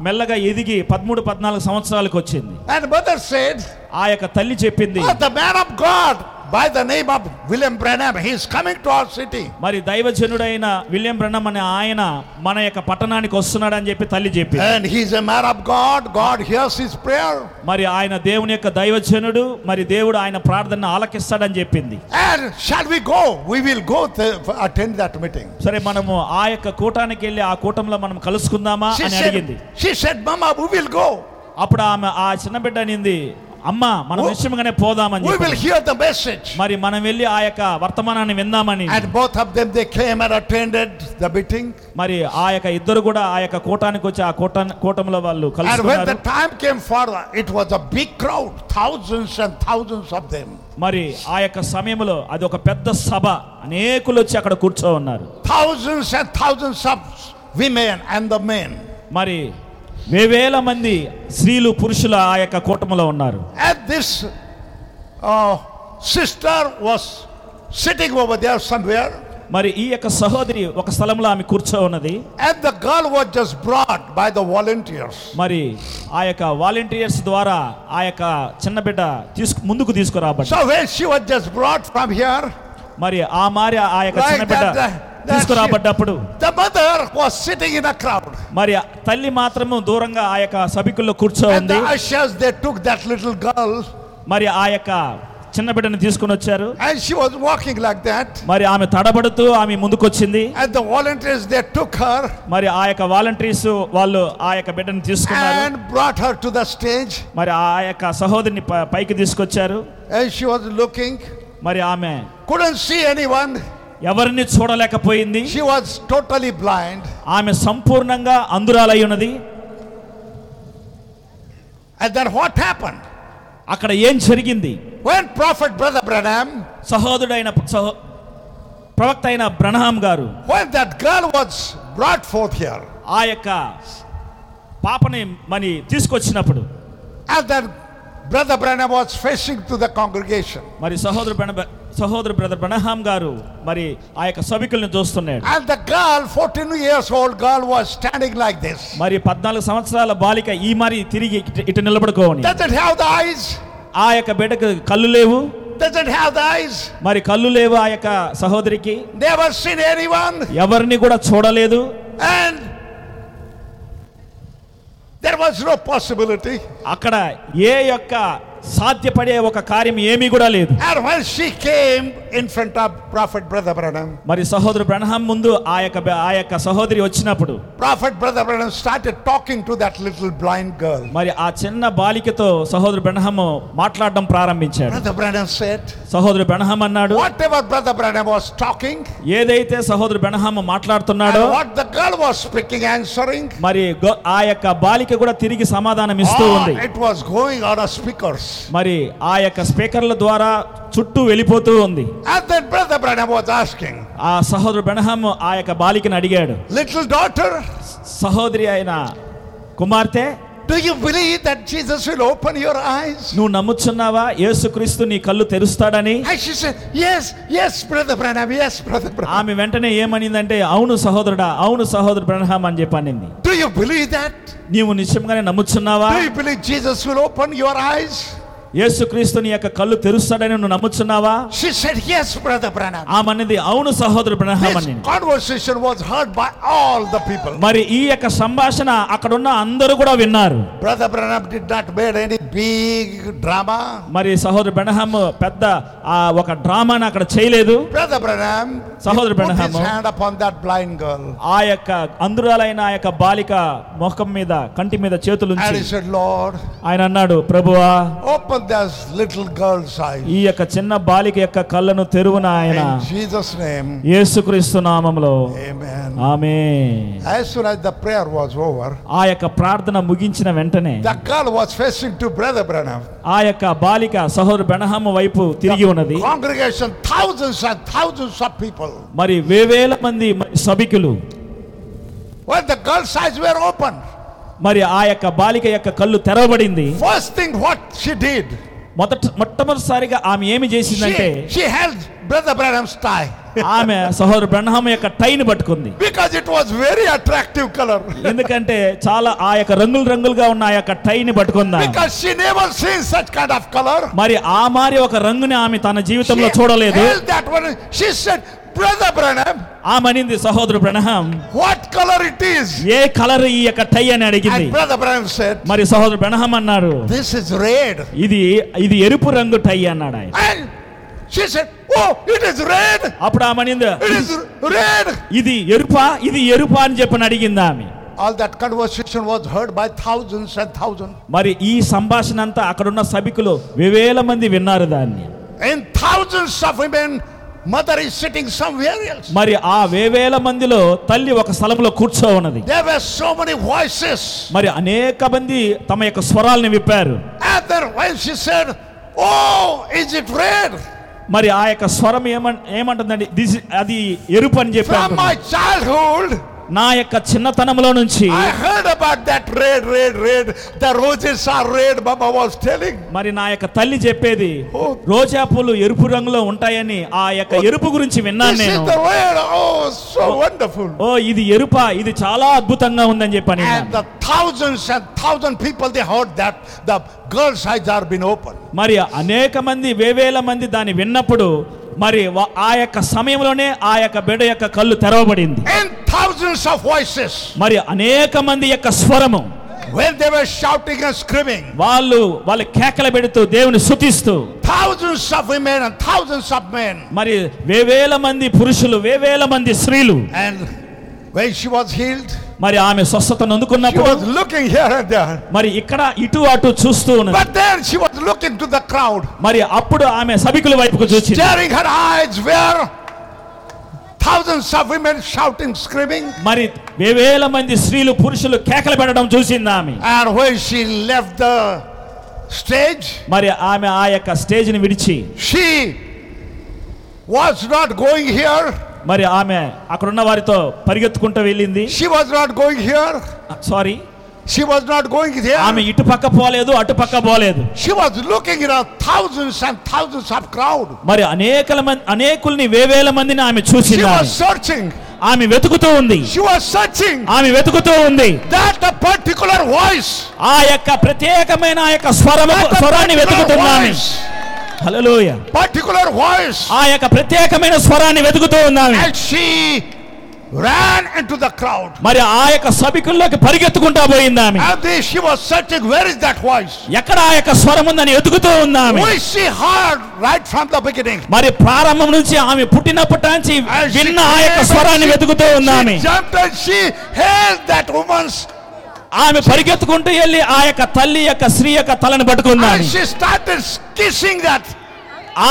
Speaker 1: మెల్లగా ఎదిగి పదమూడు పద్నాలుగు సంవత్సరాలకు వచ్చింది
Speaker 4: And mother said,
Speaker 1: ఆ యొక్క తల్లి చెప్పింది
Speaker 4: "Oh, the man of God by the name of William Branham, he is coming to our city.
Speaker 1: మరి దైవజనుడైన విలియం బ్రన్నం అనే ఆయన మన యొక్క పట్టణానికి వస్తున్నాడు అని చెప్పి తల్లి చెప్పింది
Speaker 4: And he is a man of God. God hears his prayer.
Speaker 1: మరి ఆయన దేవుని యొక్క దైవజనుడు మరి దేవుడు ఆయన ప్రార్థన ఆలకిస్తాడని చెప్పింది
Speaker 4: And shall we go? We will go to attend that meeting.
Speaker 1: సరే మనము ఆ యొక్క కూటానికి వెళ్ళి ఆ కూటంలో మనం కలుసుకుందామా
Speaker 4: She
Speaker 1: అని అడిగింది
Speaker 4: said, she said, Mama, we will go.
Speaker 1: అప్పుడు ఆమె ఆ చిన్న బిడ్డ అనింది అమ్మ మనం
Speaker 4: We-
Speaker 1: నిశ్చయంగానే పోదామని
Speaker 4: We will
Speaker 1: చెప్పింది.
Speaker 4: hear the message.
Speaker 1: మరి మనం వెళ్ళి ఆ యొక్క వర్తమానాన్ని విందామని
Speaker 4: And both of them, they came and attended the meeting.
Speaker 1: మరి ఆ యొక్క ఇద్దరు కూడా ఆ యొక్క కూటానికి వచ్చి ఆ కూట కూటంలో వాళ్ళు
Speaker 4: And when the
Speaker 1: కలుసుకున్నారు
Speaker 4: time came for it was a big crowd, thousands and thousands of them.
Speaker 1: మరి ఆ యొక్క సమయంలో అది ఒక పెద్ద సభ అనేకులు వచ్చి అక్కడ కూర్చో ఉన్నారు
Speaker 4: Thousands and thousands of women and the men.
Speaker 1: మరి వేవేల మంది స్త్రీలు పురుషులు ఆ యొక్క కూటంలో ఉన్నారు
Speaker 4: And this uh, sister was sitting over there somewhere.
Speaker 1: మరి ఈ యొక్క సహోదరి ఒక స్థలంలో ఆమె కూర్చో ఉన్నది
Speaker 4: And the girl was just brought by the volunteers.
Speaker 1: మరి ఆ యొక్క వాలంటీర్స్ ద్వారా ఆ యొక్క చిన్న బిడ్డ తీసుకు ముందుకు తీసుకురాబట్టి
Speaker 4: So when she was just brought from here,
Speaker 1: మరి ఆ మారి ఆ యొక్క
Speaker 4: Like
Speaker 1: చిన్న బిడ్డ
Speaker 4: that, that- that
Speaker 1: తీసుకురాబడ్డప్పుడు
Speaker 4: the mother was sitting in a crowd.
Speaker 1: మరి తల్లి మాత్రము దూరంగా ఆ యొక్క సభికుల్లో కూర్చో
Speaker 4: And the
Speaker 1: ఉంది
Speaker 4: ushers, they took that little girl
Speaker 1: మరి ఆ యొక్క చిన్న బిడ్డను తీసుకుని వచ్చారు
Speaker 4: and she was walking like that.
Speaker 1: మరి ఆమె తడబడుతూ ఆమె ముందుకొచ్చింది
Speaker 4: And the volunteers, they took her
Speaker 1: మరి ఆ యొక్క వాలంటీర్స్ వాళ్ళు ఆ యొక్క బిడ్డను తీసుకున్నారు
Speaker 4: and brought her to the stage.
Speaker 1: మరి ఆ యొక్క సహోదరిని ప- పైకి తీసుకొచ్చారు
Speaker 4: And she was looking,
Speaker 1: మరి ఆమె
Speaker 4: couldn't see anyone.
Speaker 1: ఎవరిని చూడలేకపోయింది
Speaker 4: She was totally blind.
Speaker 1: ఆమె సంపూర్ణంగా అందురాలై ఉన్నది
Speaker 4: And then what happened?
Speaker 1: అక్కడ ఏం జరిగింది
Speaker 4: When Prophet Brother Branham
Speaker 1: సహోదరుడైన సహో- ప్రవక్త అయిన బ్రహ్నాం గారు
Speaker 4: When that girl was brought forth here,
Speaker 1: ఆ యొక్క పాపని మరి తీసుకొచ్చినప్పుడు
Speaker 4: and then Brother Branham was facing to the congregation,
Speaker 1: మరి సహోదరు బ్రణ సహోదరు బ్రదర్ బ్రహ్నాం గారు మరి ఆ యొక్క సభికుల్ని చూస్తున్నాడు
Speaker 4: and the girl, 14 years old girl, was standing like this.
Speaker 1: మరి పద్నాలుగు సంవత్సరాల బాలిక ఈ మరి తిరిగి ఇటు- ఇటు నిలబడుకోవని
Speaker 4: Doesn't have the eyes,
Speaker 1: ఆ యొక్క బిడ్డకు కళ్ళు లేవు
Speaker 4: doesn't have the eyes,
Speaker 1: మరి కళ్ళు లేవు ఆ యొక్క సహోదరికి
Speaker 4: never seen anyone,
Speaker 1: ఎవరిని కూడా చూడలేదు
Speaker 4: and there was no possibility.
Speaker 1: అక్కడ ఏ యొక్క సాధ్యపడే ఒక కార్యం ఏమీ కూడా లేదు
Speaker 4: And when she came in front of Prophet Brother Branham,
Speaker 1: మరి సహోదరు బ్రహ్మం ముందు ఆ యొక్క బ- ఆ యొక్క సహోదరి వచ్చినప్పుడు
Speaker 4: Prophet Brother Branham started talking to that little blind girl.
Speaker 1: మరి ఆ చిన్న బాలికతో సహోదరు బ్రహ్మము మాట్లాడడం ప్రారంభించాడు
Speaker 4: Brother Branham said,
Speaker 1: సహోదరు బ్రహ్మం అన్నాడు
Speaker 4: whatever Brother Branham was talking,
Speaker 1: ఏదైతే సహోదరు బ్రహ్మము
Speaker 4: and
Speaker 1: మాట్లాడుతున్నాడో
Speaker 4: what the girl was speaking, answering,
Speaker 1: మరి గో- ఆ యొక్క బాలిక కూడా తిరిగి సమాధానం ఇస్తూ
Speaker 4: all
Speaker 1: ఉంది
Speaker 4: it was going on as speakers.
Speaker 1: మరి ఆ యొక్క స్పీకర్ల ద్వారా చుట్టూ వెళ్ళిపోతూ ఉంది
Speaker 4: And then Brother Branham was asking,
Speaker 1: ఆ సహోదరు బ్రహ్మము ఆ యొక్క బాలికను అడిగాడు
Speaker 4: little daughter,
Speaker 1: సహోదరి అయిన కుమార్తె
Speaker 4: do you believe that Jesus will open your eyes?
Speaker 1: నువ్వు నమ్ముచున్నావా యేసుక్రీస్తు నీ కళ్ళు తెరుస్తాడని
Speaker 4: And she said, yes, yes, Brother Branham, yes, Brother Branham.
Speaker 1: ఆమె వెంటనే ఏమనిందంటే అవును సహోదరుడా అవును సహోదరు బ్రహ్మ అని చెప్పి అనింది
Speaker 4: Do you believe that?
Speaker 1: నీవు నిశ్చయంగానే నమ్ముచున్నావా
Speaker 4: Do you believe Jesus will open your eyes?
Speaker 1: యేసుక్రీస్తు నీ యొక్క కళ్ళు తెరుస్తాడని నువ్వు నమ్ముచున్నావా
Speaker 4: She said, yes, Brother Branham.
Speaker 1: ఆమె అన్నది అవును సహోదరు బ్రహ్మ
Speaker 4: This conversation was heard by all the people.
Speaker 1: మరి ఈ యొక్క సంభాషణ అక్కడున్న అందరూ కూడా విన్నారు
Speaker 4: Brother Branham did not make any big drama.
Speaker 1: మరి సహోదరు బ్రహ్మ పెద్ద ఆ ఒక డ్రామాను అక్కడ చేయలేదు
Speaker 4: Brother Branham oh.
Speaker 1: సహోదరు
Speaker 4: put his
Speaker 1: Brahma
Speaker 4: hand upon that blind girl
Speaker 1: ఆ యొక్క అందురాలైన ఆ యొక్క బాలిక ముఖం మీద కంటి మీద చేతులు
Speaker 4: and he said, Lord,
Speaker 1: ఆయన అన్నాడు ప్రభువా
Speaker 4: open this little girl's eyes.
Speaker 1: ఈ యొక్క చిన్న బాలిక యొక్క కళ్ళను తెరువున ఆయన
Speaker 4: In Jesus' name,
Speaker 1: యేసుక్రీస్తు నామంలో
Speaker 4: amen.
Speaker 1: ఆమె
Speaker 4: As soon as the prayer was over,
Speaker 1: ఆ యొక్క ప్రార్థన ముగించిన వెంటనే
Speaker 4: the girl was facing to Brother Branham.
Speaker 1: ఆ యొక్క బాలిక సహోదరు బెనహమ్మ వైపు తిరిగి ఉన్నది
Speaker 4: Congregation, thousands and thousands of people.
Speaker 1: మరి వేవేల మంది మరి సభికులు
Speaker 4: When the girl's eyes were opened,
Speaker 1: మరి ఆ యొక్క బాలిక యొక్క కళ్ళు తెరవబడింది
Speaker 4: first thing what she did,
Speaker 1: మొదట మొట్టమొదటిసారిగా ఆమె ఏమి చేసిందంటే
Speaker 4: she, she held Brother Branham's tie.
Speaker 1: ఆమె సహోదరు బ్రహ్మ యొక్క టైని పట్టుకుంది
Speaker 4: Because it was very attractive color.
Speaker 1: ఎందుకంటే చాలా ఆ యొక్క రంగులు రంగులుగా ఉన్న ఆ యొక్క టైని పట్టుకుందా
Speaker 4: Because she never seen such kind of color.
Speaker 1: మరి ఆ మారి ఒక రంగుని ఆమె తన
Speaker 4: She
Speaker 1: జీవితంలో చూడలేదు
Speaker 4: held that one. She said, Brother Branham,
Speaker 1: ఆమెనింది సహోదరు Branham
Speaker 4: what color it is?
Speaker 1: ఏ కలర్ ఈ యొక్క టై అని అడిగింది
Speaker 4: And Brother Branham said,
Speaker 1: మరి సహోదరు బ్రహ్మం అన్నారు
Speaker 4: This is red.
Speaker 1: ఇది ఇది ఎరుపు రంగు టై అన్నాడు ఆయన
Speaker 4: And she said, Oh, it is red.
Speaker 1: అప్పుడు ఆమెనింది
Speaker 4: It is red.
Speaker 1: ఇది ఎరుపా ఇది ఎరుపా అని చెప్పని అడిగింది ఆమె
Speaker 4: All that conversation was heard by thousands and thousands.
Speaker 1: మరి ఈ సంభాషణ అంతా అక్కడున్న సభికులు వేవేల మంది విన్నారు దాన్ని
Speaker 4: And thousands of women, mother is sitting somewhere else.
Speaker 1: మరి ఆ వేవేల మందిలో తల్లి ఒక స్థలంలో కూర్చో ఉన్నది
Speaker 4: There were so many voices.
Speaker 1: మరి అనేక మంది తమ యొక్క స్వరాల్ని విప్పారు
Speaker 4: And then when she said, Oh, is it red?
Speaker 1: మరి ఆ యొక్క స్వరం ఏమన్ ఏమంటుందండి "This- అది ఎరుపు అని
Speaker 4: From
Speaker 1: చెప్పారు
Speaker 4: my childhood,
Speaker 1: నా యొక్క చిన్నతనంలో నుంచి
Speaker 4: I heard about that red, red, red. The roses are red, Baba was telling.
Speaker 1: మరి నా యొక్క తల్లి చెప్పేది
Speaker 4: Oh.
Speaker 1: రోజా పూలు ఎరుపు రంగులో ఉంటాయని ఆ యొక్క ఎరుపు గురించి విన్నాను
Speaker 4: This is
Speaker 1: నేను
Speaker 4: the red. Oh, so wonderful.
Speaker 1: ఓ ఇది ఎరుపా ఇది చాలా అద్భుతంగా ఉందని చెప్పని
Speaker 4: And the thousands and thousand people, they heard that the girl's eyes are been opened.
Speaker 1: మరి అనేక మంది వేవేల మంది దాన్ని విన్నప్పుడు మరి వా- ఆ యొక్క సమయంలోనే ఆ యొక్క బిడ్డ యొక్క కళ్ళు తెరవబడింది
Speaker 4: And thousands of voices.
Speaker 1: మరి అనేక మంది యొక్క స్వరము
Speaker 4: When they were shouting and screaming,
Speaker 1: వాళ్ళు వాళ్ళ కేకలు పెడుతూ దేవుని స్తుతిస్తూ
Speaker 4: thousands of women and thousands of men.
Speaker 1: మరి వేవేల మంది పురుషులు వేవేల మంది స్త్రీలు
Speaker 4: And when she was healed,
Speaker 1: మరి ఆమె స్వస్థతను
Speaker 4: she
Speaker 1: అందుకున్నప్పుడు
Speaker 4: was looking here and there.
Speaker 1: మరి ఇక్కడ ఇటు అటు చూస్తూ ఉన్నది
Speaker 4: But then she was looking to the crowd,
Speaker 1: మరి అప్పుడు ఆమె సభికుల వైపుకు చూసి
Speaker 4: staring her eyes where thousands of women shouting, screaming.
Speaker 1: మరి వేవేల మంది స్త్రీలు పురుషులు కేకలు పెట్టడం చూసింది ఆమె
Speaker 4: And when she left the stage,
Speaker 1: మరి ఆమె ఆ యొక్క స్టేజ్ని విడిచి
Speaker 4: she was not going here.
Speaker 1: మరి ఆమె అక్కడున్న వారితో పరిగెత్తుకుంటూ వెళ్ళింది
Speaker 4: She was not going here.
Speaker 1: Sorry
Speaker 4: She was not going
Speaker 1: ఆమె
Speaker 4: there.
Speaker 1: ఇటు పక్క పోలేదు అటు పక్క పోలేదు
Speaker 4: She was looking at thousands and thousands of crowd.
Speaker 1: మరి అనేకల మంది అనేకుల్ని వేవేల మందిని ఆమె
Speaker 4: She
Speaker 1: చూసింది
Speaker 4: was searching.
Speaker 1: ఆమె వెతుకుతూ ఉంది
Speaker 4: She was searching.
Speaker 1: ఆమె వెతుకుతూ ఉంది
Speaker 4: That a particular voice.
Speaker 1: ఆ యొక్క ప్రత్యేకమైన ఆ యొక్క స్వరము
Speaker 4: That a
Speaker 1: స్వరాన్ని
Speaker 4: particular
Speaker 1: వెతుకుతున్నాను
Speaker 4: voice.
Speaker 1: హల్లెలూయ
Speaker 4: Particular voice.
Speaker 1: ఆ యొక్క ప్రత్యేకమైన స్వరాన్ని వెతుకుతూ ఉన్నాను
Speaker 4: And she ran into the crowd.
Speaker 1: మరి ఆ యొక్క సభికుల్లోకి పరిగెత్తుకుంటా పోయింది ఆమె
Speaker 4: And then she was searching. Where is that voice?
Speaker 1: ఎక్కడ ఆ యొక్క స్వరం ఉందని వెతుకుతూ ఉంది ఆమె
Speaker 4: Which she heard right from the beginning.
Speaker 1: మరి ప్రారంభం నుంచి ఆమె పుట్టినప్పటి నుంచి
Speaker 4: And she
Speaker 1: విన్న ఆ యొక్క
Speaker 4: came
Speaker 1: స్వరాన్ని
Speaker 4: and she-
Speaker 1: వెతుకుతూ ఉంది ఆమె
Speaker 4: She jumped and she held that woman's
Speaker 1: ఆమె పరిగెత్తుకుంటూ వెళ్ళి ఆ యొక్క తల్లి యొక్క స్త్రీ యొక్క తలను
Speaker 4: and
Speaker 1: పట్టుకుందామె
Speaker 4: she started kissing that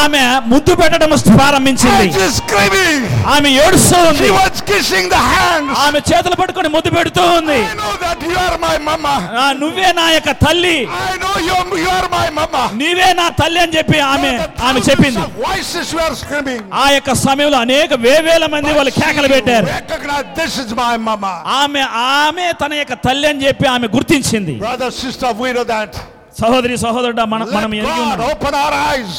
Speaker 1: ఆమె ముద్దు పెట్టడం ప్రారంభించింది
Speaker 4: and she screaming.
Speaker 1: ఆమె ఏడుస్తూ ఉంది
Speaker 4: She was kissing the hands.
Speaker 1: ఆమె చేతులు పట్టుకొని ముద్దు పెడుతూ ఉంది
Speaker 4: I know that you are my mama.
Speaker 1: ఆ, నువ్వే నా యొక్క తల్లి
Speaker 4: I know you are, you are my mama.
Speaker 1: నీవే నా తల్లి అని చెప్పి ఆమె
Speaker 4: The
Speaker 1: ఆమె
Speaker 4: thousands
Speaker 1: చెప్పింది
Speaker 4: of Voices were screaming.
Speaker 1: ఆ యొక్క సమయంలో అనేక వేవేల మంది వాళ్ళు కేకలు పెట్టారు
Speaker 4: Recognize this is my mama.
Speaker 1: ఆమె ఆమె తన యొక్క తల్లి అని చెప్పి ఆమె గుర్తించింది
Speaker 4: Brother, sister, we know that.
Speaker 1: సహోదరి సహోదరుడా మనం
Speaker 4: Let
Speaker 1: మనం ఎరిగి
Speaker 4: God
Speaker 1: ఉన్నాం.
Speaker 4: open our eyes.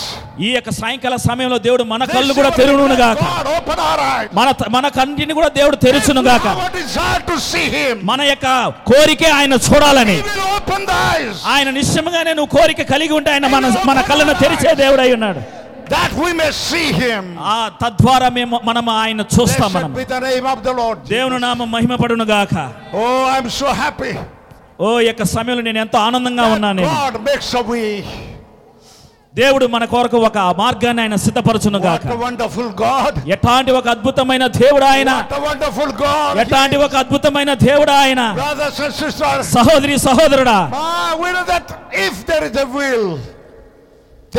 Speaker 1: ఈ యొక్క సాయంకాల సమయంలో దేవుడు మన
Speaker 4: This
Speaker 1: కళ్ళు కూడా
Speaker 4: evening,
Speaker 1: తెరువును
Speaker 4: let
Speaker 1: గాక
Speaker 4: God open our eyes.
Speaker 1: మన త- మన కంటిని కూడా దేవుడు తెరుచును గాక
Speaker 4: Our desire to see Him.
Speaker 1: మన యొక్క కోరికే ఆయన చూడాలని
Speaker 4: He will open the eyes
Speaker 1: ఆయన నిశ్చయముగానే నువ్వు కోరిక కలిగి ఉంటే ఆయన మన మన కళ్ళను తెరిచే దేవుడై ఉన్నాడు
Speaker 4: that we may see Him.
Speaker 1: ఆ తద్వారా మేము మనం ఆయన చూస్తాం మనం
Speaker 4: Blessed be the name of the Lord.
Speaker 1: దేవుని నామం మహిమపడును గాక
Speaker 4: Oh, I'm so happy.
Speaker 1: ఓ ఈ యొక్క సమయంలో నేను ఎంతో ఆనందంగా
Speaker 4: that
Speaker 1: ఉన్నాను నేను.
Speaker 4: God makes a way.
Speaker 1: దేవుడు మన కొరకు ఒక మార్గాన్ని ఆయన సిద్ధపరచును
Speaker 4: What
Speaker 1: గాక
Speaker 4: a wonderful God.
Speaker 1: ఎట్లాంటి ఒక అద్భుతమైన దేవుడు ఆయన
Speaker 4: What a wonderful God.
Speaker 1: ఎట్లాంటి ఒక అద్భుతమైన దేవుడు ఆయన
Speaker 4: Brothers and sisters,
Speaker 1: సహోదరి సహోదరుడా
Speaker 4: ah, we know that if there is a will,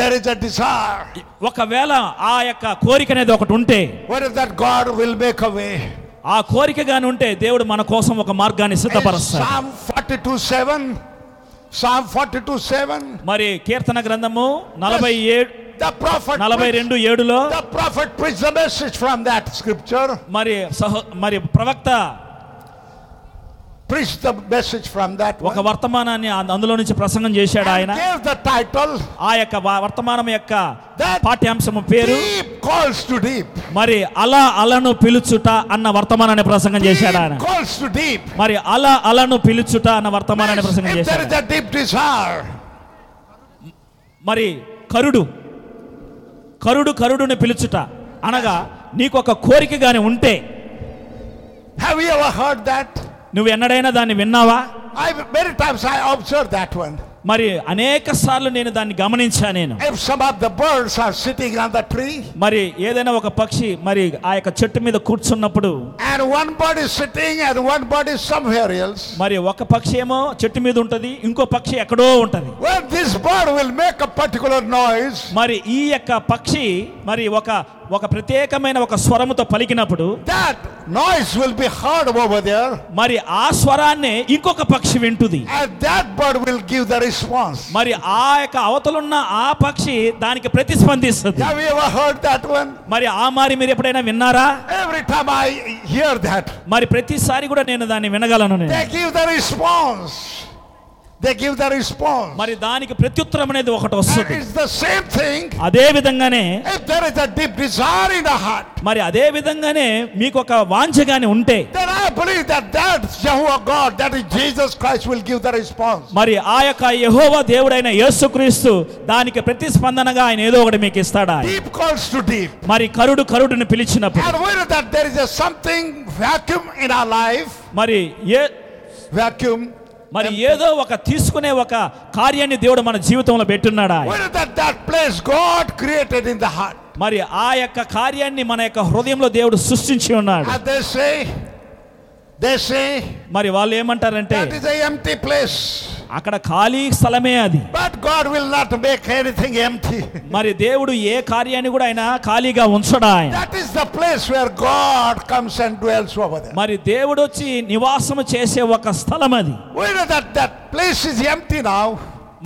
Speaker 4: there is a desire.
Speaker 1: ఒకవేళ ఆ యొక్క కోరిక అనేది ఒకటి ఉంటే
Speaker 4: What if that God will make a way?
Speaker 1: ఆ కోరిక గాని ఉంటే దేవుడు మన కోసం ఒక మార్గాన్ని
Speaker 4: In
Speaker 1: సిద్ధపరుస్తాడు
Speaker 4: Psalm 42 7, Psalm 42 7,
Speaker 1: మరి కీర్తన గ్రంథము నలభై ఏడు
Speaker 4: the prophet,
Speaker 1: నలభై
Speaker 4: preached-
Speaker 1: రెండు ఏడులో
Speaker 4: the prophet preached the message from that scripture.
Speaker 1: మరి సహో మరి ప్రవక్త
Speaker 4: Preached the message from that
Speaker 1: ఒక
Speaker 4: one.
Speaker 1: వర్తమానాన్ని అం- అందులో నుంచి ప్రసంగం చేశాడు ఆయన
Speaker 4: Gave the title
Speaker 1: ఆ యొక్క వ- వర్తమానం యొక్క
Speaker 4: That-
Speaker 1: పాఠ్యాంశము పేరు
Speaker 4: Deep Calls to Deep.
Speaker 1: మరి అలా అలను పిలుచుట అన్న వర్తమానాన్ని ప్రసంగం చేశాడు ఆయన
Speaker 4: Deep Calls to Deep.
Speaker 1: మరి అలా అలను పిలుచుట అన్న వర్తమానాన్ని ప్రసంగం
Speaker 4: If there
Speaker 1: చేశాడు
Speaker 4: is a deep desire,
Speaker 1: మరి కరుడు కరుడు కరుడుని పిలుచుట అనగా నీకు ఒక కోరిక గాని ఉంటే
Speaker 4: have you ever heard that?
Speaker 1: నువ్వు ఎన్నడైనా దాన్ని విన్నావా
Speaker 4: I many times I observe that one.
Speaker 1: మరి అనేక సార్లు నేను దాన్ని గమనించా నేను
Speaker 4: If some of the birds are sitting on the tree
Speaker 1: మరి ఏదైనా ఒక పక్షి మరి ఆ యొక్క చెట్టు మీద కూర్చున్నప్పుడు
Speaker 4: and one bird is sitting and one bird is somewhere else,
Speaker 1: మరి ఒక పక్షి ఏమో చెట్టు మీద ఉంటది ఇంకో పక్షి ఎక్కడో ఉంటది
Speaker 4: well, this bird will make a particular noise.
Speaker 1: మరి ఈ యొక్క పక్షి మరి ఒక ఒక ప్రత్యేకమైన ఒక స్వరముతో పలికినప్పుడు
Speaker 4: That noise will be heard over there,
Speaker 1: మరి ఆ స్వరాన్నే ఇంకొక పక్షి వింటుంది
Speaker 4: and that bird will give the response.
Speaker 1: మరి ఆ యొక్క అవతలున్న ఆ పక్షి దానికి ప్రతిస్పందిస్తుంది
Speaker 4: Have you ever heard that one?
Speaker 1: మరి ఆ మరి మీరు ఎప్పుడైనా విన్నారా
Speaker 4: Every time I hear that,
Speaker 1: మరి ప్రతిసారి కూడా నేను దాన్ని వినగలను నేను.
Speaker 4: They give the response. They give the response.
Speaker 1: మరి దానికి ప్రత్యుత్తరం అనేది ఒకటి
Speaker 4: And
Speaker 1: వస్తుంది
Speaker 4: it's the same thing.
Speaker 1: అదే విధంగానే
Speaker 4: If there is a deep desire in the heart,
Speaker 1: మరి అదే విధంగానే మీకు ఒక వాంఛ గాని ఉంటే
Speaker 4: then I believe that that Jehovah God, that is Jesus Christ, will give the response.
Speaker 1: మరి ఆ యొక్క యెహోవా దేవుడైన యేసుక్రీస్తు దానికి ప్రతిస్పందనగా ఆయన ఏదో ఒకటి మీకు ఇస్తాడా
Speaker 4: Deep calls to deep.
Speaker 1: మరి కరుడు కరుడుని పిలిచినప్పుడు
Speaker 4: And we know that there is a something vacuum in our life.
Speaker 1: మరి ఏ
Speaker 4: Vacuum.
Speaker 1: మరి ఏదో ఒక తీసుకునే ఒక కార్యాన్ని దేవుడు మన జీవితంలో పెట్టున్నాడా
Speaker 4: We know that that place God created in the heart.
Speaker 1: మరి ఆ యొక్క కార్యాన్ని మన యొక్క హృదయంలో దేవుడు సృష్టించి ఉన్నాడు
Speaker 4: And they say, they say,
Speaker 1: మరి వాళ్ళు ఏమంటారంటే
Speaker 4: that is an empty place.
Speaker 1: అక్కడ ఖాళీ స్థలమే అది
Speaker 4: But God will not make anything empty.
Speaker 1: మరి దేవుడు ఏ కార్యాన్ని కూడా ఆయన ఖాళీగా ఉంచడా ఆయన
Speaker 4: That is the place where God comes and dwells over there.
Speaker 1: మరి దేవుడు వచ్చి నివాసము చేసే ఒక స్థలం అది
Speaker 4: We know that that place is empty now,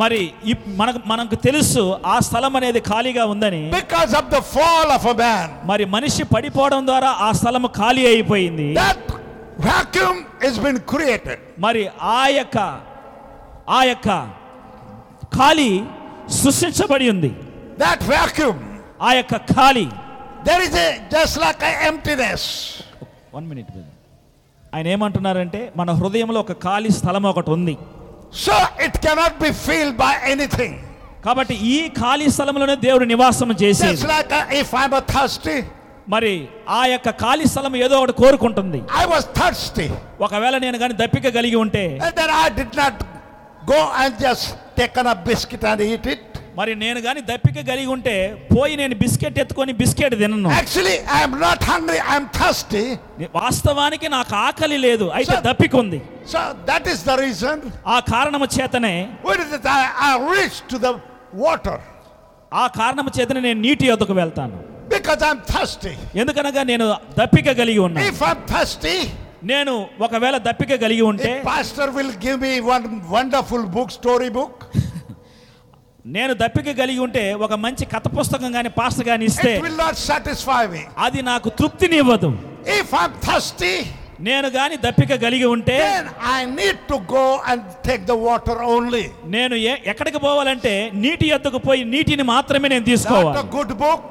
Speaker 1: మరి ఇప్- మనకు మనకు తెలుసు ఆ స్థలం అనేది ఖాళీగా ఉందని
Speaker 4: because of the fall of a man.
Speaker 1: మరి మనిషి పడిపోవడం ద్వారా ఆ స్థలము ఖాళీ అయిపోయింది
Speaker 4: That vacuum has been created.
Speaker 1: మరి ఆ యొక్క ఆ యొక్క ఖాళీ సృష్టించబడి ఉంది
Speaker 4: That vacuum,
Speaker 1: ఆ యొక్క ఖాళీ
Speaker 4: there is a just like an emptiness.
Speaker 1: One minute ఆయన ఏమంటున్నారంటే మన హృదయంలో ఒక ఖాళీ స్థలం ఒకటి ఉంది
Speaker 4: So it cannot be filled by anything.
Speaker 1: కాబట్టి ఈ ఖాళీ స్థలంలోనే దేవుడు నివాసం చేసి
Speaker 4: Just like uh, if I'm a thirsty,
Speaker 1: మరి ఆ యొక్క ఖాళీ స్థలం ఏదో ఒకటి కోరుకుంటుంది
Speaker 4: I was thirsty,
Speaker 1: ఒకవేళ నేను కానీ దప్పిక కలిగి ఉంటే
Speaker 4: and then I did not go and just take on a biscuit and eat it.
Speaker 1: మరి నేను కానీ దప్పిక కలిగి ఉంటే పోయి నేను బిస్కెట్ ఎత్తుకొని బిస్కెట్ తినను
Speaker 4: Actually, I am not hungry, I am thirsty.
Speaker 1: వాస్తవానికి నాకు ఆకలి లేదు అయితే
Speaker 4: Sir.
Speaker 1: దప్పిక ఉంది
Speaker 4: So that is the reason.
Speaker 1: ఆ కారణము చేతనే
Speaker 4: What is it? I, I reach to the water
Speaker 1: ఆ కారణము చేతనే నేను నీటి యొద్దకు వెళ్తాను
Speaker 4: because I'm thirsty.
Speaker 1: Hmm. ఎందుకనగా నేను దప్పిక కలిగి ఉన్నాను
Speaker 4: If I'm thirsty,
Speaker 1: నేను ఒకవేళ దప్పిక కలిగి ఉంటే
Speaker 4: if pastor will give me one wonderful book, story book,
Speaker 1: నేను దప్పిక కలిగి ఉంటే ఒక మంచి కథ పుస్తకం కానీ పాస్త కానీ ఇస్తే
Speaker 4: it will not satisfy me.
Speaker 1: అది నాకు తృప్తినివ్వదు
Speaker 4: If I'm thirsty,
Speaker 1: నేను కానీ దప్పిక కలిగి ఉంటే
Speaker 4: then I need to go and take the water only.
Speaker 1: నేను ఏ- ఎక్కడికి పోవాలంటే నీటి యొద్దకు పోయి నీటిని మాత్రమే నేను
Speaker 4: Not
Speaker 1: తీసుకోవాలి
Speaker 4: a good book.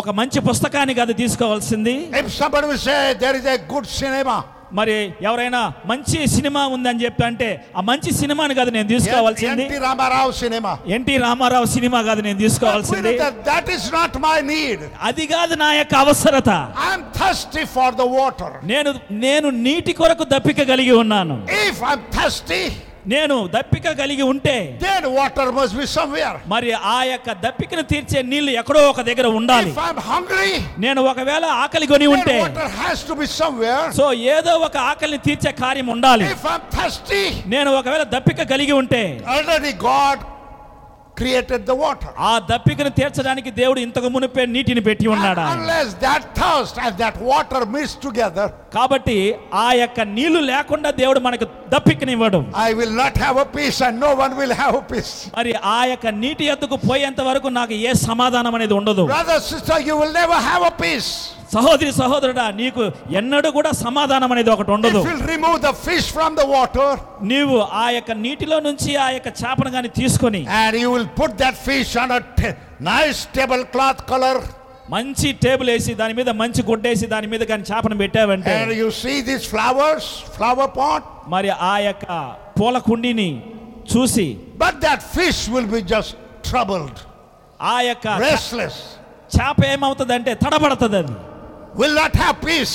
Speaker 1: ఒక మంచి పుస్తకాన్ని కాదు తీసుకోవాల్సింది
Speaker 4: If somebody will say there is a good cinema,
Speaker 1: మరి ఎవరైనా మంచి సినిమా ఉందని చెప్పి అంటే ఆ మంచి సినిమాని కాదు నేను తీసుకోవాల్సింది
Speaker 4: N.T. Ramarao cinema.
Speaker 1: NT Ramarao cinema కాదు నేను తీసుకోవాల్సింది
Speaker 4: That that is not my need.
Speaker 1: అది కాదు నా యొక్క అవసరత
Speaker 4: I'm thirsty for the water.
Speaker 1: నేను నేను నీటి కొరకు దప్పిక కలిగి ఉన్నాను
Speaker 4: If I'm thirsty,
Speaker 1: నేను దప్పిక కలిగి ఉంటే
Speaker 4: then water must be somewhere.
Speaker 1: మరి ఆ యొక్క దప్పికను తీర్చే నీళ్లు ఎక్కడో ఒక దగ్గర ఉండాలి
Speaker 4: If I'm hungry,
Speaker 1: నేను ఒకవేళ ఆకలి కొని ఉంటే
Speaker 4: then water has to be somewhere.
Speaker 1: So ఏదో ఒక ఆకలిని తీర్చే కార్యం ఉండాలి
Speaker 4: If I'm thirsty,
Speaker 1: నేను ఒకవేళ దప్పిక కలిగి ఉంటే
Speaker 4: already God created the water.
Speaker 1: ఆ దప్పికను తీర్చడానికి దేవుడు ఇంతకు మునిపే నీటిని పెట్టి ఉన్నాడా
Speaker 4: And unless that thirst and that water mix together,
Speaker 1: కాబట్టి ఆ యొక్క నీళ్లు లేకుండా దేవుడు మనకు దప్పికనివ్వడు
Speaker 4: I will not have a peace and no one will have a peace.
Speaker 1: మరి ఆ యొక్క నీటి ఎద్దుకు పోయేంత వరకు నాకు ఏ సమాధానం అనేది ఉండదు
Speaker 4: Brother, sister, you will never have a peace.
Speaker 1: సహోదరి సహోదరుడా నీకు ఎన్నడూ కూడా సమాధానం అనేది ఒకటి
Speaker 4: If
Speaker 1: ఉండదు
Speaker 4: you'll remove the fish from the water
Speaker 1: నీవు ఆ యొక్క నీటిలో నుంచి ఆ యొక్క చేపను కానీ తీసుకొని
Speaker 4: and you will put that fish on a t- nice tablecloth color
Speaker 1: మంచి టేబుల్ వేసి దాని మీద మంచి గుడ్డేసి దాని మీద కానీ చేపను పెట్టావంటే
Speaker 4: And you see these flowers, flower pot,
Speaker 1: మరి ఆ యొక్క పూల కుండిని చూసి
Speaker 4: but that fish will be just troubled,
Speaker 1: ఆ యొక్క
Speaker 4: restless,
Speaker 1: చేప ఏమవుతుందంటే తడబడుతుంది అది
Speaker 4: will not have peace.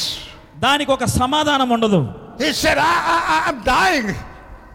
Speaker 1: దానికి ఒక సమాధానం ఉండదు
Speaker 4: He said, I, I, I, am dying.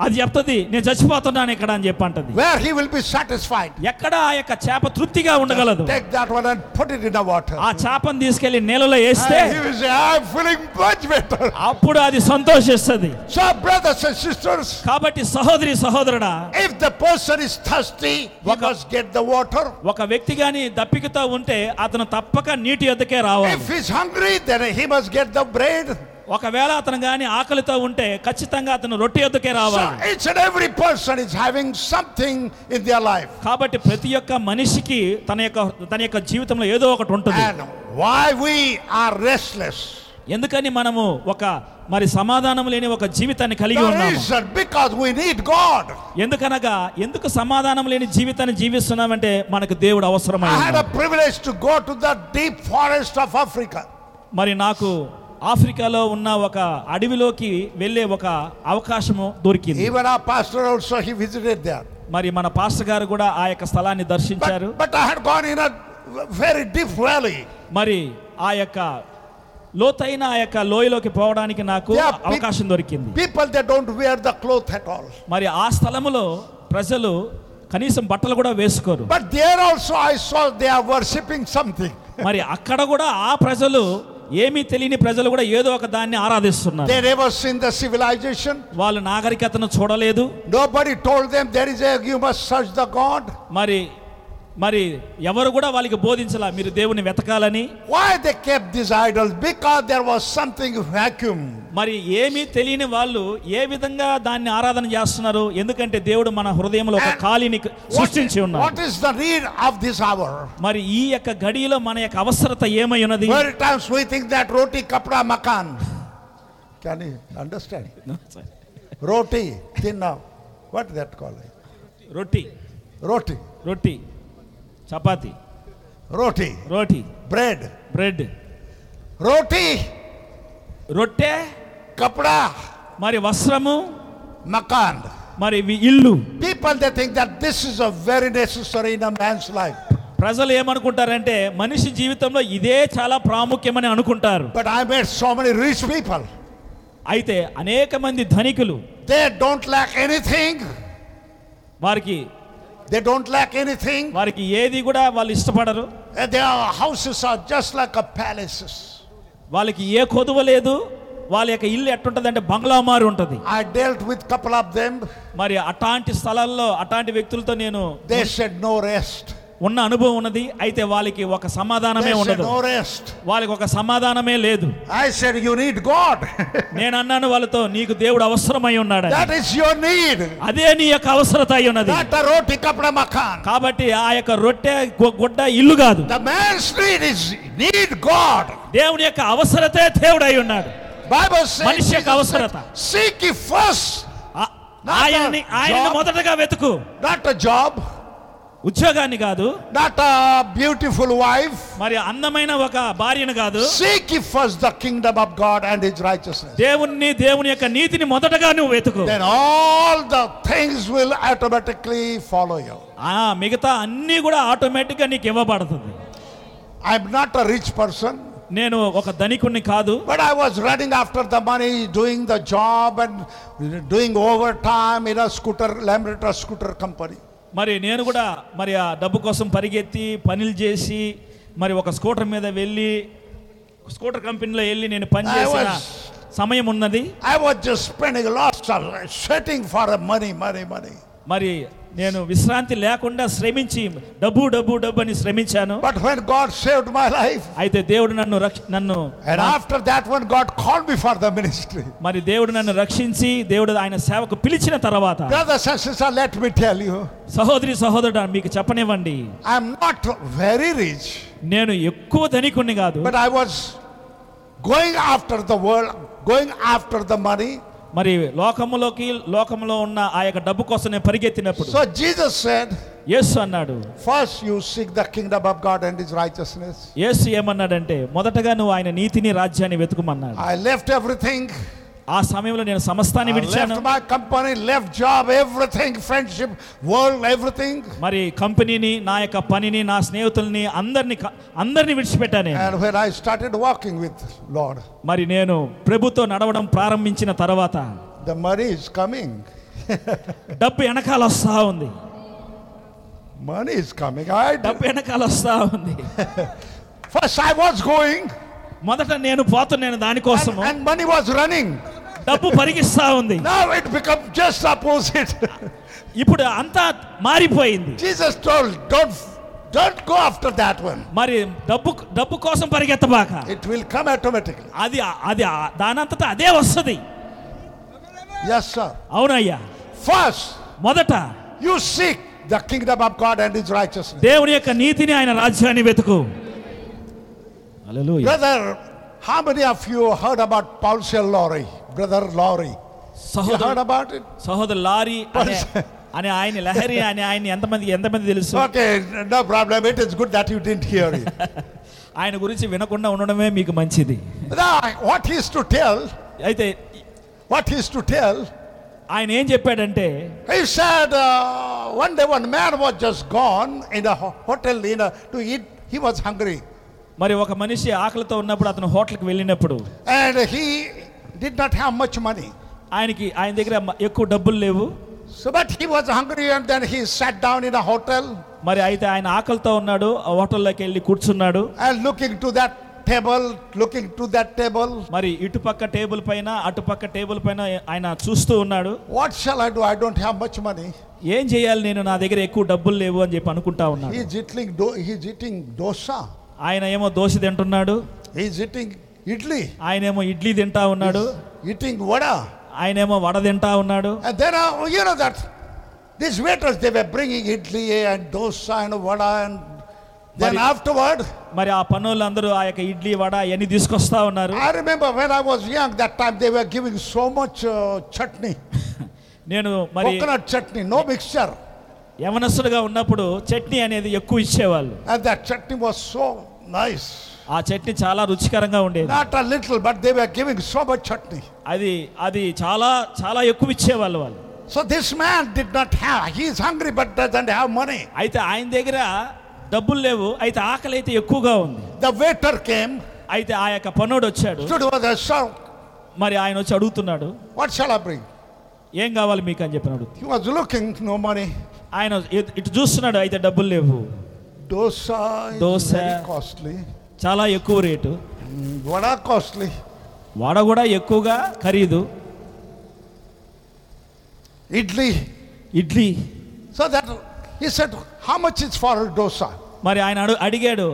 Speaker 1: అది చెప్తుంది నేను చచ్చిపోతున్నాను ఇక్కడ అని చెప్పంటది
Speaker 4: Where he will be satisfied.
Speaker 1: ఎక్కడ ఆ యొక్క చేప తృప్తిగా ఉండగలదు
Speaker 4: Take that one and put it in the water.
Speaker 1: ఆ చేపను తీసుకెళ్లి నీళ్ళలో వేస్తే
Speaker 4: And he will say, I'm feeling much better.
Speaker 1: అప్పుడు అది సంతోషిస్తుంది
Speaker 4: So, brothers and sisters,
Speaker 1: కాబట్టి సహోదరి సహోదరుడా
Speaker 4: if the person is thirsty, he
Speaker 1: Waka-
Speaker 4: must get the water.
Speaker 1: ఒక వ్యక్తి గాని దప్పికతో ఉంటే అతను తప్పక నీటి యొద్దకే రావాలి
Speaker 4: If he's hungry, then he must get the bread.
Speaker 1: ఒకవేళ అతను గాని ఆకలితో ఉంటే ఖచ్చితంగా అతను రొట్టె యొద్దకే
Speaker 4: So,
Speaker 1: రావాలి
Speaker 4: each and every person is having something in their life.
Speaker 1: కాబట్టి ప్రతి ఒక్క మనిషికి తన యొక్క తన యొక్క జీవితంలో ఏదో ఒకటి ఉంటుంది
Speaker 4: And why we are restless.
Speaker 1: ఎందుకని మనము ఒక మరి సమాధానం లేని ఒక జీవితాన్ని కలిగి
Speaker 4: The
Speaker 1: ఉన్నాము
Speaker 4: reason because we need God.
Speaker 1: ఎందుకనగా ఎందుకు సమాధానం లేని జీవితాన్ని జీవిస్తున్నామంటే మనకు దేవుడు అవసరమై
Speaker 4: I had a
Speaker 1: ఉన్నాడు.
Speaker 4: privilege to go to the deep forest of Africa.
Speaker 1: మరి నాకు ఆఫ్రికాలో ఉన్న ఒక అడవిలోకి వెళ్ళే ఒక అవకాశము దొరికింది
Speaker 4: Even our pastor also he visited there.
Speaker 1: మరి మన పాస్టర్ గారు కూడా ఆ యొక్క స్థలాన్ని దర్శించారు
Speaker 4: But, but I had gone in a very deep valley.
Speaker 1: మరి ఆ యొక్క లోతైన ఆ యొక్క లోయలోకి పోవడానికి నాకు
Speaker 4: Yeah, pe-
Speaker 1: అవకాశం దొరికింది
Speaker 4: People they don't wear the cloth at all.
Speaker 1: మరి ఆ స్థలములో ప్రజలు కనీసం బట్టలు కూడా వేసుకోరు
Speaker 4: But there also I saw they are worshipping something.
Speaker 1: మరి అక్కడ కూడా ఆ ప్రజలు ఏమీ తెలియని ప్రజలు కూడా ఏదో ఒక దాన్ని ఆరాధిస్తున్నారు
Speaker 4: They never seen the civilization.
Speaker 1: వాళ్ళు నాగరికతను చూడలేదు
Speaker 4: Nobody told them there is a you must search the God.
Speaker 1: మరి మరి ఎవరు కూడా వాళ్ళకి బోధించాల మీరు దేవుని వెతకాలని
Speaker 4: Why they kept these idols? Because there was something vacuum.
Speaker 1: మరి ఏమీ తెలియని వాళ్ళు ఏ విధంగా దాన్ని ఆరాధన చేస్తున్నారు ఎందుకంటే దేవుడు మన హృదయంలో ఒక ఖాళీని క-
Speaker 4: What-
Speaker 1: సృష్టించి
Speaker 4: what
Speaker 1: ఉన్నాడు
Speaker 4: is the need of this hour?
Speaker 1: మరి ఈ యొక్క గడిలో మన యొక్క అవసరత ఏమై ఉన్నది
Speaker 4: Many times we think that roti kapra makan. Can you understand? Roti, thin now. What that called?
Speaker 1: రొట్టి
Speaker 4: Roti,
Speaker 1: రొట్టి chapati
Speaker 4: roti,
Speaker 1: roti
Speaker 4: bread,
Speaker 1: bread
Speaker 4: roti,
Speaker 1: రొట్టె
Speaker 4: kapra,
Speaker 1: మరి వస్త్రము
Speaker 4: makan.
Speaker 1: మరి ఇవి ఇల్లు
Speaker 4: People they think that this is a very necessary in a man's life.
Speaker 1: ప్రజలు ఏమనుకుంటారంటే మనిషి జీవితంలో ఇదే చాలా ప్రాముఖ్యమని అనుకుంటారు
Speaker 4: But I met so many rich people.
Speaker 1: అయితే అనేక మంది ధనికులు
Speaker 4: They don't lack anything.
Speaker 1: వారికి
Speaker 4: They don't lack anything.
Speaker 1: వారికి ఏది కూడా వాళ్ళు ఇష్టపడరు
Speaker 4: And their houses are just like a palaces.
Speaker 1: వాళ్ళకి ఏ కొదువ లేదు వాళ్ళ యొక్క ఇల్లు ఎట్టుంటది అంటే బంగ్లా మారి ఉంటుంది
Speaker 4: I dealt with couple of them.
Speaker 1: మరి అట్లాంటి స్థలాల్లో అట్లాంటి వ్యక్తులతో నేను
Speaker 4: They said no rest.
Speaker 1: ఉన్న అనుభవం ఉన్నది అయితే వాళ్ళకి ఒక
Speaker 4: They
Speaker 1: సమాధానమే
Speaker 4: said
Speaker 1: ఉండదు
Speaker 4: no rest.
Speaker 1: వాళ్ళకి ఒక సమాధానమే లేదు
Speaker 4: I said you need God.
Speaker 1: నేను అన్నాను వాళ్ళతో నీకు దేవుడు అవసరమై ఉన్నాడు
Speaker 4: that is your need.
Speaker 1: అదే నీ యొక్క అవసరత అయి ఉన్నది
Speaker 4: Not a roti kapra makan.
Speaker 1: కాబట్టి ఆ యొక్క రొట్టె గు- గుడ్డ ఇల్లు కాదు
Speaker 4: The man's need is need God.
Speaker 1: దేవుని యొక్క అవసరతే దేవుడు అయి ఉన్నాడు
Speaker 4: Bible says,
Speaker 1: మనిషి యొక్క
Speaker 4: Jesus said,
Speaker 1: అవసరత.
Speaker 4: seek ye first,
Speaker 1: ఆ- ఆయన్ని ఆయనను మొదటగా వెతుకు
Speaker 4: not a job,
Speaker 1: ఉద్యోగాన్ని కాదు
Speaker 4: not a beautiful wife.
Speaker 1: మరి అందమైన ఒక భార్యను కాదు
Speaker 4: Seek ye first the kingdom of God and his righteousness.
Speaker 1: దేవుణ్ణి దేవుని యొక్క నీతిని మొదటగా నువ్వు వెతుకు
Speaker 4: then all the things will automatically follow you.
Speaker 1: ఆ మిగతా అన్నీ కూడా ఆటోమేటిక్గా నీకు ఇవ్వబడుతుంది
Speaker 4: I'm not a rich person,
Speaker 1: నేను ఒక ధనికుణ్ణి కాదు
Speaker 4: but I was running after the money, doing the job and doing overtime in a scooter, Lambretta scooter company.
Speaker 1: మరి నేను కూడా మరి ఆ డబ్బు కోసం పరిగెత్తి పనులు చేసి మరి ఒక స్కూటర్ మీద వెళ్ళి స్కూటర్ కంపెనీలో వెళ్ళి నేను పని చేసిన
Speaker 4: I
Speaker 1: సమయం ఉన్నది
Speaker 4: I was just spending lots of sweating for the money, money, money.
Speaker 1: మరి నేను విశ్రాంతి లేకుండా శ్రమించి డబ్బు డబ్బు డబ్బు అని శ్రమించాను
Speaker 4: But when God saved my life,
Speaker 1: అయితే దేవుడు నన్ను రక్ష నన్ను
Speaker 4: and after that one, God called me for the ministry.
Speaker 1: మరి దేవుడు నన్ను రక్షించి దేవుడు ఆయన సేవకు పిలిచిన తర్వాత
Speaker 4: Brothers and sisters, let me tell you,
Speaker 1: సహోదరి సహోదరుడు మీకు చెప్పనివ్వండి
Speaker 4: I'm not very rich.
Speaker 1: నేను ఎక్కువ ధనికుణ్ణి కాదు
Speaker 4: But I was going after the world, going after the money.
Speaker 1: మరి లోకములోకి లోకములో ఉన్న ఆ యొక్క డబ్బు కోసం నేను పరిగెత్తినప్పుడు
Speaker 4: So Jesus said,
Speaker 1: యేసు అన్నాడు
Speaker 4: First you seek the kingdom of God and his righteousness.
Speaker 1: యేసు ఏమన్నాడంటే మొదటగా నువ్వు ఆయన నీతిని రాజ్యాన్ని వెతుకుమన్నాడు
Speaker 4: I left everything.
Speaker 1: ఆ సమయంలో నేను సమస్తాన్ని
Speaker 4: I
Speaker 1: విడిచాను
Speaker 4: left my company, left job, everything, friendship, world, everything.
Speaker 1: మరి కంపెనీని నా యొక్క పనిని నా స్నేహితుల్ని అందరిని క- అందరిని విడిచిపెట్టాను నేను.
Speaker 4: And when I started walking with Lord,
Speaker 1: మరి నేను ప్రభుతో నడవడం ప్రారంభించిన తర్వాత
Speaker 4: the money is coming.
Speaker 1: డబ్బు వెనకాల వస్తా ఉంది
Speaker 4: Money is coming. I
Speaker 1: డబ్బు వెనకాల వస్తా ఉంది
Speaker 4: first I was going
Speaker 1: మొదట నేను పోతున్నాను
Speaker 4: and,
Speaker 1: దానికోసము
Speaker 4: and money was running.
Speaker 1: డబ్బు పరిగిస్తా ఉంది
Speaker 4: Now it become just opposite.
Speaker 1: ఇప్పుడు అంతా మారిపోయింది
Speaker 4: Jesus told, don't, don't go after that one.
Speaker 1: మరి డబ్బు డబ్బు కోసం పరిగెత్తబాక
Speaker 4: It will come automatically.
Speaker 1: అది అది దానంతటా అదే వస్తుంది
Speaker 4: Yes, sir.
Speaker 1: అవునయ్యా
Speaker 4: First,
Speaker 1: మొదట
Speaker 4: you seek the kingdom of God and his righteousness.
Speaker 1: దేవుని యొక్క నీతిని ఆయన రాజ్యాన్ని వెతుకు hallelujah.
Speaker 4: Brother, how many of you heard about Paulsel Lorry? Brother Lorry. You heard
Speaker 1: సహోదరు
Speaker 4: about it?
Speaker 1: సహోదరు లారీ అనే అనే ఆయన లహరి అనే ఆయన ఎంతమంది ఎంతమంది తెలుసు
Speaker 4: Okay, no problem. It is good that you didn't hear it.
Speaker 1: ఆయన గురించి వినకుండా ఉండడమే మీకు మంచిది
Speaker 4: now, what he is to tell,
Speaker 1: అయితే
Speaker 4: what he is to tell,
Speaker 1: ఆయన ఏం చెప్పాడంటే
Speaker 4: he said, uh, one day one man was just gone in a ho- hotel in a, to eat. He was hungry.
Speaker 1: మరి ఒక మనిషి ఆకలితో ఉన్నప్పుడు అతను హోటల్కి వెళ్ళినప్పుడు
Speaker 4: And he did not have much money.
Speaker 1: ఆయనకి ఆయన దగ్గర మ- ఎక్కువ డబ్బులు లేవు
Speaker 4: So, but he was hungry and then he sat down in a hotel
Speaker 1: మరి అయితే ఆయన ఆకలితో ఉన్నాడు ఆ హోటల్లోకి వెళ్ళి కూర్చున్నాడు
Speaker 4: and looking to that table, looking to that table.
Speaker 1: మరి ఇటుపక్క టేబుల్ పైన అటుపక్క టేబుల్ పైన ఆయన చూస్తూ ఉన్నాడు
Speaker 4: What shall I do? I don't have much money.
Speaker 1: ఏం చేయాలి నేను నా దగ్గర ఎక్కువ డబ్బులు లేవు అని చెప్పి అనుకుంటా ఉన్నాడు
Speaker 4: He's eating, do- he's eating dosa.
Speaker 1: ఆయన ఏమో దోశ తింటున్నాడు
Speaker 4: He's eating idli.
Speaker 1: ఆయన ఏమో ఇడ్లీ తింటా ఉన్నాడు
Speaker 4: Eating vada.
Speaker 1: ఆయన ఏమో వడ తింటా ఉన్నాడు
Speaker 4: And then, uh, you know that, these waiters, they were bringing idli and dosa and vada and then
Speaker 1: Mari-
Speaker 4: afterward,
Speaker 1: మరి ఆ పనులు అందరూ ఆ యొక్క ఇడ్లీ వడ అవన్నీ తీసుకొస్తా ఉన్నారు
Speaker 4: I remember when I was young, that time they were giving so much uh, chutney,
Speaker 1: నేను మరి
Speaker 4: coconut chutney, no mixture.
Speaker 1: యవనస్తుడుగా ఉన్నప్పుడు చట్నీ అనేది ఎక్కువ ఇచ్చేవాళ్ళు
Speaker 4: And that chutney was so nice.
Speaker 1: ఆ చట్నీ చాలా రుచికరంగా ఉండేది
Speaker 4: Not a little, but they were giving so much chutney.
Speaker 1: అది అది చాలా చాలా ఎక్కువ ఇచ్చేవాళ్ళు వాళ్ళు
Speaker 4: So this man did not have, he is hungry but doesn't have money.
Speaker 1: అయితే ఆయన దగ్గర డబ్బులు లేవు అయితే ఆకలి అయితే ఎక్కువగా ఉంది
Speaker 4: The waiter came,
Speaker 1: అయితే ఆ యొక్క పనోడు వచ్చాడు
Speaker 4: stood over the shelf.
Speaker 1: మరి ఆయన వచ్చి అడుగుతున్నాడు
Speaker 4: What shall I bring?
Speaker 1: ఏం కావాలి మీకు అని చెప్పి అడుగుతుంది
Speaker 4: He was looking, no money.
Speaker 1: ఆయన ఇటు- ఇటు చూస్తున్నాడు అయితే డబ్బులు లేవు
Speaker 4: Dosa is
Speaker 1: Dosa.
Speaker 4: very costly.
Speaker 1: చాలా ఎక్కువ rate
Speaker 4: Mm, Vada costly.
Speaker 1: Vada కూడా ఎక్కువగా ఖరీదు
Speaker 4: Idli.
Speaker 1: Idli
Speaker 4: So that he said, how much is for a dosa?
Speaker 1: మరి ఆయన అడు అడిగాడు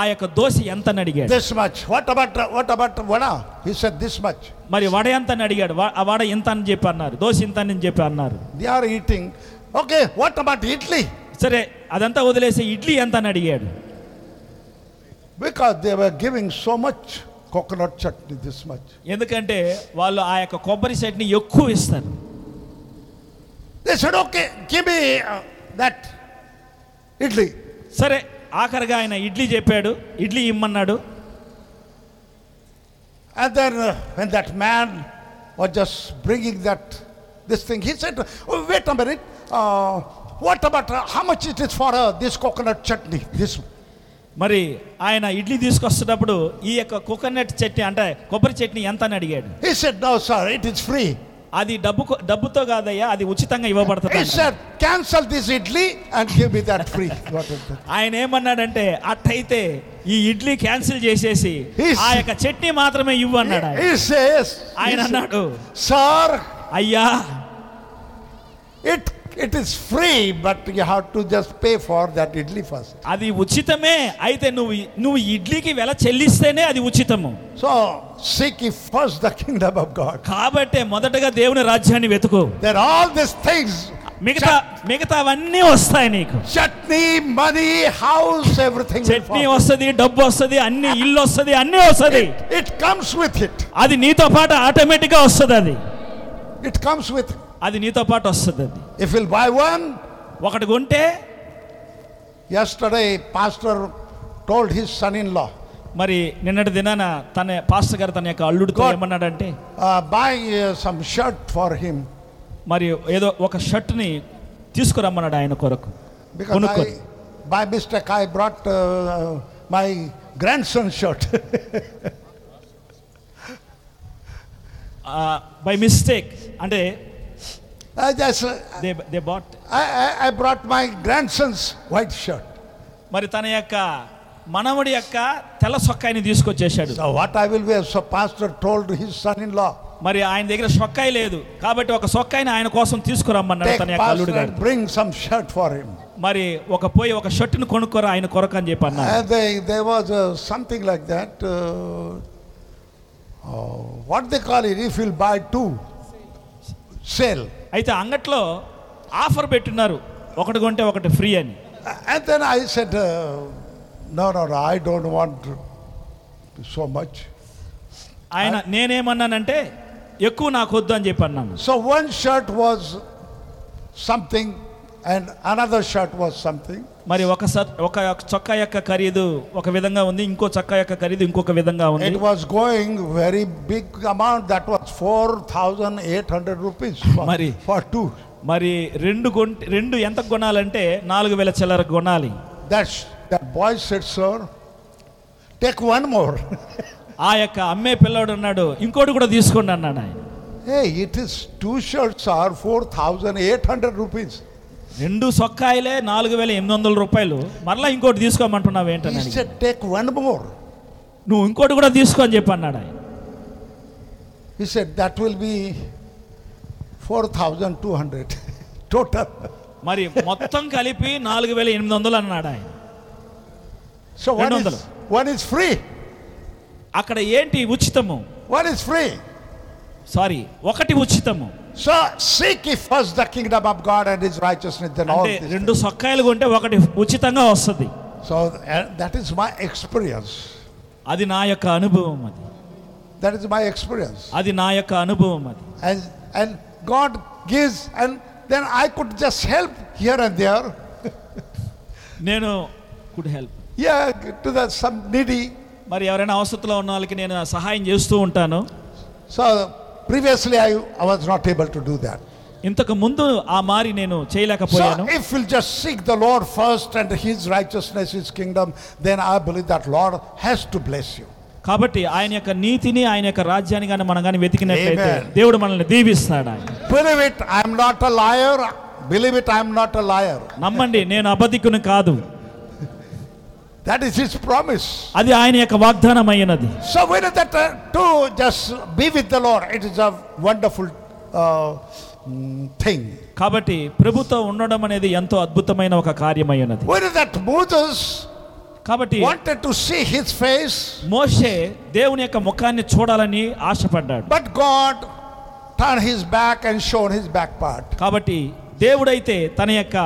Speaker 1: ఆ యొక్క దోశ ఎంత అని అడిగాడు
Speaker 4: This much. What about what about vada? He said this much.
Speaker 1: మరి వడ ఎంత అని అడిగాడు వ- ఆ వడ ఇంత అని చెప్పి అన్నారు దోశ ఇంత అని చెప్పి అన్నారు
Speaker 4: They are eating. Okay, what about idli?
Speaker 1: సరే అదంతా వదిలేసి ఇడ్లీ ఎంత అని అడిగాడు
Speaker 4: Because they were giving so much coconut chutney, this much.
Speaker 1: ఎందుకంటే వాళ్ళు ఆ యొక్క కొబ్బరి చట్నీ ఎక్కువ ఇస్తారు
Speaker 4: They said, okay, give me uh, that idli.
Speaker 1: సరే ఆఖరిగా ఆయన ఇడ్లీ చెప్పాడు ఇడ్లీ ఇమ్మన్నాడు
Speaker 4: And then uh, when that man was just bringing that this thing, he said, oh, "Wait a minute. Uh, what about uh, how much it is for uh, this coconut chutney? This
Speaker 1: మరి ఆయన ఇడ్లీ తీసుకొస్తున్నప్పుడు ఈ యొక్క coconut chutney అంటే కొబ్బరి చట్నీ ఎంత అని అడిగాడు
Speaker 4: he said, "No, sir, it is free."
Speaker 1: అది డబ్బు కొ- డబ్బుతో కాదయ్యా అది ఉచితంగా ఇవ్వబడుతుంది
Speaker 4: He
Speaker 1: అన్నాడు.
Speaker 4: said, "Cancel this idli and give me that free." What is that?
Speaker 1: ఆయన ఏమన్నాడంటే అట్టయితే ఈ ఇడ్లీ క్యాన్సిల్ చేసేసి
Speaker 4: He's-
Speaker 1: ఆ యొక్క చట్నీ మాత్రమే ఇవ్వు అన్నాడు ఆయన.
Speaker 4: He says,
Speaker 1: ఆయన
Speaker 4: he said,
Speaker 1: అన్నాడు
Speaker 4: "Sir,
Speaker 1: అయ్యా
Speaker 4: it it is free, but you have to just pay for that idli first."
Speaker 1: అది ఉచితమే అయితే నువ్వు ఈ- నువ్వు ఈ ఇడ్లీకి వెల చెల్లిస్తేనే అది ఉచితము
Speaker 4: So seek ye first the kingdom of God.
Speaker 1: కాబట్టే మొదటగా దేవుని రాజ్యాన్ని వెతుకు
Speaker 4: Then all these things
Speaker 1: మిగతా మిగతావన్నీ వస్తాయి నీకు
Speaker 4: chutney, money, house, everything. will
Speaker 1: chutney
Speaker 4: follow.
Speaker 1: వస్తది డబ్బు వస్తది అన్ని ఇల్లు వస్తది అన్ని వస్తది
Speaker 4: It comes with it.
Speaker 1: అది నీతో పాటు ఆటోమేటిక్గా వస్తుంది అది
Speaker 4: It comes with it.
Speaker 1: అది నీతో పాటు వస్తుంది అది
Speaker 4: If you'll buy one,
Speaker 1: ఒకటి కొంటే
Speaker 4: yesterday pastor told his son-in-law,
Speaker 1: మరి నిన్నటి దినాన తన పాస్టర్ గారు తన యొక్క అల్లుడితో
Speaker 4: God.
Speaker 1: ఏమన్నాడంటే
Speaker 4: uh, buy uh, some shirt for him
Speaker 1: మరి ఏదో ఒక షర్ట్ని తీసుకురమ్మన్నాడు ఆయన కొరకు
Speaker 4: because
Speaker 1: కొనుక్కొని
Speaker 4: I, by mistake I brought uh, my grandson's shirt.
Speaker 1: By mistake అంటే
Speaker 4: I just uh,
Speaker 1: they they bought
Speaker 4: I, I, I brought my grandson's white shirt.
Speaker 1: మరి తన యొక్క మనవడి యొక్క తెల్ల సొక్కాయిని తీసుకొచ్చేసాడు
Speaker 4: So what I will wear? So pastor told his son-in-law,
Speaker 1: మరి ఆయన దగ్గర సొక్కాయి లేదు కాబట్టి ఒక సొక్కాయిని ఆయన కోసం తీసుకురమ్మన్నాడు
Speaker 4: take
Speaker 1: తన యొక్క
Speaker 4: pastor
Speaker 1: అల్లుడు గారు
Speaker 4: and bring some shirt for him.
Speaker 1: మరి ఒక పోయి ఒక షర్ట్ని కొనుక్కోరా ఆయన కొరకు అని చెప్పి అన్నారు
Speaker 4: And they, there was uh, something like that. Uh, oh, what they call it? If you'll buy two, sale.
Speaker 1: అయితే అంగట్లో ఆఫర్ పెట్టున్నారు ఒకటి కొంటే ఒకటి ఫ్రీ అని
Speaker 4: And then I said, uh, no, no, no, I don't want so much.
Speaker 1: ఆయన నేనేమన్నానంటే ఎక్కువ నాకు వద్దు అని చెప్పి అన్నాను
Speaker 4: So one shirt was something, and another shirt was something.
Speaker 1: మరి ఒక స- ఒక చొక్కా యొక్క ఖరీదు ఒక విధంగా ఉంది ఇంకో చొక్కా యొక్క ఖరీదు ఇంకొక విధంగా ఉంది
Speaker 4: It was going very big amount. That was four thousand eight hundred rupees for,
Speaker 1: Mari.
Speaker 4: for two.
Speaker 1: మరి రెండు కొంటే రెండు ఎంత కొనాలంటే నాలుగు వేల చిల్లర కొనాలి
Speaker 4: That sh- that boy said, sir, take one more.
Speaker 1: ఆ యొక్క అమ్మే పిల్లాడు ఉన్నాడు ఇంకోటి కూడా తీసుకోండి అన్నాడు ఆయన
Speaker 4: Hey, it is two shirts are 4,800 rupees.
Speaker 1: రెండు సొక్కాయిలే నాలుగు వేల ఎనిమిది వందల రూపాయలు మరలా ఇంకోటి తీసుకోమంటున్నావు
Speaker 4: He
Speaker 1: ఏంటని అడిగాను.
Speaker 4: said, Take one more.
Speaker 1: నువ్వు ఇంకోటి కూడా తీసుకో అని చెప్పి అన్నాడు ఆయన
Speaker 4: He said, That will be 4,200 total.
Speaker 1: మరి మొత్తం కలిపి నాలుగు వేల ఎనిమిది వందలు అన్నాడు ఆయన
Speaker 4: So one
Speaker 1: Rendu
Speaker 4: is, one is free.
Speaker 1: అక్కడ ఏంటి ఉచితము
Speaker 4: One is free.
Speaker 1: సారీ ఒకటి ఉచితము
Speaker 4: So seek ye first the kingdom of God and his righteousness, then all
Speaker 1: అంటే
Speaker 4: this.
Speaker 1: రెండు సొక్కాయలు కొంటే ఒకటి ఉచితంగా వస్తుంది
Speaker 4: So uh, that is my experience.
Speaker 1: అది నా యొక్క అనుభవం అది
Speaker 4: That is my experience.
Speaker 1: అది నా యొక్క అనుభవం అది
Speaker 4: And, and God gives, and then I could just help here and there.
Speaker 1: నేను good help
Speaker 4: Yeah, to the some needy.
Speaker 1: మరి ఎవరైనా అవసరంలో ఉన్న వాళ్ళకి నేను సహాయం చేస్తూ ఉంటాను
Speaker 4: So previously I, I was not able to do that.
Speaker 1: ఇంతకు ముందు ఆ మారి నేను చేయలేకపోయాను
Speaker 4: So if we'll just seek the Lord first and his righteousness, his kingdom, then I believe that Lord has to bless you.
Speaker 1: కాబట్టి ఆయన యొక్క నీతిని ఆయన యొక్క రాజ్యాన్ని కానీ మనం కానీ వెతికినట్లయితే
Speaker 4: Amen.
Speaker 1: దేవుడు మనల్ని దీవిస్తాడు ఆయన
Speaker 4: Believe it, I'm not a liar. Believe it, I'm not a liar.
Speaker 1: నమ్మండి నేను అబద్ధికుని కాదు
Speaker 4: That is his promise.
Speaker 1: అది ఆయన యొక్క వాగ్దానం అయినది
Speaker 4: So when that uh, to just be with the Lord, it is a wonderful uh, mm, thing.
Speaker 1: కాబట్టి ప్రభుతో ఉండడం అనేది ఎంతో అద్భుతమైన ఒక కార్యమైనది
Speaker 4: When that Moses
Speaker 1: కాబట్టి
Speaker 4: wanted to see his face,
Speaker 1: మోషే దేవుని యొక్క ముఖాన్ని చూడాలని ఆశపడ్డాడు
Speaker 4: but God turned his back and showed his back part.
Speaker 1: కాబట్టి దేవుడైతే తన యొక్క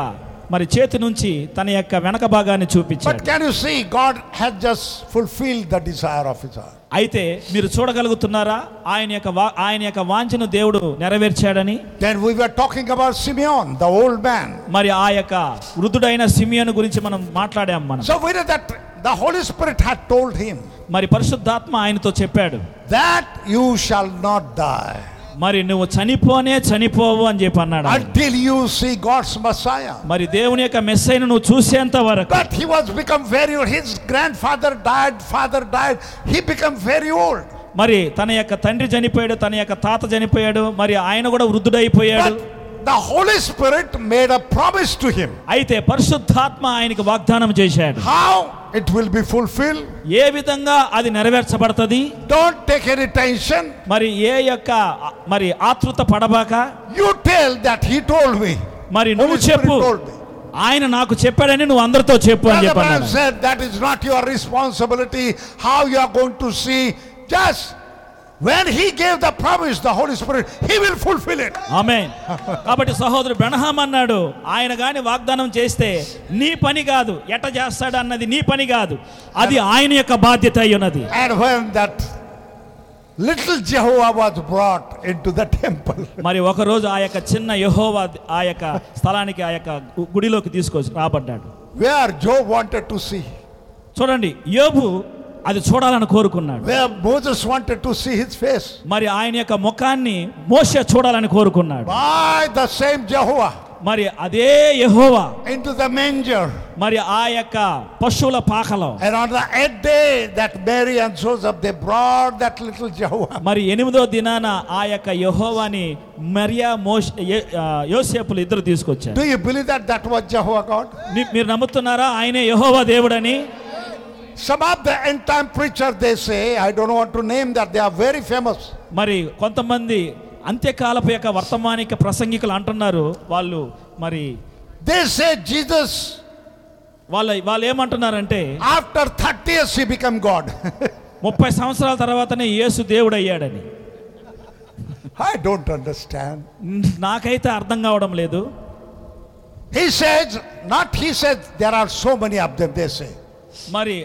Speaker 1: మరి చేతి నుంచి తన యొక్క వెనక భాగాన్ని
Speaker 4: But
Speaker 1: చూపించాడు
Speaker 4: can you see, God has just fulfilled the desire of his heart.
Speaker 1: అయితే మీరు చూడగలుగుతున్నారా ఆయన యొక్క వా- ఆయన యొక్క వాంఛను దేవుడు నెరవేర్చాడని
Speaker 4: Then we were talking about Simeon, the old man.
Speaker 1: మరి ఆ యొక్క వృద్ధుడైన సిమియోను గురించి మనం మాట్లాడాం మనం
Speaker 4: So when that the Holy Spirit had told him
Speaker 1: మరి పరిశుద్ధాత్మ ఆయనతో చెప్పాడు
Speaker 4: that you shall not die
Speaker 1: మరి నువ్వు చనిపోనే చనిపోవు అని చెప్పి అన్నాడు ఆయన.
Speaker 4: until you see God's Messiah.
Speaker 1: మరి దేవుని యొక్క మెస్సైను నువ్వు చూసేంత వరకు
Speaker 4: But he was become very old. His grandfather died, father died. He became very old.
Speaker 1: మరి తన యొక్క తండ్రి చనిపోయాడు తన యొక్క తాత చనిపోయాడు మరి ఆయన కూడా వృద్ధుడైపోయాడు
Speaker 4: But the Holy Spirit made a promise to him
Speaker 1: అయితే పరిశుద్ధాత్మ ఆయనకి వాగ్దానం చేశాడు
Speaker 4: how it will be fulfilled.
Speaker 1: ఏ విధంగా అది నెరవేర్చబడుతుంది
Speaker 4: Don't take any tension.
Speaker 1: మరి ఏ యొక్క ఆ- మరి ఆతృత పడబాక
Speaker 4: You tell that he told me.
Speaker 1: మరి నువ్వు
Speaker 4: Holy Spirit
Speaker 1: చెప్పు
Speaker 4: told me.
Speaker 1: ఆయన నాకు చెప్పాడని నువ్వు అందరితో చెప్పు అని
Speaker 4: Brother Branham
Speaker 1: చెప్పాను
Speaker 4: said that is not your responsibility how you are going to see. Just when he gave the promise, the Holy Spirit, he will fulfill it.
Speaker 1: ఆమె కాబట్టి సహోదరు బ్రహ్మం అన్నాడు ఆయన గాని వాగ్దానం చేస్తే నీ పని కాదు ఎట చేస్తాడు అన్నది నీ పని కాదు అది ఆయన యొక్క బాధ్యత అయి ఉన్నది
Speaker 4: And when that little Jehovah was brought into the temple,
Speaker 1: మరి ఒకరోజు ఆ యొక్క చిన్న యహోవా ఆ యొక్క స్థలానికి ఆ యొక్క గు- గుడిలోకి తీసుకొచ్చి రాబడ్డాడు
Speaker 4: where Job wanted to see,
Speaker 1: చూడండి యోబు అది చూడాలని కోరుకున్నాడు
Speaker 4: where Moses wanted to see his face,
Speaker 1: మరి ఆయన యొక్క ముఖాన్ని మోసే చూడాలని కోరుకున్నాడు
Speaker 4: by the same Jehovah
Speaker 1: మరి అదే యహోవా
Speaker 4: into the manger.
Speaker 1: మరి ఆ యొక్క పశువుల పాకలో
Speaker 4: And on the eighth day, that Mary and Joseph they brought that little Jehovah.
Speaker 1: మరి ఎనిమిదో దినాన ఆ యొక్క యహోవాని మరియా మోష్ యే- ఆ, యోసేపులు ఇద్దరు తీసుకొచ్చారు
Speaker 4: Do you believe that that was Jehovah God?
Speaker 1: నీ- మీరు నమ్ముతున్నారా ఆయనే యహోవా దేవుడని
Speaker 4: Some of the end time preachers they say, I don't want to name that, they are very famous.
Speaker 1: మరి కొంతమంది అంత్యకాలపు యొక్క వర్తమానిక ప్రసంగికులు అంటున్నారు వాళ్ళు మరి
Speaker 4: They say Jesus,
Speaker 1: వాళ్ళ వాళ్ళు ఏమంటున్నారంటే
Speaker 4: after 30 years, he became God.
Speaker 1: ముప్పై సంవత్సరాల తర్వాతనే యేసు దేవుడయ్యాడని
Speaker 4: I don't understand.
Speaker 1: నాకైతే అర్థం కావడం లేదు
Speaker 4: He says, not he says, there are so many of them, they say.
Speaker 1: మరి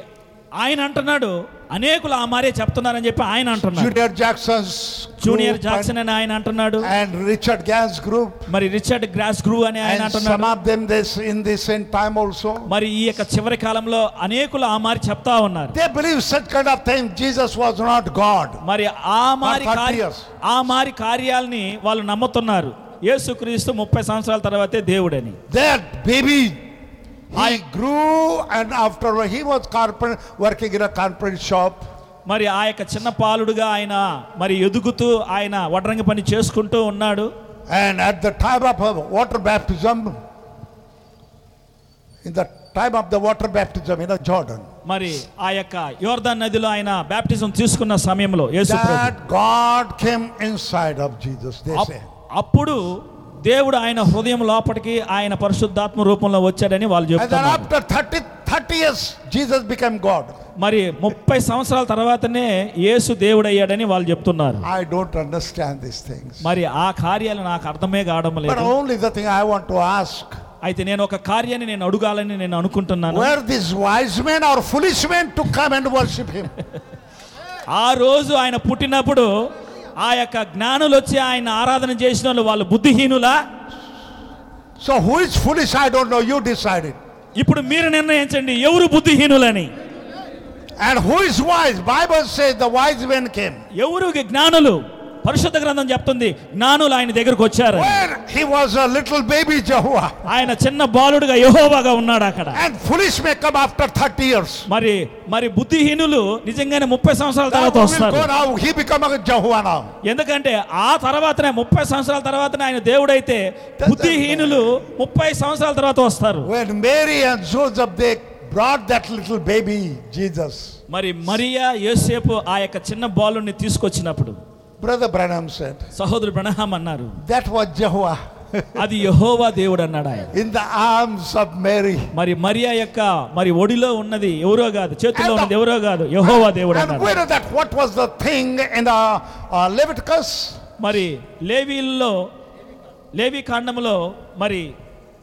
Speaker 1: ఆయన అంటున్నాడు అనేకులు ఆ మారే చెప్తున్నారని చెప్పి ఆయన అంటున్నాడు
Speaker 4: Junior Jackson's group
Speaker 1: Junior
Speaker 4: and-
Speaker 1: Jackson అని ఆయన అంటున్నాడు
Speaker 4: and, Richard Gans group,
Speaker 1: మరి రిచర్డ్ గ్రాస్ గ్రూ అని ఆయన
Speaker 4: and some
Speaker 1: అంటున్నాడు
Speaker 4: of them they say in this end time also.
Speaker 1: మరి ఈ యొక్క చివరి కాలంలో అనేకులు ఆ మారి చెప్తా ఉన్నారు
Speaker 4: They believe such kind of thing. Jesus was not God.
Speaker 1: మరి ఆ మారి
Speaker 4: For 30
Speaker 1: కార్య-
Speaker 4: years.
Speaker 1: ఆ మారి కార్యాలని వాళ్ళు నమ్ముతున్నారు యేసుక్రీస్తు ముప్పై సంవత్సరాల తర్వాతే దేవుడని
Speaker 4: That baby,
Speaker 1: I-
Speaker 4: he grew and after he was carpenter, working in a carpenter shop.
Speaker 1: మరి ఆ యొక్క చిన్న పాలుడుగా ఆయన మరి ఎదుగుతూ ఆయన వడ్రంగి పని చేసుకుంటూ ఉన్నాడు
Speaker 4: And at the time of uh, water baptism, in the time of the water baptism in the Jordan,
Speaker 1: మరి ఆ యొక్క యోర్దాన్ నదిలో ఆయన బ్యాప్టిజం తీసుకున్న సమయంలో యేసు ప్రభు.
Speaker 4: that God came inside of Jesus, they
Speaker 1: అప్-
Speaker 4: say.
Speaker 1: అప్పుడు దేవుడు ఆయన హృదయం లోపలికి ఆయన పరిశుద్ధాత్మ రూపంలో వచ్చాడని వాళ్ళు
Speaker 4: And then
Speaker 1: చెప్తున్నారు
Speaker 4: after 30, 30 years, Jesus became God.
Speaker 1: మరి ముప్పై సంవత్సరాల తర్వాతనే యేసు దేవుడయ్యాడని వాళ్ళు చెప్తున్నారు
Speaker 4: I don't understand these things.
Speaker 1: మరి ఆ కార్యాలు నాకు అర్థమే కావడం
Speaker 4: But
Speaker 1: లేదు
Speaker 4: only the thing I want to ask
Speaker 1: అయితే నేను ఒక కార్యాన్ని నేను అడుగాలని నేను అనుకుంటున్నాను
Speaker 4: where these wise men or foolish men to come and worship him?
Speaker 1: ఆ రోజు ఆయన పుట్టినప్పుడు ఆ యొక్క జ్ఞానులు వచ్చి ఆయన ఆరాధన చేసిన వాళ్ళు వాళ్ళు బుద్ధిహీనులా
Speaker 4: So who is foolish? I don't know. You decide it.
Speaker 1: ఇప్పుడు మీరు నిర్ణయించండి ఎవరు బుద్ధిహీనులని
Speaker 4: And who is wise? Bible says the wise men came.
Speaker 1: ఎవరు జ్ఞానులు పరిశుద్ధ గ్రంథం చెప్తుంది జ్ఞానులు ఆయన దగ్గరకు వచ్చారు
Speaker 4: Where he was a little baby Jehovah.
Speaker 1: ఆయన చిన్న బాలుడుగా యహోవాగా ఉన్నాడు అక్కడ
Speaker 4: And foolish may come after 30 years.
Speaker 1: మరి మరి బుద్ధిహీనులు నిజంగానే ముప్పై సంవత్సరాల
Speaker 4: That
Speaker 1: తర్వాత
Speaker 4: will
Speaker 1: వస్తారు
Speaker 4: go now. He become a Jehovah now.
Speaker 1: ఎందుకంటే ఆ తర్వాతనే ముప్పై సంవత్సరాల తర్వాతనే ఆయన దేవుడైతే బుద్ధిహీనులు ముప్పై సంవత్సరాల తర్వాత వస్తారు
Speaker 4: When Mary and Joseph they brought that little baby Jesus.
Speaker 1: మరి మరియా యోసేపు ఆ యొక్క చిన్న బాలుని తీసుకొచ్చినప్పుడు
Speaker 4: Brother Branham said,
Speaker 1: సహోదరు బ్రహ్మ అన్నారు
Speaker 4: that was Jehovah
Speaker 1: అది యహోవా దేవుడు అన్నాడు ఆయన
Speaker 4: in the arms of Mary.
Speaker 1: మరి మరియా యొక్క మరి ఒడిలో ఉన్నది ఎవరో కాదు చేతిలో
Speaker 4: And the-
Speaker 1: ఉన్నది ఎవరో కాదు యహోవా దేవుడు
Speaker 4: And
Speaker 1: అన్నాడు
Speaker 4: where that, what was the thing in the uh, Leviticus?
Speaker 1: మరి లేవీల్లో లేవి కాండములో మరి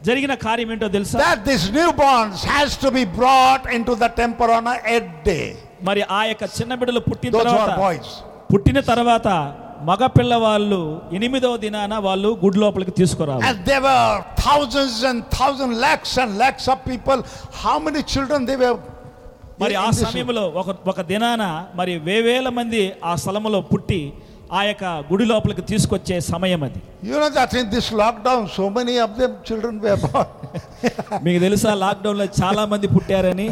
Speaker 1: జరిగిన కార్యం ఏంటో తెలుసా
Speaker 4: That this newborn has to be brought into the temple on a eighth day.
Speaker 1: మరి ఆ యొక్క చిన్న బిడ్డలు పుట్టిన
Speaker 4: Those who
Speaker 1: తర్వాత
Speaker 4: are boys.
Speaker 1: పుట్టిన తర్వాత మగ పిల్లవాళ్ళు ఎనిమిదవ దినాన వాళ్ళు గుడి లోపలికి తీసుకురావాలి
Speaker 4: And there were thousands and thousands, lakhs and lakhs of people. How many children they were?
Speaker 1: మరి ఆ
Speaker 4: in this-
Speaker 1: సమయంలో ఒక ఒక దినాన మరి వేవేల మంది ఆ స్థలములో పుట్టి ఆ యొక్క గుడి లోపలికి తీసుకొచ్చే సమయం అది
Speaker 4: You know that in this lockdown, so many of them children were born.
Speaker 1: మీకు తెలుసా లాక్డౌన్ లో చాలా మంది పుట్టారని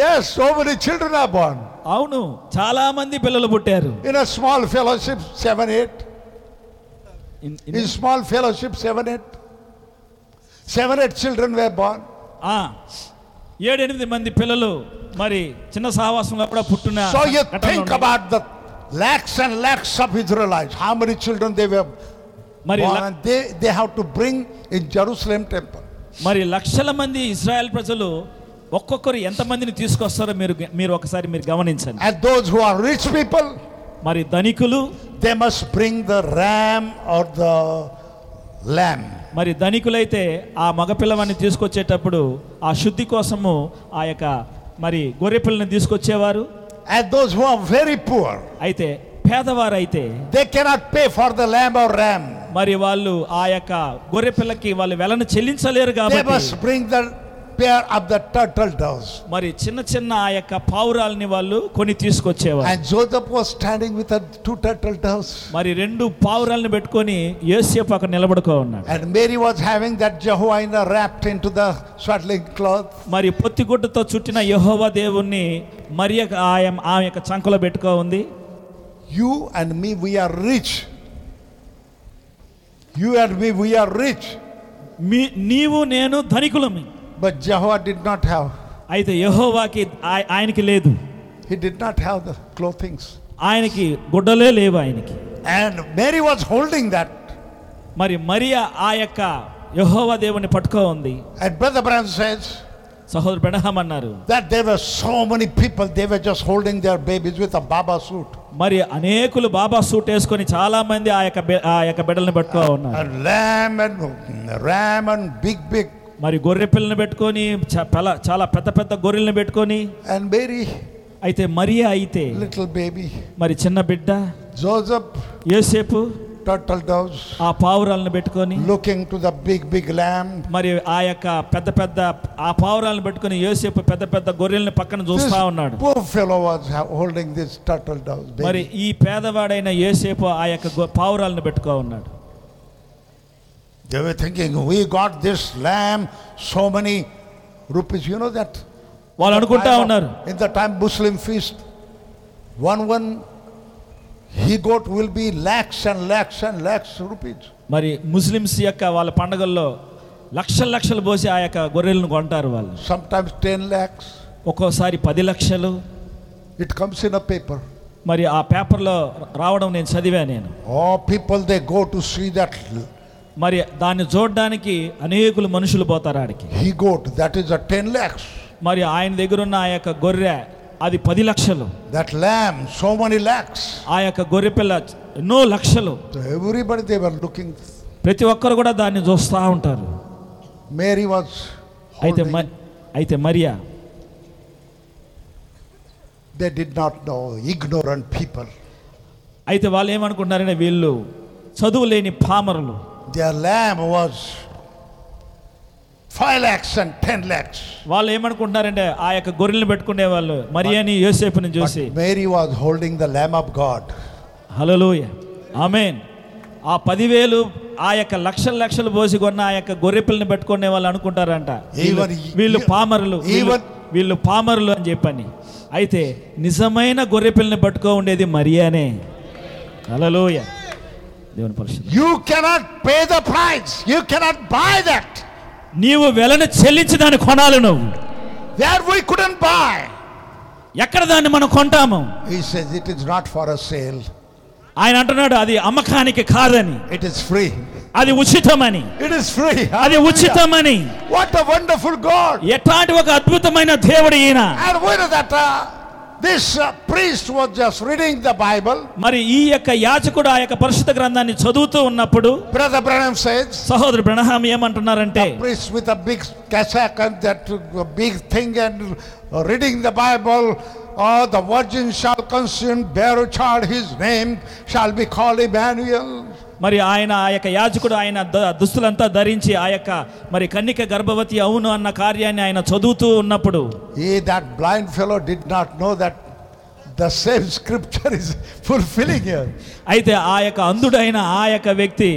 Speaker 4: yes, so many children are born.
Speaker 1: అవును చాలా మంది పిల్లలు పుట్టారు
Speaker 4: In a small fellowship, seven, eight.
Speaker 1: In- in-
Speaker 4: In small fellowship, seven, eight. Seven, eight children were born.
Speaker 1: ఆ, ఏడెనిమిది మంది పిల్లలు మరి చిన్న సహవాసంలో కూడా పుట్టిన
Speaker 4: So you
Speaker 1: ఘటనలు
Speaker 4: think
Speaker 1: ఉన్నాయి.
Speaker 4: about the lakhs and lakhs of Israelites, how many children they were
Speaker 1: మరి
Speaker 4: born,
Speaker 1: ల-
Speaker 4: and they, they have to bring in Jerusalem temple.
Speaker 1: మరి లక్షల మంది ఇజ్రాయెల్ ప్రజలు ఒక్కొక్కరు ఎంతమందిని తీసుకొస్తారో మీరు గ- మీరు ఒకసారి మీరు గమనించండి
Speaker 4: And those who are rich people,
Speaker 1: మరి ధనికులు
Speaker 4: they must bring the ram or the lamb.
Speaker 1: మరి ధనికులైతే ఆ మగపిల్లవాన్ని తీసుకొచ్చేటప్పుడు ఆ శుద్ధి కోసము ఆ యొక్క మరి గొర్రె పిల్లని తీసుకొచ్చేవారు
Speaker 4: And those who are very poor,
Speaker 1: అయితే పేదవారైతే
Speaker 4: they cannot pay for the lamb or ram.
Speaker 1: మరి వాళ్ళు ఆ యొక్క గొర్రె పిల్లకి వాళ్ళు వెలను చెల్లించలేరు
Speaker 4: They
Speaker 1: కాబట్టి
Speaker 4: must bring the pair of the turtle doves.
Speaker 1: మరి చిన్న చిన్న ఆ యొక్క పావురాల్ని వాళ్ళు కొని తీసుకొచ్చేవారు
Speaker 4: And Joseph was standing with the two turtle doves.
Speaker 1: మరి రెండు పావురాలను పెట్టుకొని యోసేపు అక్కడ నిలబడుకో ఉన్నాడు
Speaker 4: And Mary was having that Jehovah in the- wrapped into the swaddling cloth.
Speaker 1: మరి పొత్తిగుడ్డతో చుట్టిన యెహోవా దేవుణ్ణి మరి ఆయ ఆమె యొక్క చంకలో పెట్టుకో ఉంది
Speaker 4: You and me, we are rich. You and me, we are rich.
Speaker 1: మీ నీవు నేను ధనికులమి
Speaker 4: But Jehovah did not have.
Speaker 1: అయితే యెహోవాకి ఆయ- ఆయనకి లేదు
Speaker 4: He did not have the clothings.
Speaker 1: ఆయనకి గుడ్డలే లేవు ఆయనకి
Speaker 4: And Mary was holding that.
Speaker 1: మరి మరి ఆ యొక్క యెహోవా దేవుని పట్టుకో ఉంది
Speaker 4: And Brother Bram says
Speaker 1: సహోదరు బ్రహ్మ అన్నారు
Speaker 4: that there were so many people, they were just holding their babies with a Baba suit.
Speaker 1: మరి అనేకులు బాబా సూట్ వేసుకొని చాలా మంది ఆ యొక్క బి- ఆ యొక్క బిడ్డలను పట్టుకో ఉన్నారు
Speaker 4: And lamb and ram and big, big.
Speaker 1: మరి గొర్రె పిల్లని పెట్టుకొని చ- పెల- చాలా పెద్ద పెద్ద గొర్రెల్ని పెట్టుకొని
Speaker 4: And Mary,
Speaker 1: అయితే మరియా అయితే
Speaker 4: little baby.
Speaker 1: మరి చిన్న బిడ్డ
Speaker 4: Joseph,
Speaker 1: యోసేపు
Speaker 4: turtle doves,
Speaker 1: ఆ పావురాలను పెట్టుకొని
Speaker 4: looking to the big, big lamb.
Speaker 1: మరి ఆ యొక్క పెద్ద పెద్ద ఆ పావురాలను పెట్టుకొని యోసేపు పెద్ద పెద్ద గొర్రెల్ని పక్కన
Speaker 4: This
Speaker 1: చూస్తా ఉన్నాడు
Speaker 4: poor fellow was ha- holding this turtle doves. baby.
Speaker 1: మరి ఈ పేదవాడైన యోసేపు ఆ యొక్క గొ- పావురాలను పెట్టుకో ఉన్నాడు
Speaker 4: They were thinking, we got this lamb, so many rupees. You know that?
Speaker 1: వాళ్ళు అనుకుంటా
Speaker 4: time of-
Speaker 1: ఉన్నారు
Speaker 4: In the time Muslim feast, one one he goat will be lakhs and lakhs and lakhs rupees.
Speaker 1: మరి Muslims యొక్క వాళ్ళ పండగల్లో లక్షల లక్షలు పోసి ఆ యొక్క గొర్రెలను కొంటారు వాళ్ళు
Speaker 4: Sometimes 10 lakhs.
Speaker 1: ఒక్కోసారి పది లక్షలు
Speaker 4: It comes in a paper.
Speaker 1: మరి ఆ పేపర్లో రావడం నేను చదివాను నేను
Speaker 4: Oh, people, they go to see that l-
Speaker 1: మరి దాన్ని చూడడానికి అనేకులు మనుషులు పోతారు ఆడికి
Speaker 4: he goat, that is a 10 lakhs.
Speaker 1: మరి ఆయన దగ్గర ఉన్న ఆ యొక్క గొర్రె అది పది లక్షలు
Speaker 4: That lamb, so many lakhs.
Speaker 1: ఆ యొక్క గొర్రె పిల్ల ఎన్నో లక్షలు
Speaker 4: So everybody, they were looking.
Speaker 1: ప్రతి ఒక్కరు కూడా దాన్ని చూస్తూ ఉంటారు
Speaker 4: Mary was
Speaker 1: అయితే
Speaker 4: holding.
Speaker 1: మ- అయితే Mariya
Speaker 4: They did not know, ignorant people.
Speaker 1: అయితే వాళ్ళు ఏమనుకుంటున్నారంటే వీళ్ళు చదువు లేని పామరులు
Speaker 4: Their lamb was 5 lakhs and 10 lakhs.
Speaker 1: వాళ్ళు ఏమనుకుంటున్నారంటే ఆ యొక్క గొర్రెలను పెట్టుకునే వాళ్ళు మరియాని యోసేపుని
Speaker 4: But
Speaker 1: చూసి
Speaker 4: Mary was holding the lamb of God.
Speaker 1: హలోయ ఆమెన్ ఆ పదివేలు ఆ యొక్క లక్షల లక్షలు పోసి కొన్న ఆ యొక్క గొర్రెపిల్లని పెట్టుకునే వాళ్ళు అనుకుంటారంట వీళ్ళు-
Speaker 4: Even-
Speaker 1: వీళ్ళు పామరులు వీళ్ళు-
Speaker 4: even-
Speaker 1: వీళ్ళు పామరులు అని చెప్పని అయితే నిజమైన గొర్రెపిల్లని పట్టుకో ఉండేది మరియానే హలోయ దేవుని పరిశుద్ధ
Speaker 4: You cannot pay the price. You cannot buy that.
Speaker 1: నీవు వెలను చెల్లించి దాన్ని కొనాలి నువ్వు
Speaker 4: That we couldn't buy.
Speaker 1: ఎక్కడ దాన్ని మనం కొంటాము
Speaker 4: He says it is not for a sale.
Speaker 1: ఆయన అంటున్నాడు అది అమ్మకానికి కాదని
Speaker 4: It is free.
Speaker 1: అది ఉచితమని
Speaker 4: It is free.
Speaker 1: అది ఉచితమని
Speaker 4: What a wonderful God.
Speaker 1: ఎట్లాంటి ఒక అద్భుతమైన దేవుడు ఈయన
Speaker 4: And whether that uh, this uh, priest was just reading the Bible,
Speaker 1: మరి ఈ యొక్క యాజకుడు ఆ యొక్క పరిశుద్ధ గ్రంథాన్ని చదువుతూ ఉన్నప్పుడు
Speaker 4: Brother Branham says,
Speaker 1: సహోదరు బ్రహ్మ ఏమంటున్నారంటే
Speaker 4: priest with a big cassock and that uh, big thing and uh, reading the Bible, oh, the virgin shall conceive, bear a child, his name shall be called Emmanuel.
Speaker 1: మరి ఆయన ఆ యొక్క యాజకుడు ఆయన the- దుస్తులంతా ధరించి ఆ యొక్క మరి కన్నిక గర్భవతి అవును అన్న కార్యాన్ని ఆయన చదువుతూ ఉన్నప్పుడు
Speaker 4: He, that blind fellow, did not know that the same scripture is fulfilling here.
Speaker 1: అయితే ఆ యొక్క అంధుడైన ఆ యొక్క వ్యక్తి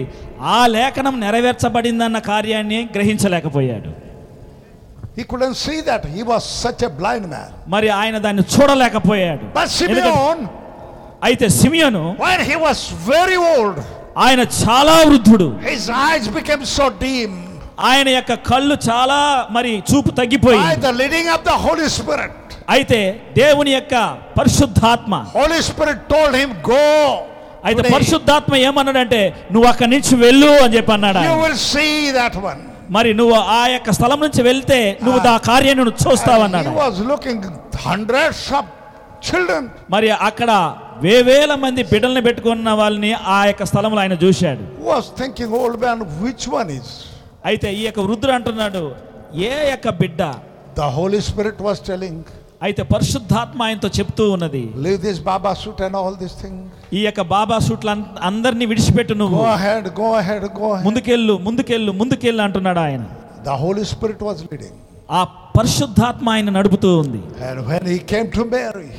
Speaker 1: ఆ లేఖనం నెరవేర్చబడిందన్న కార్యాన్ని గ్రహించలేకపోయాడు
Speaker 4: He couldn't see that. He was such a blind man.
Speaker 1: మరి ఆయన దాన్ని చూడలేకపోయాడు
Speaker 4: But
Speaker 1: ఎందుకంటే-
Speaker 4: Simeon,
Speaker 1: అయితే Simeon
Speaker 4: when he was very old,
Speaker 1: ఆయన చాలా వృద్ధుడు
Speaker 4: his eyes became so dim
Speaker 1: ఆయన యొక్క కళ్ళు చాలా మరి చూపు
Speaker 4: by
Speaker 1: తగ్గిపోయింది
Speaker 4: the leading of the Holy Spirit.
Speaker 1: అయితే దేవుని యొక్క పరిశుద్ధాత్మ
Speaker 4: Holy Spirit told him, Go.
Speaker 1: అయితే
Speaker 4: today.
Speaker 1: పరిశుద్ధాత్మ ఏమన్నాడంటే నువ్వు అక్కడి నుంచి వెళ్ళు అని చెప్పి అన్నాడు
Speaker 4: You
Speaker 1: ఆయన.
Speaker 4: will see that one.
Speaker 1: మరి నువ్వు ఆ యొక్క స్థలం నుంచి వెళ్తే నువ్వు ఆ
Speaker 4: Ah.
Speaker 1: కార్యాన్ని నువ్వు
Speaker 4: And
Speaker 1: చూస్తావన్నాడు
Speaker 4: he
Speaker 1: ఆయన.
Speaker 4: was looking hundreds of children.
Speaker 1: మరి అక్కడ వేవేల మంది బిడ్డల్ని పెట్టుకున్న వాళ్ళని ఆ యొక్క స్థలంలో ఆయన చూశాడు
Speaker 4: Was thinking, old man, which one is?
Speaker 1: అయితే ఈ యొక్క వృద్ధుడు అంటున్నాడు ఏ యొక్క బిడ్డ
Speaker 4: The Holy Spirit was telling,
Speaker 1: అయితే పరిశుద్ధాత్మ ఆయనతో చెప్తూ ఉన్నది
Speaker 4: Leave this Baba suit and all this thing.
Speaker 1: ఈ యొక్క బాబా సూట్లు అందరినీ విడిచిపెట్టు నువ్వు
Speaker 4: Go ahead, go ahead, go ahead.
Speaker 1: ముందుకెళ్ళు ముందుకెళ్ళు ముందుకెళ్ళు అంటున్నాడు ఆయన
Speaker 4: The Holy Spirit was leading.
Speaker 1: ఆ పరిశుద్ధాత్మ ఆయన నడుపుతూ ఉంది
Speaker 4: And when he came to Mary,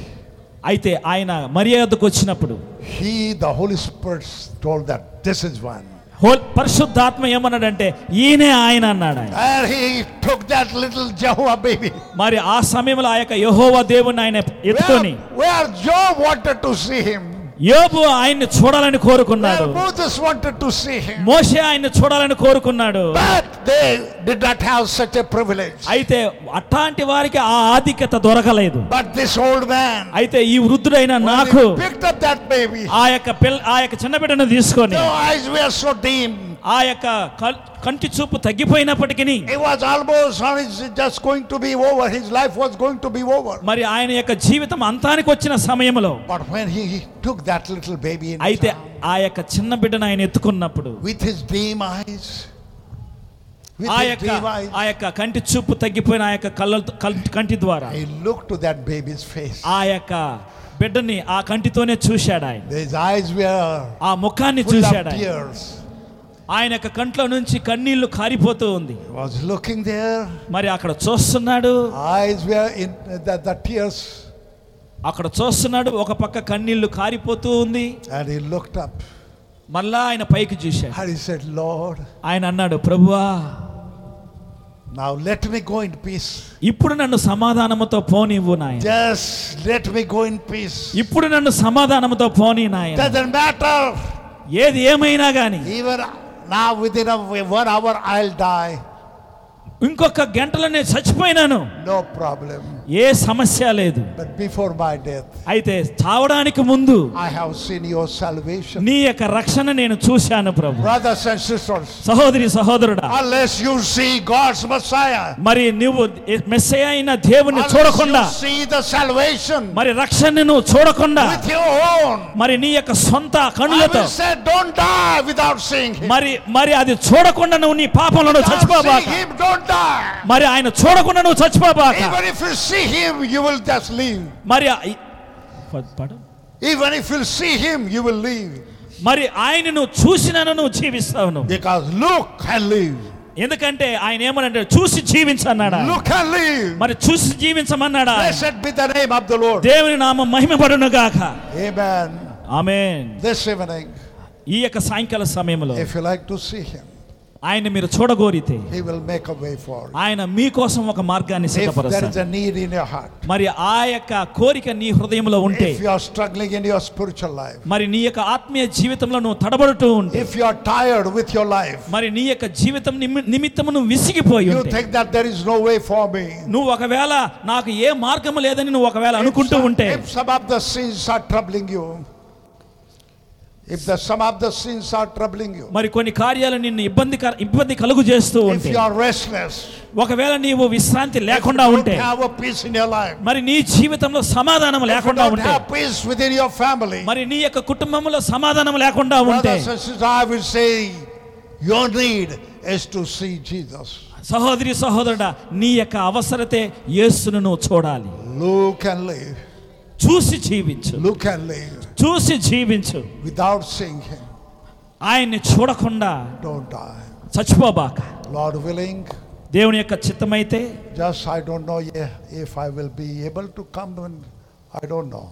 Speaker 1: అయితే ఆయన మర్యాదకు వచ్చినప్పుడు
Speaker 4: he, the Holy Spirit, told that this is one.
Speaker 1: హోల్ పరిశుద్ధాత్మ ఏమన్నాడంటే ఈయనే ఆయన అన్నాడు ఆయన
Speaker 4: And he took that little Jehovah baby.
Speaker 1: మరి ఆ సమయంలో ఆ యొక్క యహోవా దేవుని ఆయన
Speaker 4: Where,
Speaker 1: ఎత్తుకొని
Speaker 4: where Job wanted to see him,
Speaker 1: యోబు ఆయన్ని చూడాలని కోరుకున్నాడు
Speaker 4: where Moses wanted to see him.
Speaker 1: మోషే ఆయన్ని చూడాలని కోరుకున్నాడు
Speaker 4: But they did not have such a privilege.
Speaker 1: అయితే అట్లాంటి వారికి ఆ ఆధిక్యత దొరకలేదు
Speaker 4: But this old man,
Speaker 1: అయితే ఈ వృద్ధుడైన
Speaker 4: when
Speaker 1: నాకు
Speaker 4: he picked up that baby.
Speaker 1: ఆ యొక్క పిల్ల ఆ యొక్క చిన్న బిడ్డను తీసుకొని
Speaker 4: Their eyes were so dim.
Speaker 1: ఆ యొక్క కల్- కంటి చూపు తగ్గిపోయినప్పటికీ
Speaker 4: He was almost on his, just going to be over. His life was going to be over.
Speaker 1: మరి ఆయన యొక్క జీవితం అంతానికి వచ్చిన సమయంలో
Speaker 4: But when he, he took that little baby in his
Speaker 1: అయితే
Speaker 4: arm,
Speaker 1: ఆ యొక్క చిన్న బిడ్డను ఆయన ఎత్తుకున్నప్పుడు
Speaker 4: with his dim eyes, with
Speaker 1: ఆ
Speaker 4: his
Speaker 1: యొక్క
Speaker 4: dim
Speaker 1: ఆ
Speaker 4: eyes,
Speaker 1: యొక్క కంటి చూపు తగ్గిపోయిన ఆ యొక్క కళ్ళ కంటి ద్వారా
Speaker 4: he looked to that baby's face.
Speaker 1: ఆ యొక్క బిడ్డని ఆ కంటితోనే చూశాడు ఆయన
Speaker 4: His eyes were
Speaker 1: ఆ ముఖాన్ని
Speaker 4: full
Speaker 1: చూశాడు
Speaker 4: of
Speaker 1: ఆయన
Speaker 4: tears.
Speaker 1: ఆయన యొక్క కంట్లో నుంచి కన్నీళ్లు కారిపోతూ ఉంది
Speaker 4: He was looking there.
Speaker 1: మరి అక్కడ చూస్తున్నాడు
Speaker 4: Eyes were in the, the tears,
Speaker 1: అక్కడ చూస్తున్నాడు ఒక పక్క కన్నీళ్లు కారిపోతూ ఉంది
Speaker 4: and he looked up
Speaker 1: మళ్ళా ఆయన పైకి చూశాడు
Speaker 4: and he said, "Lord,
Speaker 1: ఆయన అన్నాడు ప్రభువా
Speaker 4: now let me go in peace.
Speaker 1: ఇప్పుడు నన్ను సమాధానముతో పోనివ్వు నాయన
Speaker 4: Just let me go in peace.
Speaker 1: ఇప్పుడు నన్ను సమాధానముతో పోనీ నాయన
Speaker 4: Doesn't matter."
Speaker 1: ఏది ఏమైనా గాని
Speaker 4: Even now, within a, one hour, I'll die.
Speaker 1: ఇంకొక గంటలో నేను చచ్చిపోయినాను
Speaker 4: No problem.
Speaker 1: ఏ సమస్య లేదు
Speaker 4: But before my death,
Speaker 1: అయితే చావడానికి ముందు
Speaker 4: I have seen your salvation.
Speaker 1: నీ యొక్క రక్షణ నేను చూశాను ప్రభు
Speaker 4: Brothers and sisters,
Speaker 1: సహోదరి సహోదరుడా
Speaker 4: unless you see God's Messiah,
Speaker 1: మరి నువ్వు మెస్సయ అయిన దేవుణ్ణి
Speaker 4: unless
Speaker 1: చూడకుండా
Speaker 4: you see the salvation
Speaker 1: మరి రక్షణని నువ్వు చూడకుండా
Speaker 4: with your own,
Speaker 1: మరి నీ యొక్క సొంత
Speaker 4: I
Speaker 1: కనులతో
Speaker 4: will say, don't die without seeing Him.
Speaker 1: మరి మరి అది చూడకుండా నువ్వు నీ పాపంలో నువ్వు
Speaker 4: Without
Speaker 1: చచ్చిపోబాక
Speaker 4: seeing Him, don't die.
Speaker 1: మరి ఆయన చూడకుండా నువ్వు చచ్చిపోబాక
Speaker 4: Even if you see Him, you will just leave.
Speaker 1: మరి ఆ- ప- పాడు.
Speaker 4: Even if you see Him, you will leave.
Speaker 1: మరి ఆయన నువ్వు చూసినాను నువ్వు జీవిస్తావు నువ్వు
Speaker 4: Because look and live.
Speaker 1: ఎందుకంటే ఆయన ఏమనంటే చూసి జీవించన్నాడా
Speaker 4: Look and live.
Speaker 1: మరి చూసి జీవించమన్నాడా
Speaker 4: Blessed be the name of the Lord.
Speaker 1: దేవుని నామం మహిమపడును గాక
Speaker 4: Amen.
Speaker 1: ఆమె
Speaker 4: This evening,
Speaker 1: ఈ యొక్క సాయంకాల సమయంలో
Speaker 4: if you like to see Him,
Speaker 1: ఆయన మీరు చూడగోరితే
Speaker 4: He will make a way for you.
Speaker 1: ఆయన మీకోసం ఒక మార్గాన్ని
Speaker 4: If there is
Speaker 1: సిద్ధపరుస్తారు
Speaker 4: a need in your heart,
Speaker 1: మరి ఆ యొక్క కోరిక నీ హృదయంలో ఉంటే
Speaker 4: if you are struggling in your spiritual life,
Speaker 1: మరి నీ యొక్క ఆత్మీయ జీవితంలో నువ్వు తడబడుతూ ఉంటే
Speaker 4: if you are tired with your life,
Speaker 1: మరి నీ యొక్క జీవితం నిమి- నిమిత్తము నువ్వు విసిగిపోయి
Speaker 4: you
Speaker 1: ఉంటే,
Speaker 4: think that there is no way for me.
Speaker 1: నువ్వు ఒకవేళ నాకు ఏ మార్గం లేదని నువ్వు ఒకవేళ అనుకుంటూ
Speaker 4: If some-
Speaker 1: ఉంటే
Speaker 4: If some of the sins are troubling you, if the some of the sins are troubling you,
Speaker 1: మరి కొన్ని కార్యాలు నిన్ను ఇబ్బంది కర- ఇబ్బంది కలుగు చేస్తూ
Speaker 4: if
Speaker 1: ఉంటే
Speaker 4: you are restless,
Speaker 1: ఒకవేళ నీవు విశ్రాంతి
Speaker 4: if you
Speaker 1: లేకుండా
Speaker 4: don't
Speaker 1: ఉంటే
Speaker 4: have a peace in your life,
Speaker 1: మరి నీ జీవితంలో సమాధానం
Speaker 4: if you
Speaker 1: లేకుండా
Speaker 4: don't
Speaker 1: ఉంటే
Speaker 4: have peace within your family,
Speaker 1: మరి నీ యొక్క కుటుంబంలో సమాధానం లేకుండా ఉంటే
Speaker 4: brothers and sisters, I will say your need is to see Jesus.
Speaker 1: సహోదరి సహోదరుడా నీ యొక్క అవసరతే యేసును నువ్వు చూడాలి
Speaker 4: Look and live.
Speaker 1: చూసి జీవించు
Speaker 4: Look and live.
Speaker 1: చూసి జీవించు
Speaker 4: Without seeing him,
Speaker 1: ఆయన్ని చూడకుండా
Speaker 4: don't die.
Speaker 1: చచ్చిపోబాక
Speaker 4: Lord willing,
Speaker 1: దేవుని యొక్క చిత్తమైతే
Speaker 4: just I don't know ye- if I will be able to come and I don't know.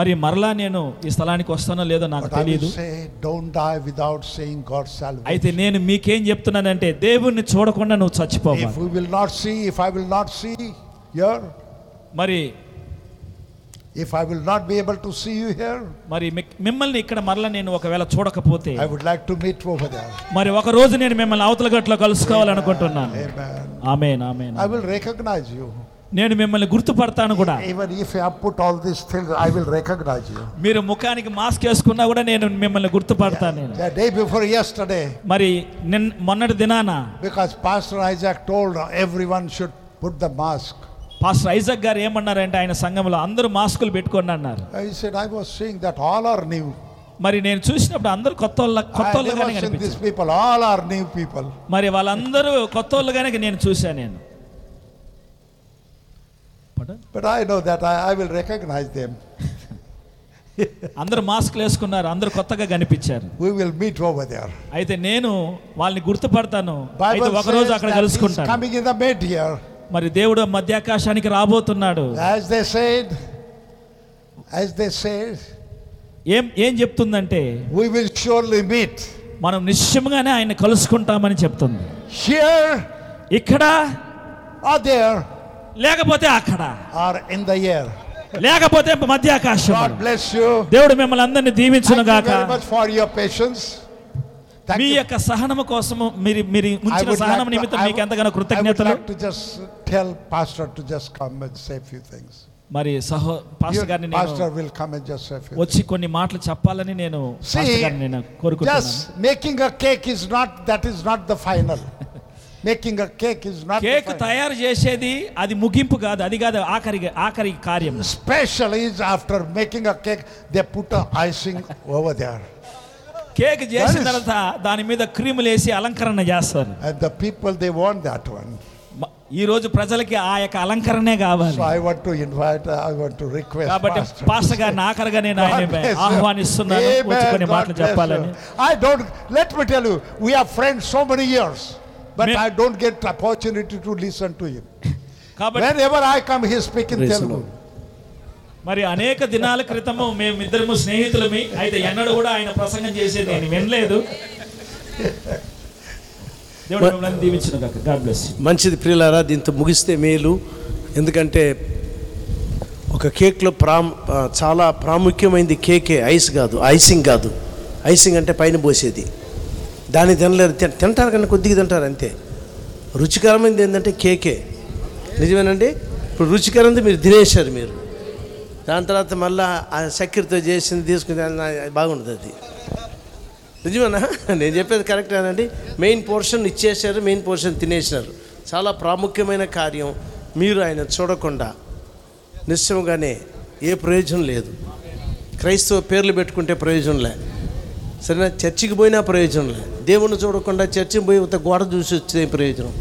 Speaker 1: మరి మరలా నేను ఈ స్థలానికి వస్తానో లేదో నాకు
Speaker 4: But I will
Speaker 1: తెలియదు
Speaker 4: say, don't die without seeing God's salvation.
Speaker 1: అయితే నేను మీకేం చెప్తున్నానంటే దేవుణ్ణి చూడకుండా నువ్వు
Speaker 4: If
Speaker 1: చచ్చిపోవాలి
Speaker 4: we will not see, if I will not see here,
Speaker 1: మరి
Speaker 4: if I will not be able to see you here,
Speaker 1: మరి మిక్- మిమ్మల్ని ఇక్కడ మరలా నేను ఒకవేళ చూడకపోతే
Speaker 4: I would like to meet over there.
Speaker 1: మరి ఒక రోజు నేను మిమ్మల్ని అవతల గట్లో కలుసుకోవాలనుకుంటున్నాను
Speaker 4: Amen.
Speaker 1: Amen amen
Speaker 4: I will recognize you.
Speaker 1: నేను మిమ్మల్ని గుర్తుపడతాను కూడా
Speaker 4: Even if I have put all these things, I will recognize you.
Speaker 1: మీరు ముఖానికి మాస్క్ వేసుకున్నా కూడా నేను మిమ్మల్ని గుర్తుపడతాను నేను
Speaker 4: The day before yesterday,
Speaker 1: మరి నిన్న మొన్నటి దినాన
Speaker 4: because Pastor Isaac told everyone should put the mask.
Speaker 1: Pastor Isaac గారు ఏమన్నారంటే ఆయన సంఘంలో అందరూ మాస్కులు పెట్టుకోండి అన్నారు
Speaker 4: I said, I was seeing that all are new.
Speaker 1: మరి నేను చూసినప్పుడు అందరూ కొత్త వాళ్ళ
Speaker 4: I
Speaker 1: కొత్త
Speaker 4: have never
Speaker 1: వాళ్ళుగానే
Speaker 4: seen these
Speaker 1: కనిపించారు
Speaker 4: people. All are new people.
Speaker 1: మరి వాళ్ళందరూ కొత్త వాళ్ళుగానే నేను చూశాను నేను పడు.
Speaker 4: But I know that I, I will recognize them.
Speaker 1: అందరూ మాస్క్లు వేసుకున్నారు అందరూ కొత్తగా కనిపించారు
Speaker 4: We will meet over there.
Speaker 1: అయితే నేను వాళ్ళని గుర్తుపడతాను అయితే
Speaker 4: Bible
Speaker 1: ఒక రోజు
Speaker 4: says
Speaker 1: అక్కడ
Speaker 4: that he's
Speaker 1: కలుసుకుంటాను
Speaker 4: coming in the mid here.
Speaker 1: మరి దేవుడు మధ్యాకాశానికి రాబోతున్నాడు
Speaker 4: As they said, as they said,
Speaker 1: ఏం ఏం చెప్తుందంటే
Speaker 4: we will surely meet.
Speaker 1: మనం నిశ్చయంగానే ఆయన కలుసుకుంటామని చెప్తుంది
Speaker 4: Here
Speaker 1: ఇక్కడ
Speaker 4: or there
Speaker 1: లేకపోతే అక్కడ
Speaker 4: or in the air.
Speaker 1: లేకపోతే మధ్యాకాశం
Speaker 4: God bless you.
Speaker 1: దేవుడు మిమ్మల్ని అందరినీ దీవించును
Speaker 4: Thank you
Speaker 1: గాక
Speaker 4: very much for your patience. Thank
Speaker 1: me
Speaker 4: you.
Speaker 1: యొక్క సహనము కోసము మీరు మీరు
Speaker 4: I
Speaker 1: ఉంచిన
Speaker 4: would
Speaker 1: సహనం
Speaker 4: like to-
Speaker 1: నిమిత్తం
Speaker 4: I
Speaker 1: మీకు
Speaker 4: would-
Speaker 1: ఎంతగానో
Speaker 4: I
Speaker 1: కృతజ్ఞతలు
Speaker 4: would like to just tell Pastor to just come and say a few things.
Speaker 1: మరి సహో
Speaker 4: Your
Speaker 1: పాస్టర్ గారిని
Speaker 4: pastor
Speaker 1: నేను
Speaker 4: will come and just say a few
Speaker 1: వచ్చి కొన్ని మాటలు చెప్పాలని నేను పాస్టర్
Speaker 4: See,
Speaker 1: గారిని నేను కోరుకుంటున్నాను
Speaker 4: just making a cake is not, that is not the final. Making a cake is not
Speaker 1: cake
Speaker 4: the final.
Speaker 1: తయారు చేసేది అది ముగింపు కాదు అది కాదు ఆఖరి ఆఖరి కార్యం
Speaker 4: Especially is after making a cake, they put a icing over there.
Speaker 1: Cake చేసిన
Speaker 4: That is-
Speaker 1: తర్వాత దాని మీద క్రీములు వేసి అలంకరణ చేస్తారు
Speaker 4: And the people, they want that one.
Speaker 1: మ- ఈ రోజు ప్రజలకి ఆ యొక్క అలంకరణే కావాలి
Speaker 4: So I want to invite, I want to request
Speaker 1: కాబట్టి
Speaker 4: Pastor.
Speaker 1: పాస్టర్ గారిని ఆఖరిగా నేను
Speaker 4: God
Speaker 1: ఆయన
Speaker 4: bless you.
Speaker 1: ఆహ్వానిస్తున్నాను
Speaker 4: Amen.
Speaker 1: వచ్చి కొన్ని
Speaker 4: God
Speaker 1: మాటలు
Speaker 4: bless
Speaker 1: చెప్పాలని
Speaker 4: you. I don't, let me tell you, we are friends so many years, but
Speaker 1: Me-
Speaker 4: I don't get opportunity to listen to him.
Speaker 1: కాబట్టి
Speaker 4: Whenever I come, he speaks in
Speaker 6: Praise the
Speaker 4: Telugu.
Speaker 6: Lord.
Speaker 1: మరి అనేక దినాల క్రితము మేము ఇద్దరము స్నేహితులమి అయితే ఎన్నడూ కూడా ఆయన ప్రసంగం చేసేది నేను వినలేదు దేవుడు మిమ్మల్ని దీవించిన కాక గాడ్ బ్లెస్
Speaker 3: మంచిది ప్రియులారా దీంతో ముగిస్తే మేలు ఎందుకంటే ఒక కేక్లో ప్రామ్ ఆ, చాలా ప్రాముఖ్యమైనది కేకే ఐస్ కాదు ఐసింగ్ కాదు ఐసింగ్ అంటే పైన పోసేది దాన్ని తినలేరు తిన- తింటారు కానీ కొద్దిగా తింటారు అంతే రుచికరమైనది ఏంటంటే కేకే నిజమేనండి ఇప్పుడు ఇప్పుడు రుచికరంది మీరు తినేశారు మీరు దాని తర్వాత మళ్ళీ ఆ చక్కెరతో చేసింది తీసుకుని దాన్ని అది బాగుంటుంది అది నిజమేనా నేను చెప్పేది కరెక్టేనండి మెయిన్ పోర్షన్ ఇచ్చేశారు మెయిన్ పోర్షన్ తినేశారు చాలా ప్రాముఖ్యమైన కార్యం మీరు ఆయన చూడకుండా నిశ్చయంగానే ఏ ప్రయోజనం లేదు క్రైస్తవ పేర్లు పెట్టుకుంటే ప్రయోజనం లే సరేనా చర్చికి పోయినా ప్రయోజనం లే దేవుణ్ణి చూడకుండా చర్చికి పోయి ఒక గోడ చూసి వచ్చే ప్రయోజనం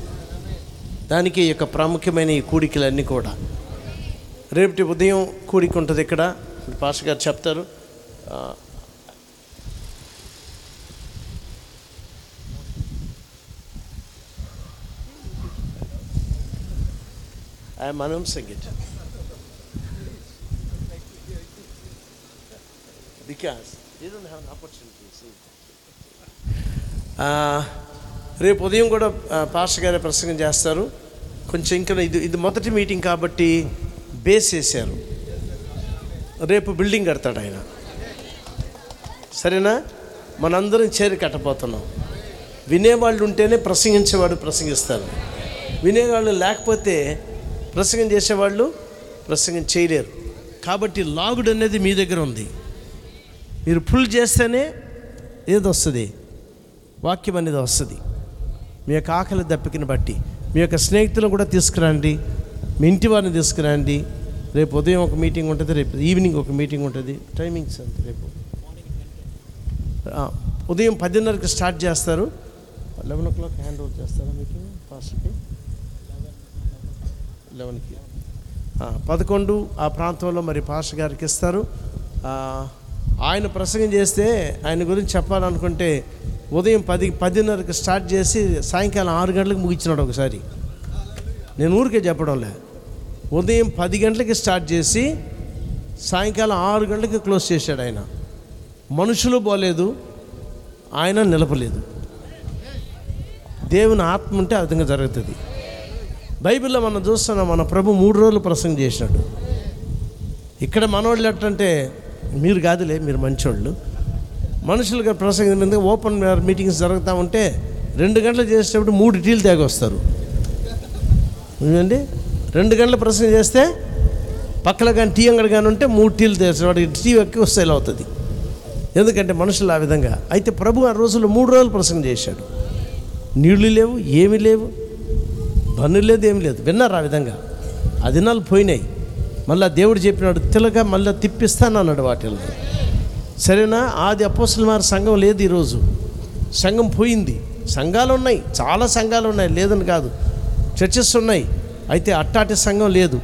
Speaker 3: దానికి ఈ యొక్క ప్రాముఖ్యమైన ఈ కూడికలన్నీ కూడా రేపటి ఉదయం కూడిక ఉంటుంది ఇక్కడ పాస్టర్ గారు చెప్తారు ఆ, I'm announcing it. Because you don't have an opportunity, see. ఆ, రేపు ఉదయం కూడా ఆ, పాస్టర్ గారే ప్రసంగం చేస్తారు కొంచెం ఇంకా ఇది ఇది మొదటి మీటింగ్ కాబట్టి బేస్ వేశారు రేపు బిల్డింగ్ కడతాడు ఆయన సరేనా మనందరం చేరి కట్టబోతున్నాం వినేవాళ్ళు ఉంటేనే ప్రసంగించేవాడు ప్రసంగిస్తారు వినేవాళ్ళు లేకపోతే ప్రసంగం చేసేవాళ్ళు ప్రసంగం చేయలేరు కాబట్టి లాగుడు అనేది మీ దగ్గర ఉంది మీరు ఫుల్ చేస్తేనే ఏది వస్తుంది వాక్యం అనేది వస్తుంది మీ యొక్క ఆకలి దప్పికను బట్టి మీ యొక్క స్నేహితులను కూడా తీసుకురండి మీ ఇంటి వారిని తీసుకురండి రేపు ఉదయం ఒక మీటింగ్ ఉంటుంది రేపు ఈవినింగ్ ఒక మీటింగ్ ఉంటుంది టైమింగ్స్ అంతే రేపు ఆ, ఉదయం పదిన్నరకి స్టార్ట్ చేస్తారు eleven o'clock hand over చేస్తారా మీకు ఫాస్ట్కి లెవెన్కి పదకొండు ఆ ప్రాంతంలో మరి పాస్టర్ గారికి ఇస్తారు ఆ, ఆయన ప్రసంగం చేస్తే ఆయన గురించి చెప్పాలనుకుంటే ఉదయం పది పదిన్నరకు స్టార్ట్ చేసి సాయంకాలం ఆరు గంటలకు ముగించినాడు ఒకసారి నేను ఊరికే చెప్పడం లే ఉదయం పది గంటలకి స్టార్ట్ చేసి సాయంకాలం ఆరు గంటలకి క్లోజ్ చేశాడు ఆయన మనుషులు పోలేదు ఆయన నిలపలేదు దేవుని ఆత్మ ఉంటే ఆ విధంగా జరుగుతుంది బైబిల్లో మనం చూస్తున్నాం మన ప్రభు మూడు రోజులు ప్రసంగం చేసినాడు ఇక్కడ మనోళ్ళు ఎట్టంటే మీరు కాదులే మీరు మంచోళ్ళు మనుషులుగా ప్రసంగం మీద ఓపెన్ ఎయిర్ మీటింగ్స్ జరుగుతూ ఉంటే రెండు గంటలు చేసేటప్పుడు మూడు టీలు తేగొస్తారు ఏమండి రెండు గంటల ప్రసంగం చేస్తే పక్కన కానీ టీ అంగడి కానీ ఉంటే మూడు టీలు తెస్తారు వాడికి టీ ఎక్కువ సేల్ అవుతుంది ఎందుకంటే మనుషులు ఆ విధంగా అయితే ప్రభు ఆ రోజుల్లో మూడు రోజులు ప్రసంగం చేశాడు నీళ్లు లేవు ఏమీ లేవు బన్ను లేదు ఏం లేదు విన్నారు ఆ విధంగా ఆ దినాలు పోయినాయి మళ్ళా దేవుడు చెప్పినాడు తిలక మళ్ళీ తిప్పిస్తాను అన్నాడు వాటిల్లో సరేనా ఆది అపోసల వారి సంఘం లేదు ఈరోజు సంఘం పోయింది సంఘాలు ఉన్నాయి చాలా సంఘాలు ఉన్నాయి లేదని కాదు చర్చెస్ ఉన్నాయి అయితే అట్టాటి సంఘం లేదు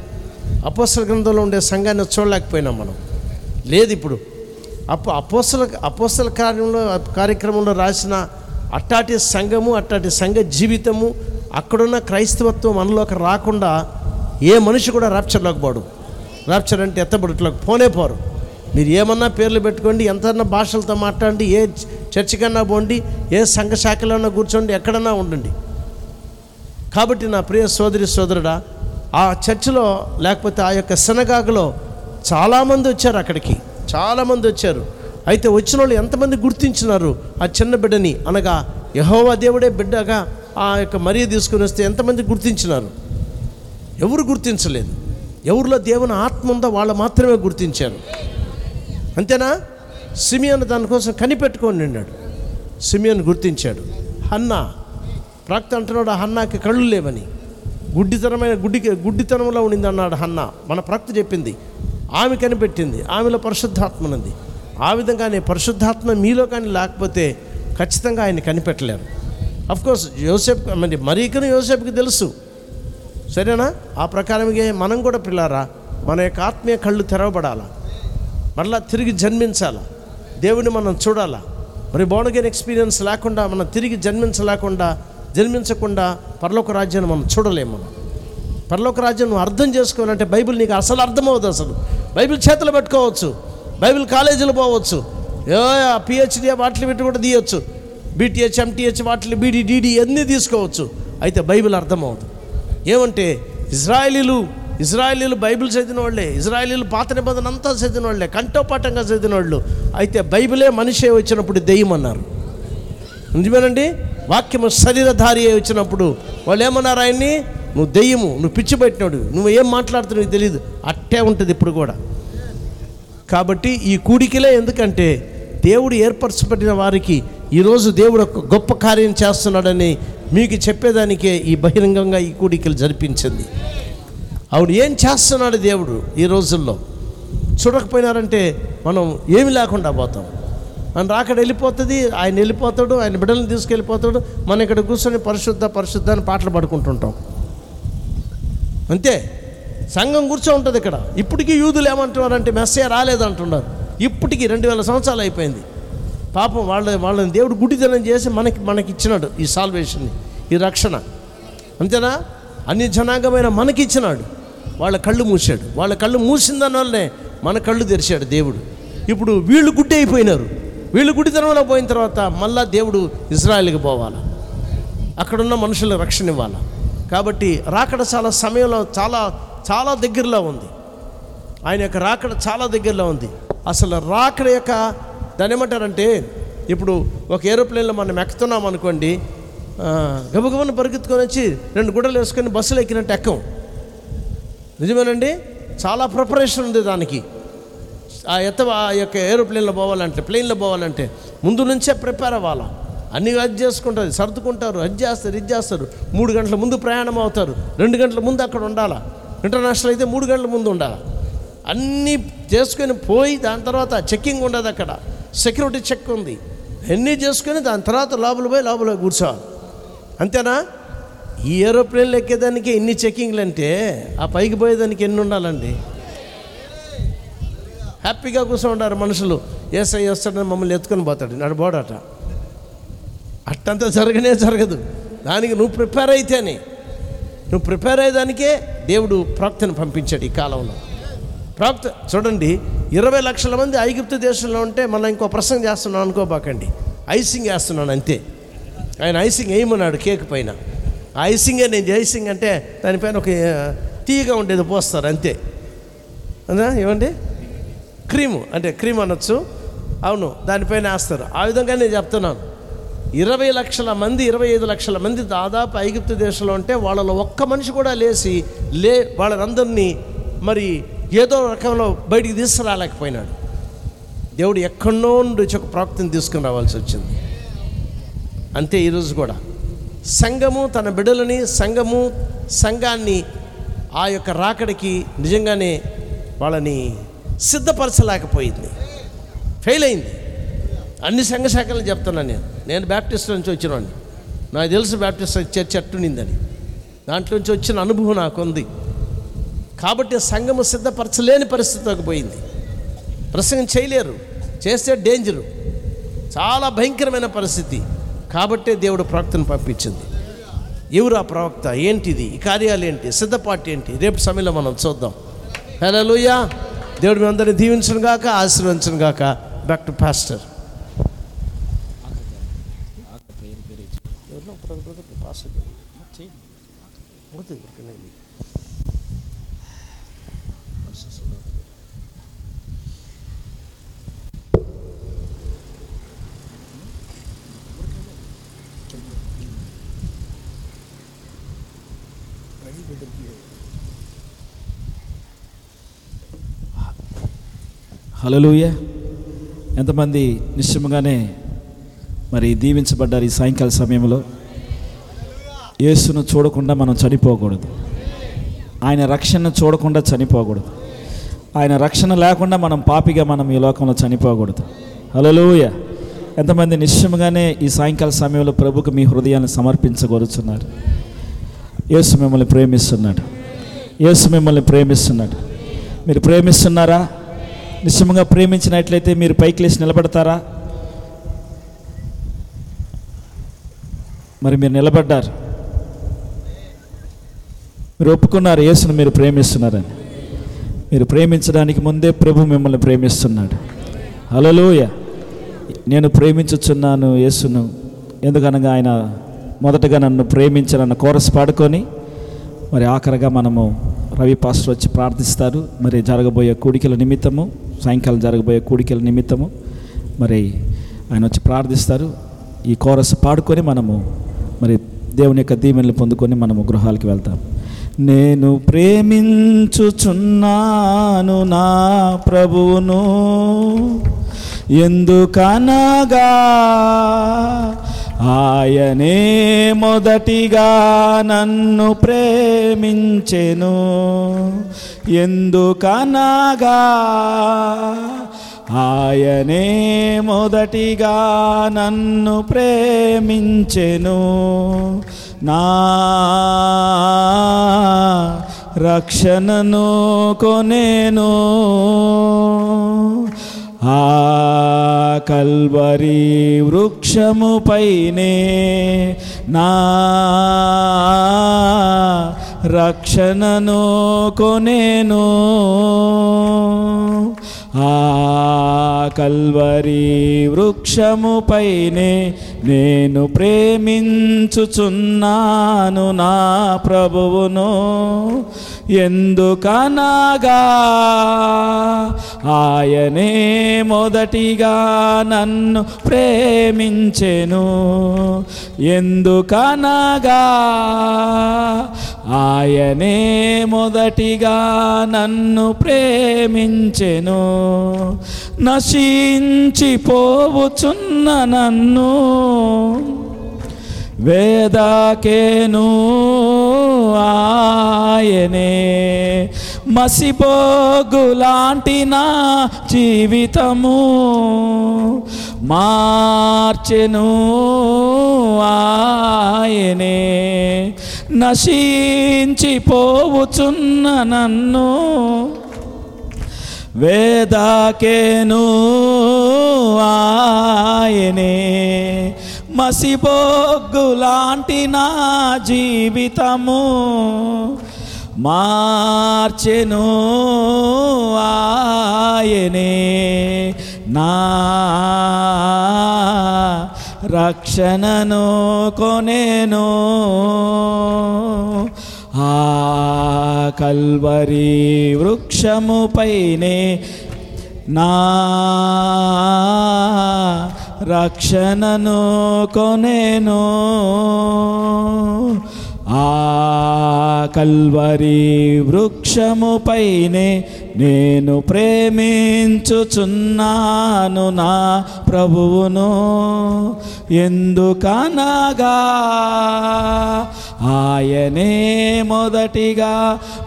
Speaker 3: అపోసల గ్రంథంలో ఉండే సంఘాన్ని చూడలేకపోయినాం మనం లేదు ఇప్పుడు అప్పు అపోసల అపోసల కార్యంలో కార్యక్రమంలో రాసిన అట్టాటి సంఘము అట్టాటి సంఘ జీవితము అక్కడున్న క్రైస్తవత్వం మనలోకి రాకుండా ఏ మనిషి కూడా ర్యాప్చర్లోకి పోడు ర్యాప్చర్ అంటే ఎత్తబడుట్లోకి పోనే పోరు మీరు ఏమన్నా పేర్లు పెట్టుకోండి ఎంతన్నా భాషలతో మాట్లాడండి ఏ చర్చికన్నా పోండి ఏ సంఘ శాఖలోనా కూర్చోండి ఎక్కడన్నా ఉండండి కాబట్టి నా ప్రియ సోదరి సోదరుడా ఆ చర్చిలో లేకపోతే ఆ యొక్క సినగాగులో చాలామంది వచ్చారు అక్కడికి చాలామంది వచ్చారు అయితే వచ్చిన వాళ్ళు ఎంతమంది గుర్తించినారు ఆ చిన్న బిడ్డని అనగా యహోవా దేవుడే బిడ్డగా ఆ యొక్క మరియ తీసుకుని వస్తే ఎంతమంది గుర్తించినారు ఎవరు గుర్తించలేదు ఎవరిలో దేవుని ఆత్మ ఉందో వాళ్ళు మాత్రమే గుర్తించారు అంతేనా సిమియన్ దానికోసం కనిపెట్టుకొని నిన్నాడు సిమియన్ గుర్తించాడు హన్నా ప్రాక్త అంటున్నాడు ఆ హన్నాకి కళ్ళు లేవని గుడ్డితనమైన గుడ్డి గుడ్డితనంలో ఉండింది అన్నాడు హన్నా మన ప్రాక్త చెప్పింది ఆమె కనిపెట్టింది ఆమెలో పరిశుద్ధాత్మ ఉంది ఆ విధంగానే పరిశుద్ధాత్మ మీలో కానీ లేకపోతే ఖచ్చితంగా ఆయన కనిపెట్టలేరు అఫ్కోర్స్ యోసేఫ్ మరి మరీకను యోసేఫ్కి తెలుసు సరేనా ఆ ప్రకారంగా మనం కూడా పిల్లారా మన యొక్క ఆత్మీయ కళ్ళు తెరవబడాలా మరలా తిరిగి జన్మించాలా దేవుని మనం చూడాలా మరి బోనగైన్ ఎక్స్పీరియన్స్ లేకుండా మనం తిరిగి జన్మించలేకుండా జన్మించకుండా పరలోక రాజ్యాన్ని మనం చూడలేము మనం పరలోక రాజ్యం నువ్వు అర్థం చేసుకోవాలంటే బైబిల్ నీకు అసలు అర్థమవుతుంది అసలు బైబిల్ చేతులు పెట్టుకోవచ్చు బైబిల్ కాలేజీలు పోవచ్చు ఏ పిహెచ్డి వాటిని పెట్టి కూడా తీయొచ్చు బీటీహెచ్ ఎంటీహెచ్ వాటిని బీడీ డీడీ అన్నీ తీసుకోవచ్చు అయితే బైబిల్ అర్థమవుతుంది ఏమంటే ఇజ్రాయలీలు ఇజ్రాయలీలు బైబిల్ చదివిన వాళ్ళే ఇజ్రాయలీలు పాత నిబంధన అంతా చదివిన వాళ్ళే కంఠోపాఠంగా చదివిన వాళ్ళు అయితే బైబిలే మనిషే వచ్చినప్పుడు దెయ్యం అన్నారు నిజమేనండి వాక్యము శరీరధారి అయి వచ్చినప్పుడు వాళ్ళు ఏమన్నారు ఆయన్ని నువ్వు దెయ్యము నువ్వు పిచ్చిపెట్టినాడు నువ్వు ఏం మాట్లాడుతున్నావు తెలియదు అట్టే ఉంటుంది ఇప్పుడు కూడా కాబట్టి ఈ కూడికలే ఎందుకంటే దేవుడు ఏర్పరచబడిన వారికి ఈరోజు దేవుడు ఒక గొప్ప కార్యం చేస్తున్నాడని మీకు చెప్పేదానికే ఈ బహిరంగంగా ఈ కూడికలు జరిపించింది అవును ఏం చేస్తున్నాడు దేవుడు ఈ రోజుల్లో చూడకపోయినారంటే మనం ఏమి లేకుండా పోతాం మన రాకడ వెళ్ళిపోతుంది ఆయన వెళ్ళిపోతాడు ఆయన బిడ్డలను తీసుకెళ్ళిపోతాడు మనం ఇక్కడ కూర్చొని పరిశుద్ధ పరిశుద్ధ అని పాటలు పడుకుంటుంటాం అంతే సంఘం కూర్చో ఉంటుంది ఇక్కడ ఇప్పటికీ యూదులు ఏమంటున్నారంటే మెస్సే రాలేదంటున్నారు ఇప్పటికీ రెండు వేల సంవత్సరాలు అయిపోయింది పాపం వాళ్ళ వాళ్ళని దేవుడు గుడిదనం చేసి మనకి మనకి ఇచ్చినాడు ఈ సాల్వేషన్ని ఈ రక్షణ అంతేనా అన్ని జనాంగమైన మనకి ఇచ్చినాడు వాళ్ళ కళ్ళు మూసాడు వాళ్ళ కళ్ళు మూసిన దానివల్లనే మన కళ్ళు తెరిచాడు దేవుడు ఇప్పుడు వీళ్ళు గుడ్డి అయిపోయినారు వీళ్ళు గుడితనంలో పోయిన తర్వాత మళ్ళా దేవుడు ఇజ్రాయెల్కి పోవాలి అక్కడున్న మనుషులకు రక్షణ ఇవ్వాలి కాబట్టి రాకడ చాలా సమయంలో చాలా చాలా దగ్గరలో ఉంది ఆయన యొక్క రాకడ చాలా దగ్గరలో ఉంది అసలు రాకడ యొక్క దాని ఏమంటారంటే ఇప్పుడు ఒక ఏరోప్లేన్లో మనం ఎక్కుతున్నాం అనుకోండి ఆ, గబగబను పరిగెత్తుకొని వచ్చి రెండు గుడ్డలు వేసుకొని బస్సులు ఎక్కినట్టు ఎక్కం నిజమేనండి చాలా ప్రిపరేషన్ ఉంది దానికి ఆ ఎత్త ఆ యొక్క ఏరోప్లేన్లో పోవాలంటే ప్లేన్లో పోవాలంటే ముందు నుంచే ప్రిపేర్ అవ్వాలా అన్ని అది చేసుకుంటారు సర్దుకుంటారు అది చేస్తారు ఇది చేస్తారు మూడు గంటల ముందు ప్రయాణం అవుతారు రెండు గంటల ముందు అక్కడ ఉండాలా ఇంటర్నేషనల్ అయితే మూడు గంటల ముందు ఉండాలా అన్నీ చేసుకొని పోయి దాని తర్వాత చెక్కింగ్ ఉండదు అక్కడ సెక్యూరిటీ చెక్ ఉంది అన్నీ చేసుకొని దాని తర్వాత లోపల పోయి లోపల కూర్చోవాలి అంతేనా ఈ ఏరోప్లేన్లు ఎక్కేదానికి ఇన్ని చెక్కింగ్లు అంటే ఆ పైకి పోయేదానికి ఎన్ని ఉండాలండి హ్యాపీగా కూర్చొని ఉండారు మనుషులు ఏసఐ వస్తాడని మమ్మల్ని ఎత్తుకొని పోతాడు నడబోడట అట్టంతా జరగనే జరగదు దానికి నువ్వు ప్రిపేర్ అయితేనే నువ్వు ప్రిపేర్ అయ్యేదానికే దేవుడు ప్రాప్తిని పంపించాడు ఈ కాలంలో ప్రాప్త చూడండి ఇరవై లక్షల మంది ఐగుప్తు దేశంలో ఉంటే మనం ఇంకో ప్రసంగం చేస్తున్నాం అనుకోబాకండి ఐసింగ్ వేస్తున్నాను అంతే ఆయన ఐసింగ్ వేయమన్నాడు కేక్ పైన ఆ ఐసింగే నేను ఐసింగ్ అంటే దానిపైన ఒక ఆ, తీయగా ఉండేది పోస్తారు అంతే అవునా ఏమండి క్రీము అంటే క్రీమ్ అనొచ్చు అవును దానిపైన వేస్తారు ఆ విధంగా నేను చెప్తున్నాను ఇరవై లక్షల మంది ఇరవై ఐదు లక్షల మంది దాదాపు ఐగుప్తు దేశంలో ఉంటే వాళ్ళలో ఒక్క మనిషి కూడా లేచి లే వాళ్ళందరినీ మరి ఏదో రకంలో బయటికి తీసుకురాలేకపోయినాడు దేవుడు ఎక్కడో నుండి వచ్చి ఒక ప్రాప్తిని తీసుకుని రావాల్సి వచ్చింది అంతే ఈరోజు కూడా సంఘము తన బిడ్డలని సంఘము సంఘాన్ని ఆ యొక్క రాకడికి నిజంగానే వాళ్ళని సిద్ధపరచలేకపోయింది ఫెయిల్ అయింది అన్ని సంఘ శాఖలు చెప్తున్నాను నేను నేను బ్యాప్టిస్ట్ నుంచి వచ్చినాను నాకు తెలుసు బ్యాప్టిస్ట్ చర్చ అట్టునిందని దాంట్లో నుంచి వచ్చిన అనుభవం నాకుంది కాబట్టి సంఘము సిద్ధపరచలేని పరిస్థితిలోకి పోయింది ప్రసంగం చేయలేరు చేస్తే డేంజరు చాలా భయంకరమైన పరిస్థితి కాబట్టే దేవుడు ప్రవక్తను పంపించింది ఎవరు ఆ ప్రవక్త ఏంటిది ఈ కార్యాలు ఏంటి సిద్ధపాటి ఏంటి రేపు సమయంలో మనం చూద్దాం హలోయా దేవుడు మీ అందరిని దీవించను గాక ఆశీర్వించను గాక బ్యాక్ టు పాస్టర్
Speaker 8: హలలుయ ఎంతమంది నిశ్చయముగానే మరి దీవించబడ్డారు ఈ సాయంకాల సమయంలో యేసును చూడకుండా మనం చనిపోకూడదు ఆయన రక్షణను చూడకుండా చనిపోకూడదు ఆయన రక్షణ లేకుండా మనం పాపిగా మనం ఈ లోకంలో చనిపోకూడదు హలలుయ ఎంతమంది నిశ్చయముగానే ఈ సాయంకాల సమయంలో ప్రభుకు మీ హృదయాన్ని సమర్పించగోరుచున్నారు యేసు మిమ్మల్ని ప్రేమిస్తున్నాడు యేసు మిమ్మల్ని ప్రేమిస్తున్నాడు మీరు ప్రేమిస్తున్నారా నిశ్చయముగా ప్రేమించినట్లయితే మీరు పైకి లేచి నిలబడతారా మరి మీరు నిలబడ్డారు మీరు ఒప్పుకున్నారు యేసును మీరు ప్రేమిస్తున్నారని మీరు ప్రేమించడానికి ముందే ప్రభు మిమ్మల్ని ప్రేమిస్తున్నాడు హలోయ నేను ప్రేమించుచున్నాను యేసును ఎందుకనగా ఆయన మొదటగా నన్ను ప్రేమించారన్న కోరస్ పాడుకొని మరి ఆఖరిగా మనము రవి పాస్టర్ వచ్చి ప్రార్థిస్తారు మరి జరగబోయే కూడికల నిమిత్తము సాయంకాలం జరగబోయే కూడికల నిమిత్తము మరి ఆయన వచ్చి ప్రార్థిస్తారు ఈ కోరస్ పాడుకొని మనము మరి దేవుని యొక్క దీవెనలు పొందుకొని మనము గృహాలకు వెళ్తాం నేను ప్రేమించుచున్నాను నా ప్రభువును ఎందుకనగా ఆయనే మొదటిగా నన్ను ప్రేమించెను ఎందుకనగా ఆయనే మొదటిగా నన్ను ప్రేమించెను నా రక్షణను కొనేను ఆ కల్వరి వృక్షముపైనే నా రక్షణను కొనేను ఆ కల్వరి వృక్షముపైనే నేను ప్రేమించుచున్నాను నా ప్రభువును ఎందుకనగా ఆయనే మొదటిగా నన్ను ప్రేమించెను ఎందుకనగా ఆయనే మొదటిగా నన్ను ప్రేమించెను నశించిపోవుచున్న నన్ను వేదాకేను ఆయనే మసిపోగులాంటి నా జీవితము మార్చెను ఆయనే నశించిపోవుచున్న నన్ను వేదాకేను ఆయనే మసిబొగ్గులాంటి నా జీవితము మార్చెను ఆయనే నా రక్షణను కొనేను ఆ కల్వరి వృక్షముపైనే నా రక్షణను కొనేను ఆ కల్వరి వృక్షముపైనే నేను ప్రేమించుచున్నాను నా ప్రభువును ఎందుకనగా ఆయనే మొదటిగా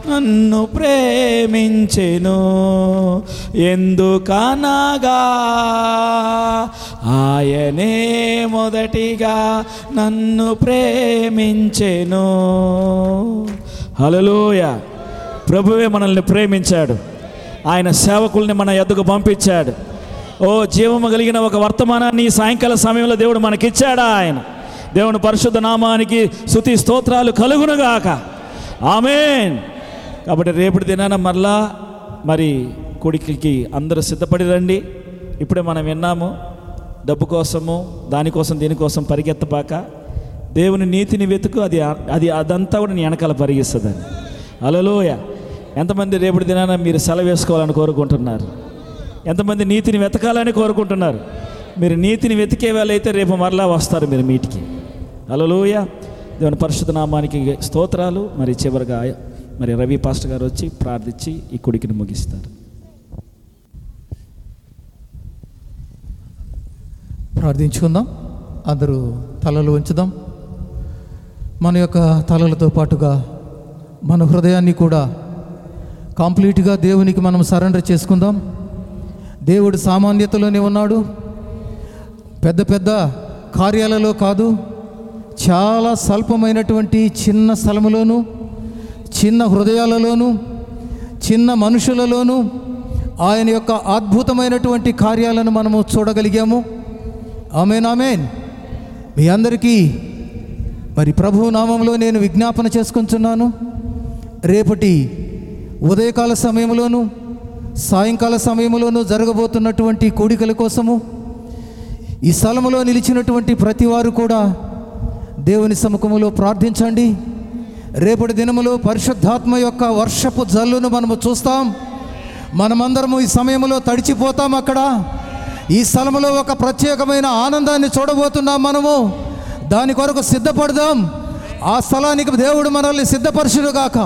Speaker 8: నన్ను ప్రేమించెను ఎందుకనగా ఆయనే మొదటిగా నన్ను ప్రేమించెను హలలోయ ప్రభువే మనల్ని ప్రేమించాడు ఆయన సేవకుల్ని మన ఎద్దకు పంపించాడు ఓ జీవము కలిగిన ఒక వర్తమానాన్ని ఈ సాయంకాల సమయంలో దేవుడు మనకిచ్చాడా ఆయన దేవుని పరిశుద్ధ నామానికి శృతి స్తోత్రాలు కలుగునుగాక ఆమేన్ కాబట్టి రేపటి దినాన మరలా మరి కొడుకుకి అందరూ సిద్ధపడి రండి ఇప్పుడే మనం విన్నాము డబ్బు కోసము దానికోసం దీనికోసం పరిగెత్తపాక దేవుని నీతిని వెతుకు అది అది అదంతా కూడా నీ వెనకాల పరిగిస్తుందని అలలోయ ఎంతమంది రేపటి దినాన మీరు సెలవు వేసుకోవాలని కోరుకుంటున్నారు ఎంతమంది నీతిని వెతకాలని కోరుకుంటున్నారు మీరు నీతిని వెతికే వాళ్ళైతే రేపు మరలా వస్తారు మీరు మీటికి అలలోయ దేవుని పరిశుద్ధ నామానికి స్తోత్రాలు మరి చివరిగా మరి రవి పాస్టర్ గారు వచ్చి ప్రార్థించి ఈ కుడికిని ముగిస్తారు
Speaker 9: ప్రార్థించుకుందాం అందరూ తలలు ఉంచుదాం మన యొక్క తలలతో పాటుగా మన హృదయాన్ని కూడా కంప్లీట్గా దేవునికి మనం సరెండర్ చేసుకుందాం దేవుడు సామాన్యతలోనే ఉన్నాడు పెద్ద పెద్ద కార్యాలలో కాదు చాలా స్వల్పమైనటువంటి చిన్న స్థలములోను చిన్న హృదయాలలోను చిన్న మనుషులలోను ఆయన యొక్క అద్భుతమైనటువంటి కార్యాలను మనము చూడగలిగాము ఆమెన్ ఆమెన్ మీ అందరికీ మరి ప్రభు నామంలో నేను విజ్ఞాపన చేసుకుంటున్నాను రేపటి ఉదయకాల సమయంలోను సాయంకాల సమయంలోనూ జరగబోతున్నటువంటి కోడికల కోసము ఈ స్థలములో నిలిచినటువంటి ప్రతి వారు కూడా దేవుని సముఖములో ప్రార్థించండి రేపటి దినములో పరిశుద్ధాత్మ యొక్క వర్షపు జల్లును మనము చూస్తాం మనమందరము ఈ సమయంలో తడిచిపోతాం అక్కడ ఈ స్థలములో ఒక ప్రత్యేకమైన ఆనందాన్ని చూడబోతున్నాం మనము దాని కొరకు సిద్ధపడదాం ఆ స్థలానికి దేవుడు మనల్ని సిద్ధపరచుడుగాక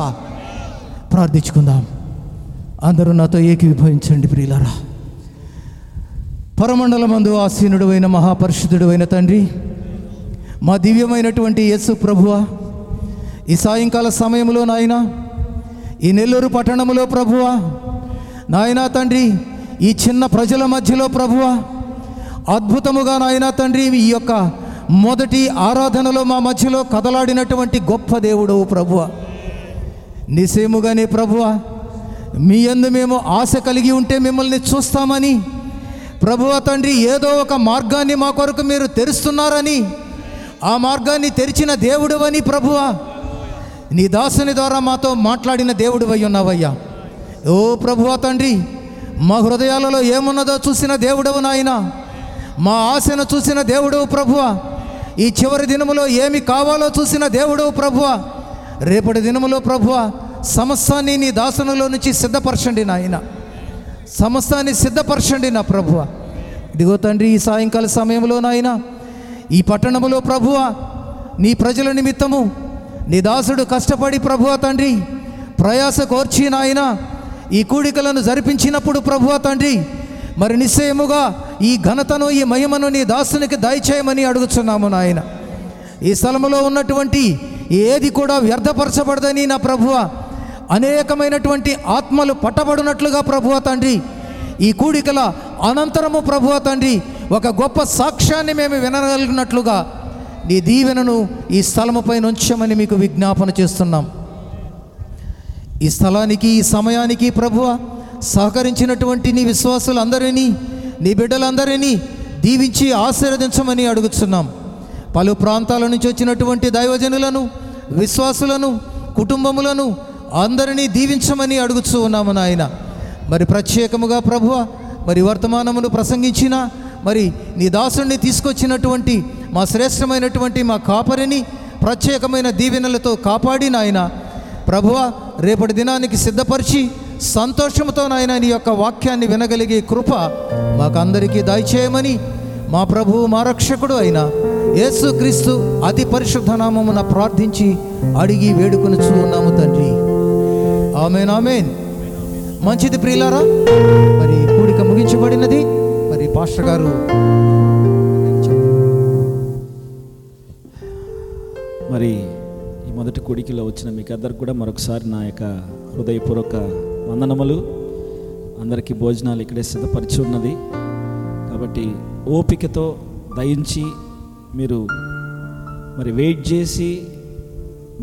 Speaker 9: ప్రార్థించుకుందాం అందరూ నాతో ఏకీభవించండి ప్రియులారా పరమండలమందు ఆసీనుడు అయిన మహాపరిశుద్ధుడు అయిన తండ్రి మా దివ్యమైనటువంటి యేసు ప్రభువ ఈ సాయంకాల సమయంలో నాయన ఈ నెల్లూరు పట్టణంలో ప్రభువ నాయనా తండ్రి ఈ చిన్న ప్రజల మధ్యలో ప్రభువ అద్భుతముగా నాయనా తండ్రి ఈ యొక్క మొదటి ఆరాధనలో మా మధ్యలో కదలాడినటువంటి గొప్ప దేవుడవు ప్రభువా నిశ్చయముగానే ప్రభువ మీ యందు మేము ఆశ కలిగి ఉంటే మిమ్మల్ని చూస్తామని ప్రభువ తండ్రి ఏదో ఒక మార్గాన్ని మా కొరకు మీరు తెరుస్తున్నారని ఆ మార్గాన్ని తెరిచిన దేవుడు అని ప్రభువ నీ దాసుని ద్వారా మాతో మాట్లాడిన దేవుడు అయి ఉన్నావయ్యా ఓ ప్రభువ తండ్రి మా హృదయాలలో ఏమున్నదో చూసిన దేవుడవు నాయనా మా ఆశను చూసిన దేవుడవు ప్రభువ ఈ చివరి దినములో ఏమి కావాలో చూసిన దేవుడవు ప్రభువ రేపటి దినములో ప్రభువ సమస్తాన్ని నీ దాసనలో నుంచి సిద్ధపరచండి నాయన సమస్తాన్ని సిద్ధపరచండి నా ప్రభువ ఇదిగో తండ్రి ఈ సాయంకాల సమయంలో నాయన ఈ పట్టణములో ప్రభువ నీ ప్రజల నిమిత్తము నీ దాసుడు కష్టపడి ప్రభువ తండ్రి ప్రయాస కోర్చి నాయన ఈ కూడికలను జరిపించినప్పుడు ప్రభువ తండ్రి మరి నిశ్చయముగా ఈ ఘనతను ఈ మహిమను నీ దాసునికి దయచేయమని అడుగుచున్నాము నాయన ఈ స్థలంలో ఉన్నటువంటి ఏది కూడా వ్యర్థపరచబడదని నా ప్రభువ అనేకమైనటువంటి ఆత్మలు పట్టబడినట్లుగా ప్రభువ తండ్రి ఈ కూడికల అనంతరము ప్రభువ తండ్రి ఒక గొప్ప సాక్ష్యాన్ని మేము వినగలిగినట్లుగా నీ దీవెనను ఈ స్థలముపై ఉంచమని మీకు విజ్ఞాపన చేస్తున్నాం ఈ స్థలానికి ఈ సమయానికి ప్రభువ సహకరించినటువంటి నీ విశ్వాసులందరినీ నీ బిడ్డలందరినీ దీవించి ఆశీర్వదించమని అడుగుతున్నాం పలు ప్రాంతాల నుంచి వచ్చినటువంటి దైవజనులను విశ్వాసులను కుటుంబములను అందరినీ దీవించమని అడుగుచూ ఉన్నాము నాయన మరి ప్రత్యేకముగా ప్రభువ మరి వర్తమానమును ప్రసంగించిన మరి నీ దాసుని తీసుకొచ్చినటువంటి మా శ్రేష్టమైనటువంటి మా కాపరిని ప్రత్యేకమైన దీవెనలతో కాపాడి నాయన ప్రభువ రేపటి దినానికి సిద్ధపరిచి సంతోషంతో నాయన నీ యొక్క వాక్యాన్ని వినగలిగే కృప మాకందరికీ దయచేయమని మా ప్రభువు మా రక్షకుడు అయిన యేసుక్రీస్తు అతి పరిశుద్ధ నామమున ప్రార్థించి అడిగి వేడుకొని ఉన్నాము తండ్రి ఆమెన్ ఆమెన్ మంచిది ప్రియులారా మరి కూడిక ముగించబడినది మరి పాస్టర్ గారు
Speaker 8: మరి ఈ మొదటి కోడికిలో వచ్చిన మీకు అందరికి కూడా మరొకసారి నా యొక్క హృదయపూర్వక వందనములు అందరికీ భోజనాలు ఇక్కడే సిద్ధపరిచి ఉన్నది కాబట్టి ఓపికతో దయించి మీరు మరి వెయిట్ చేసి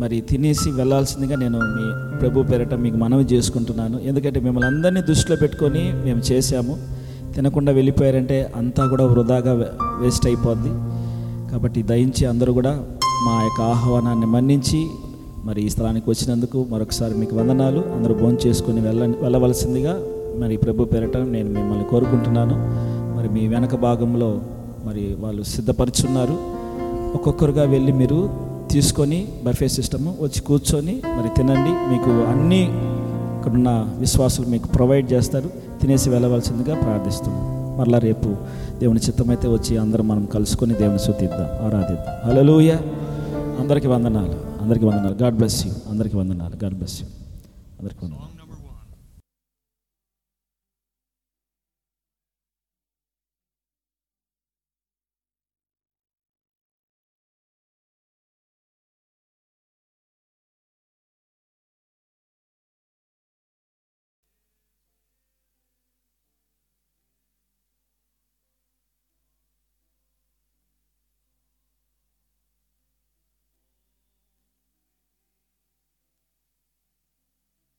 Speaker 8: మరి తినేసి వెళ్ళాల్సిందిగా నేను మీ ప్రభు పేరట మీకు మనవి చేసుకుంటున్నాను ఎందుకంటే మిమ్మల్ని అందరినీ దృష్టిలో పెట్టుకొని మేము చేశాము తినకుండా వెళ్ళిపోయారంటే అంతా కూడా వృధాగా వే- వేస్ట్ అయిపోద్ది కాబట్టి దయించి అందరూ కూడా మా యొక్క ఆహ్వానాన్ని మన్నించి మరి ఈ స్థలానికి వచ్చినందుకు మరొకసారి మీకు వందనాలు అందరూ భోజనం చేసుకుని వెళ్ళ వెళ్ళవలసిందిగా మరి ప్రభు పేరట నేను మిమ్మల్ని కోరుకుంటున్నాను మరి మీ వెనక భాగంలో మరి వాళ్ళు సిద్ధపరుచున్నారు ఒక్కొక్కరుగా వెళ్ళి మీరు తీసుకొని బఫే సిస్టమ్ వచ్చి కూర్చొని మరి తినండి మీకు అన్నీ ఇక్కడున్న విశ్వాసులు మీకు ప్రొవైడ్ చేస్తారు తినేసి వెళ్ళవలసిందిగా ప్రార్థిస్తున్నాం మరలా రేపు దేవుని చిత్తమైతే వచ్చి అందరం మనం కలుసుకొని దేవుని శుద్ధిద్దాం ఆరాధిద్దాం హల్లెలూయా అందరికీ వందనాలు అందరికీ వందనాలు గాడ్ బ్లెస్ యూ అందరికీ వందనాలు గాడ్ బ్లెస్ యూ అందరికీ వందనాలు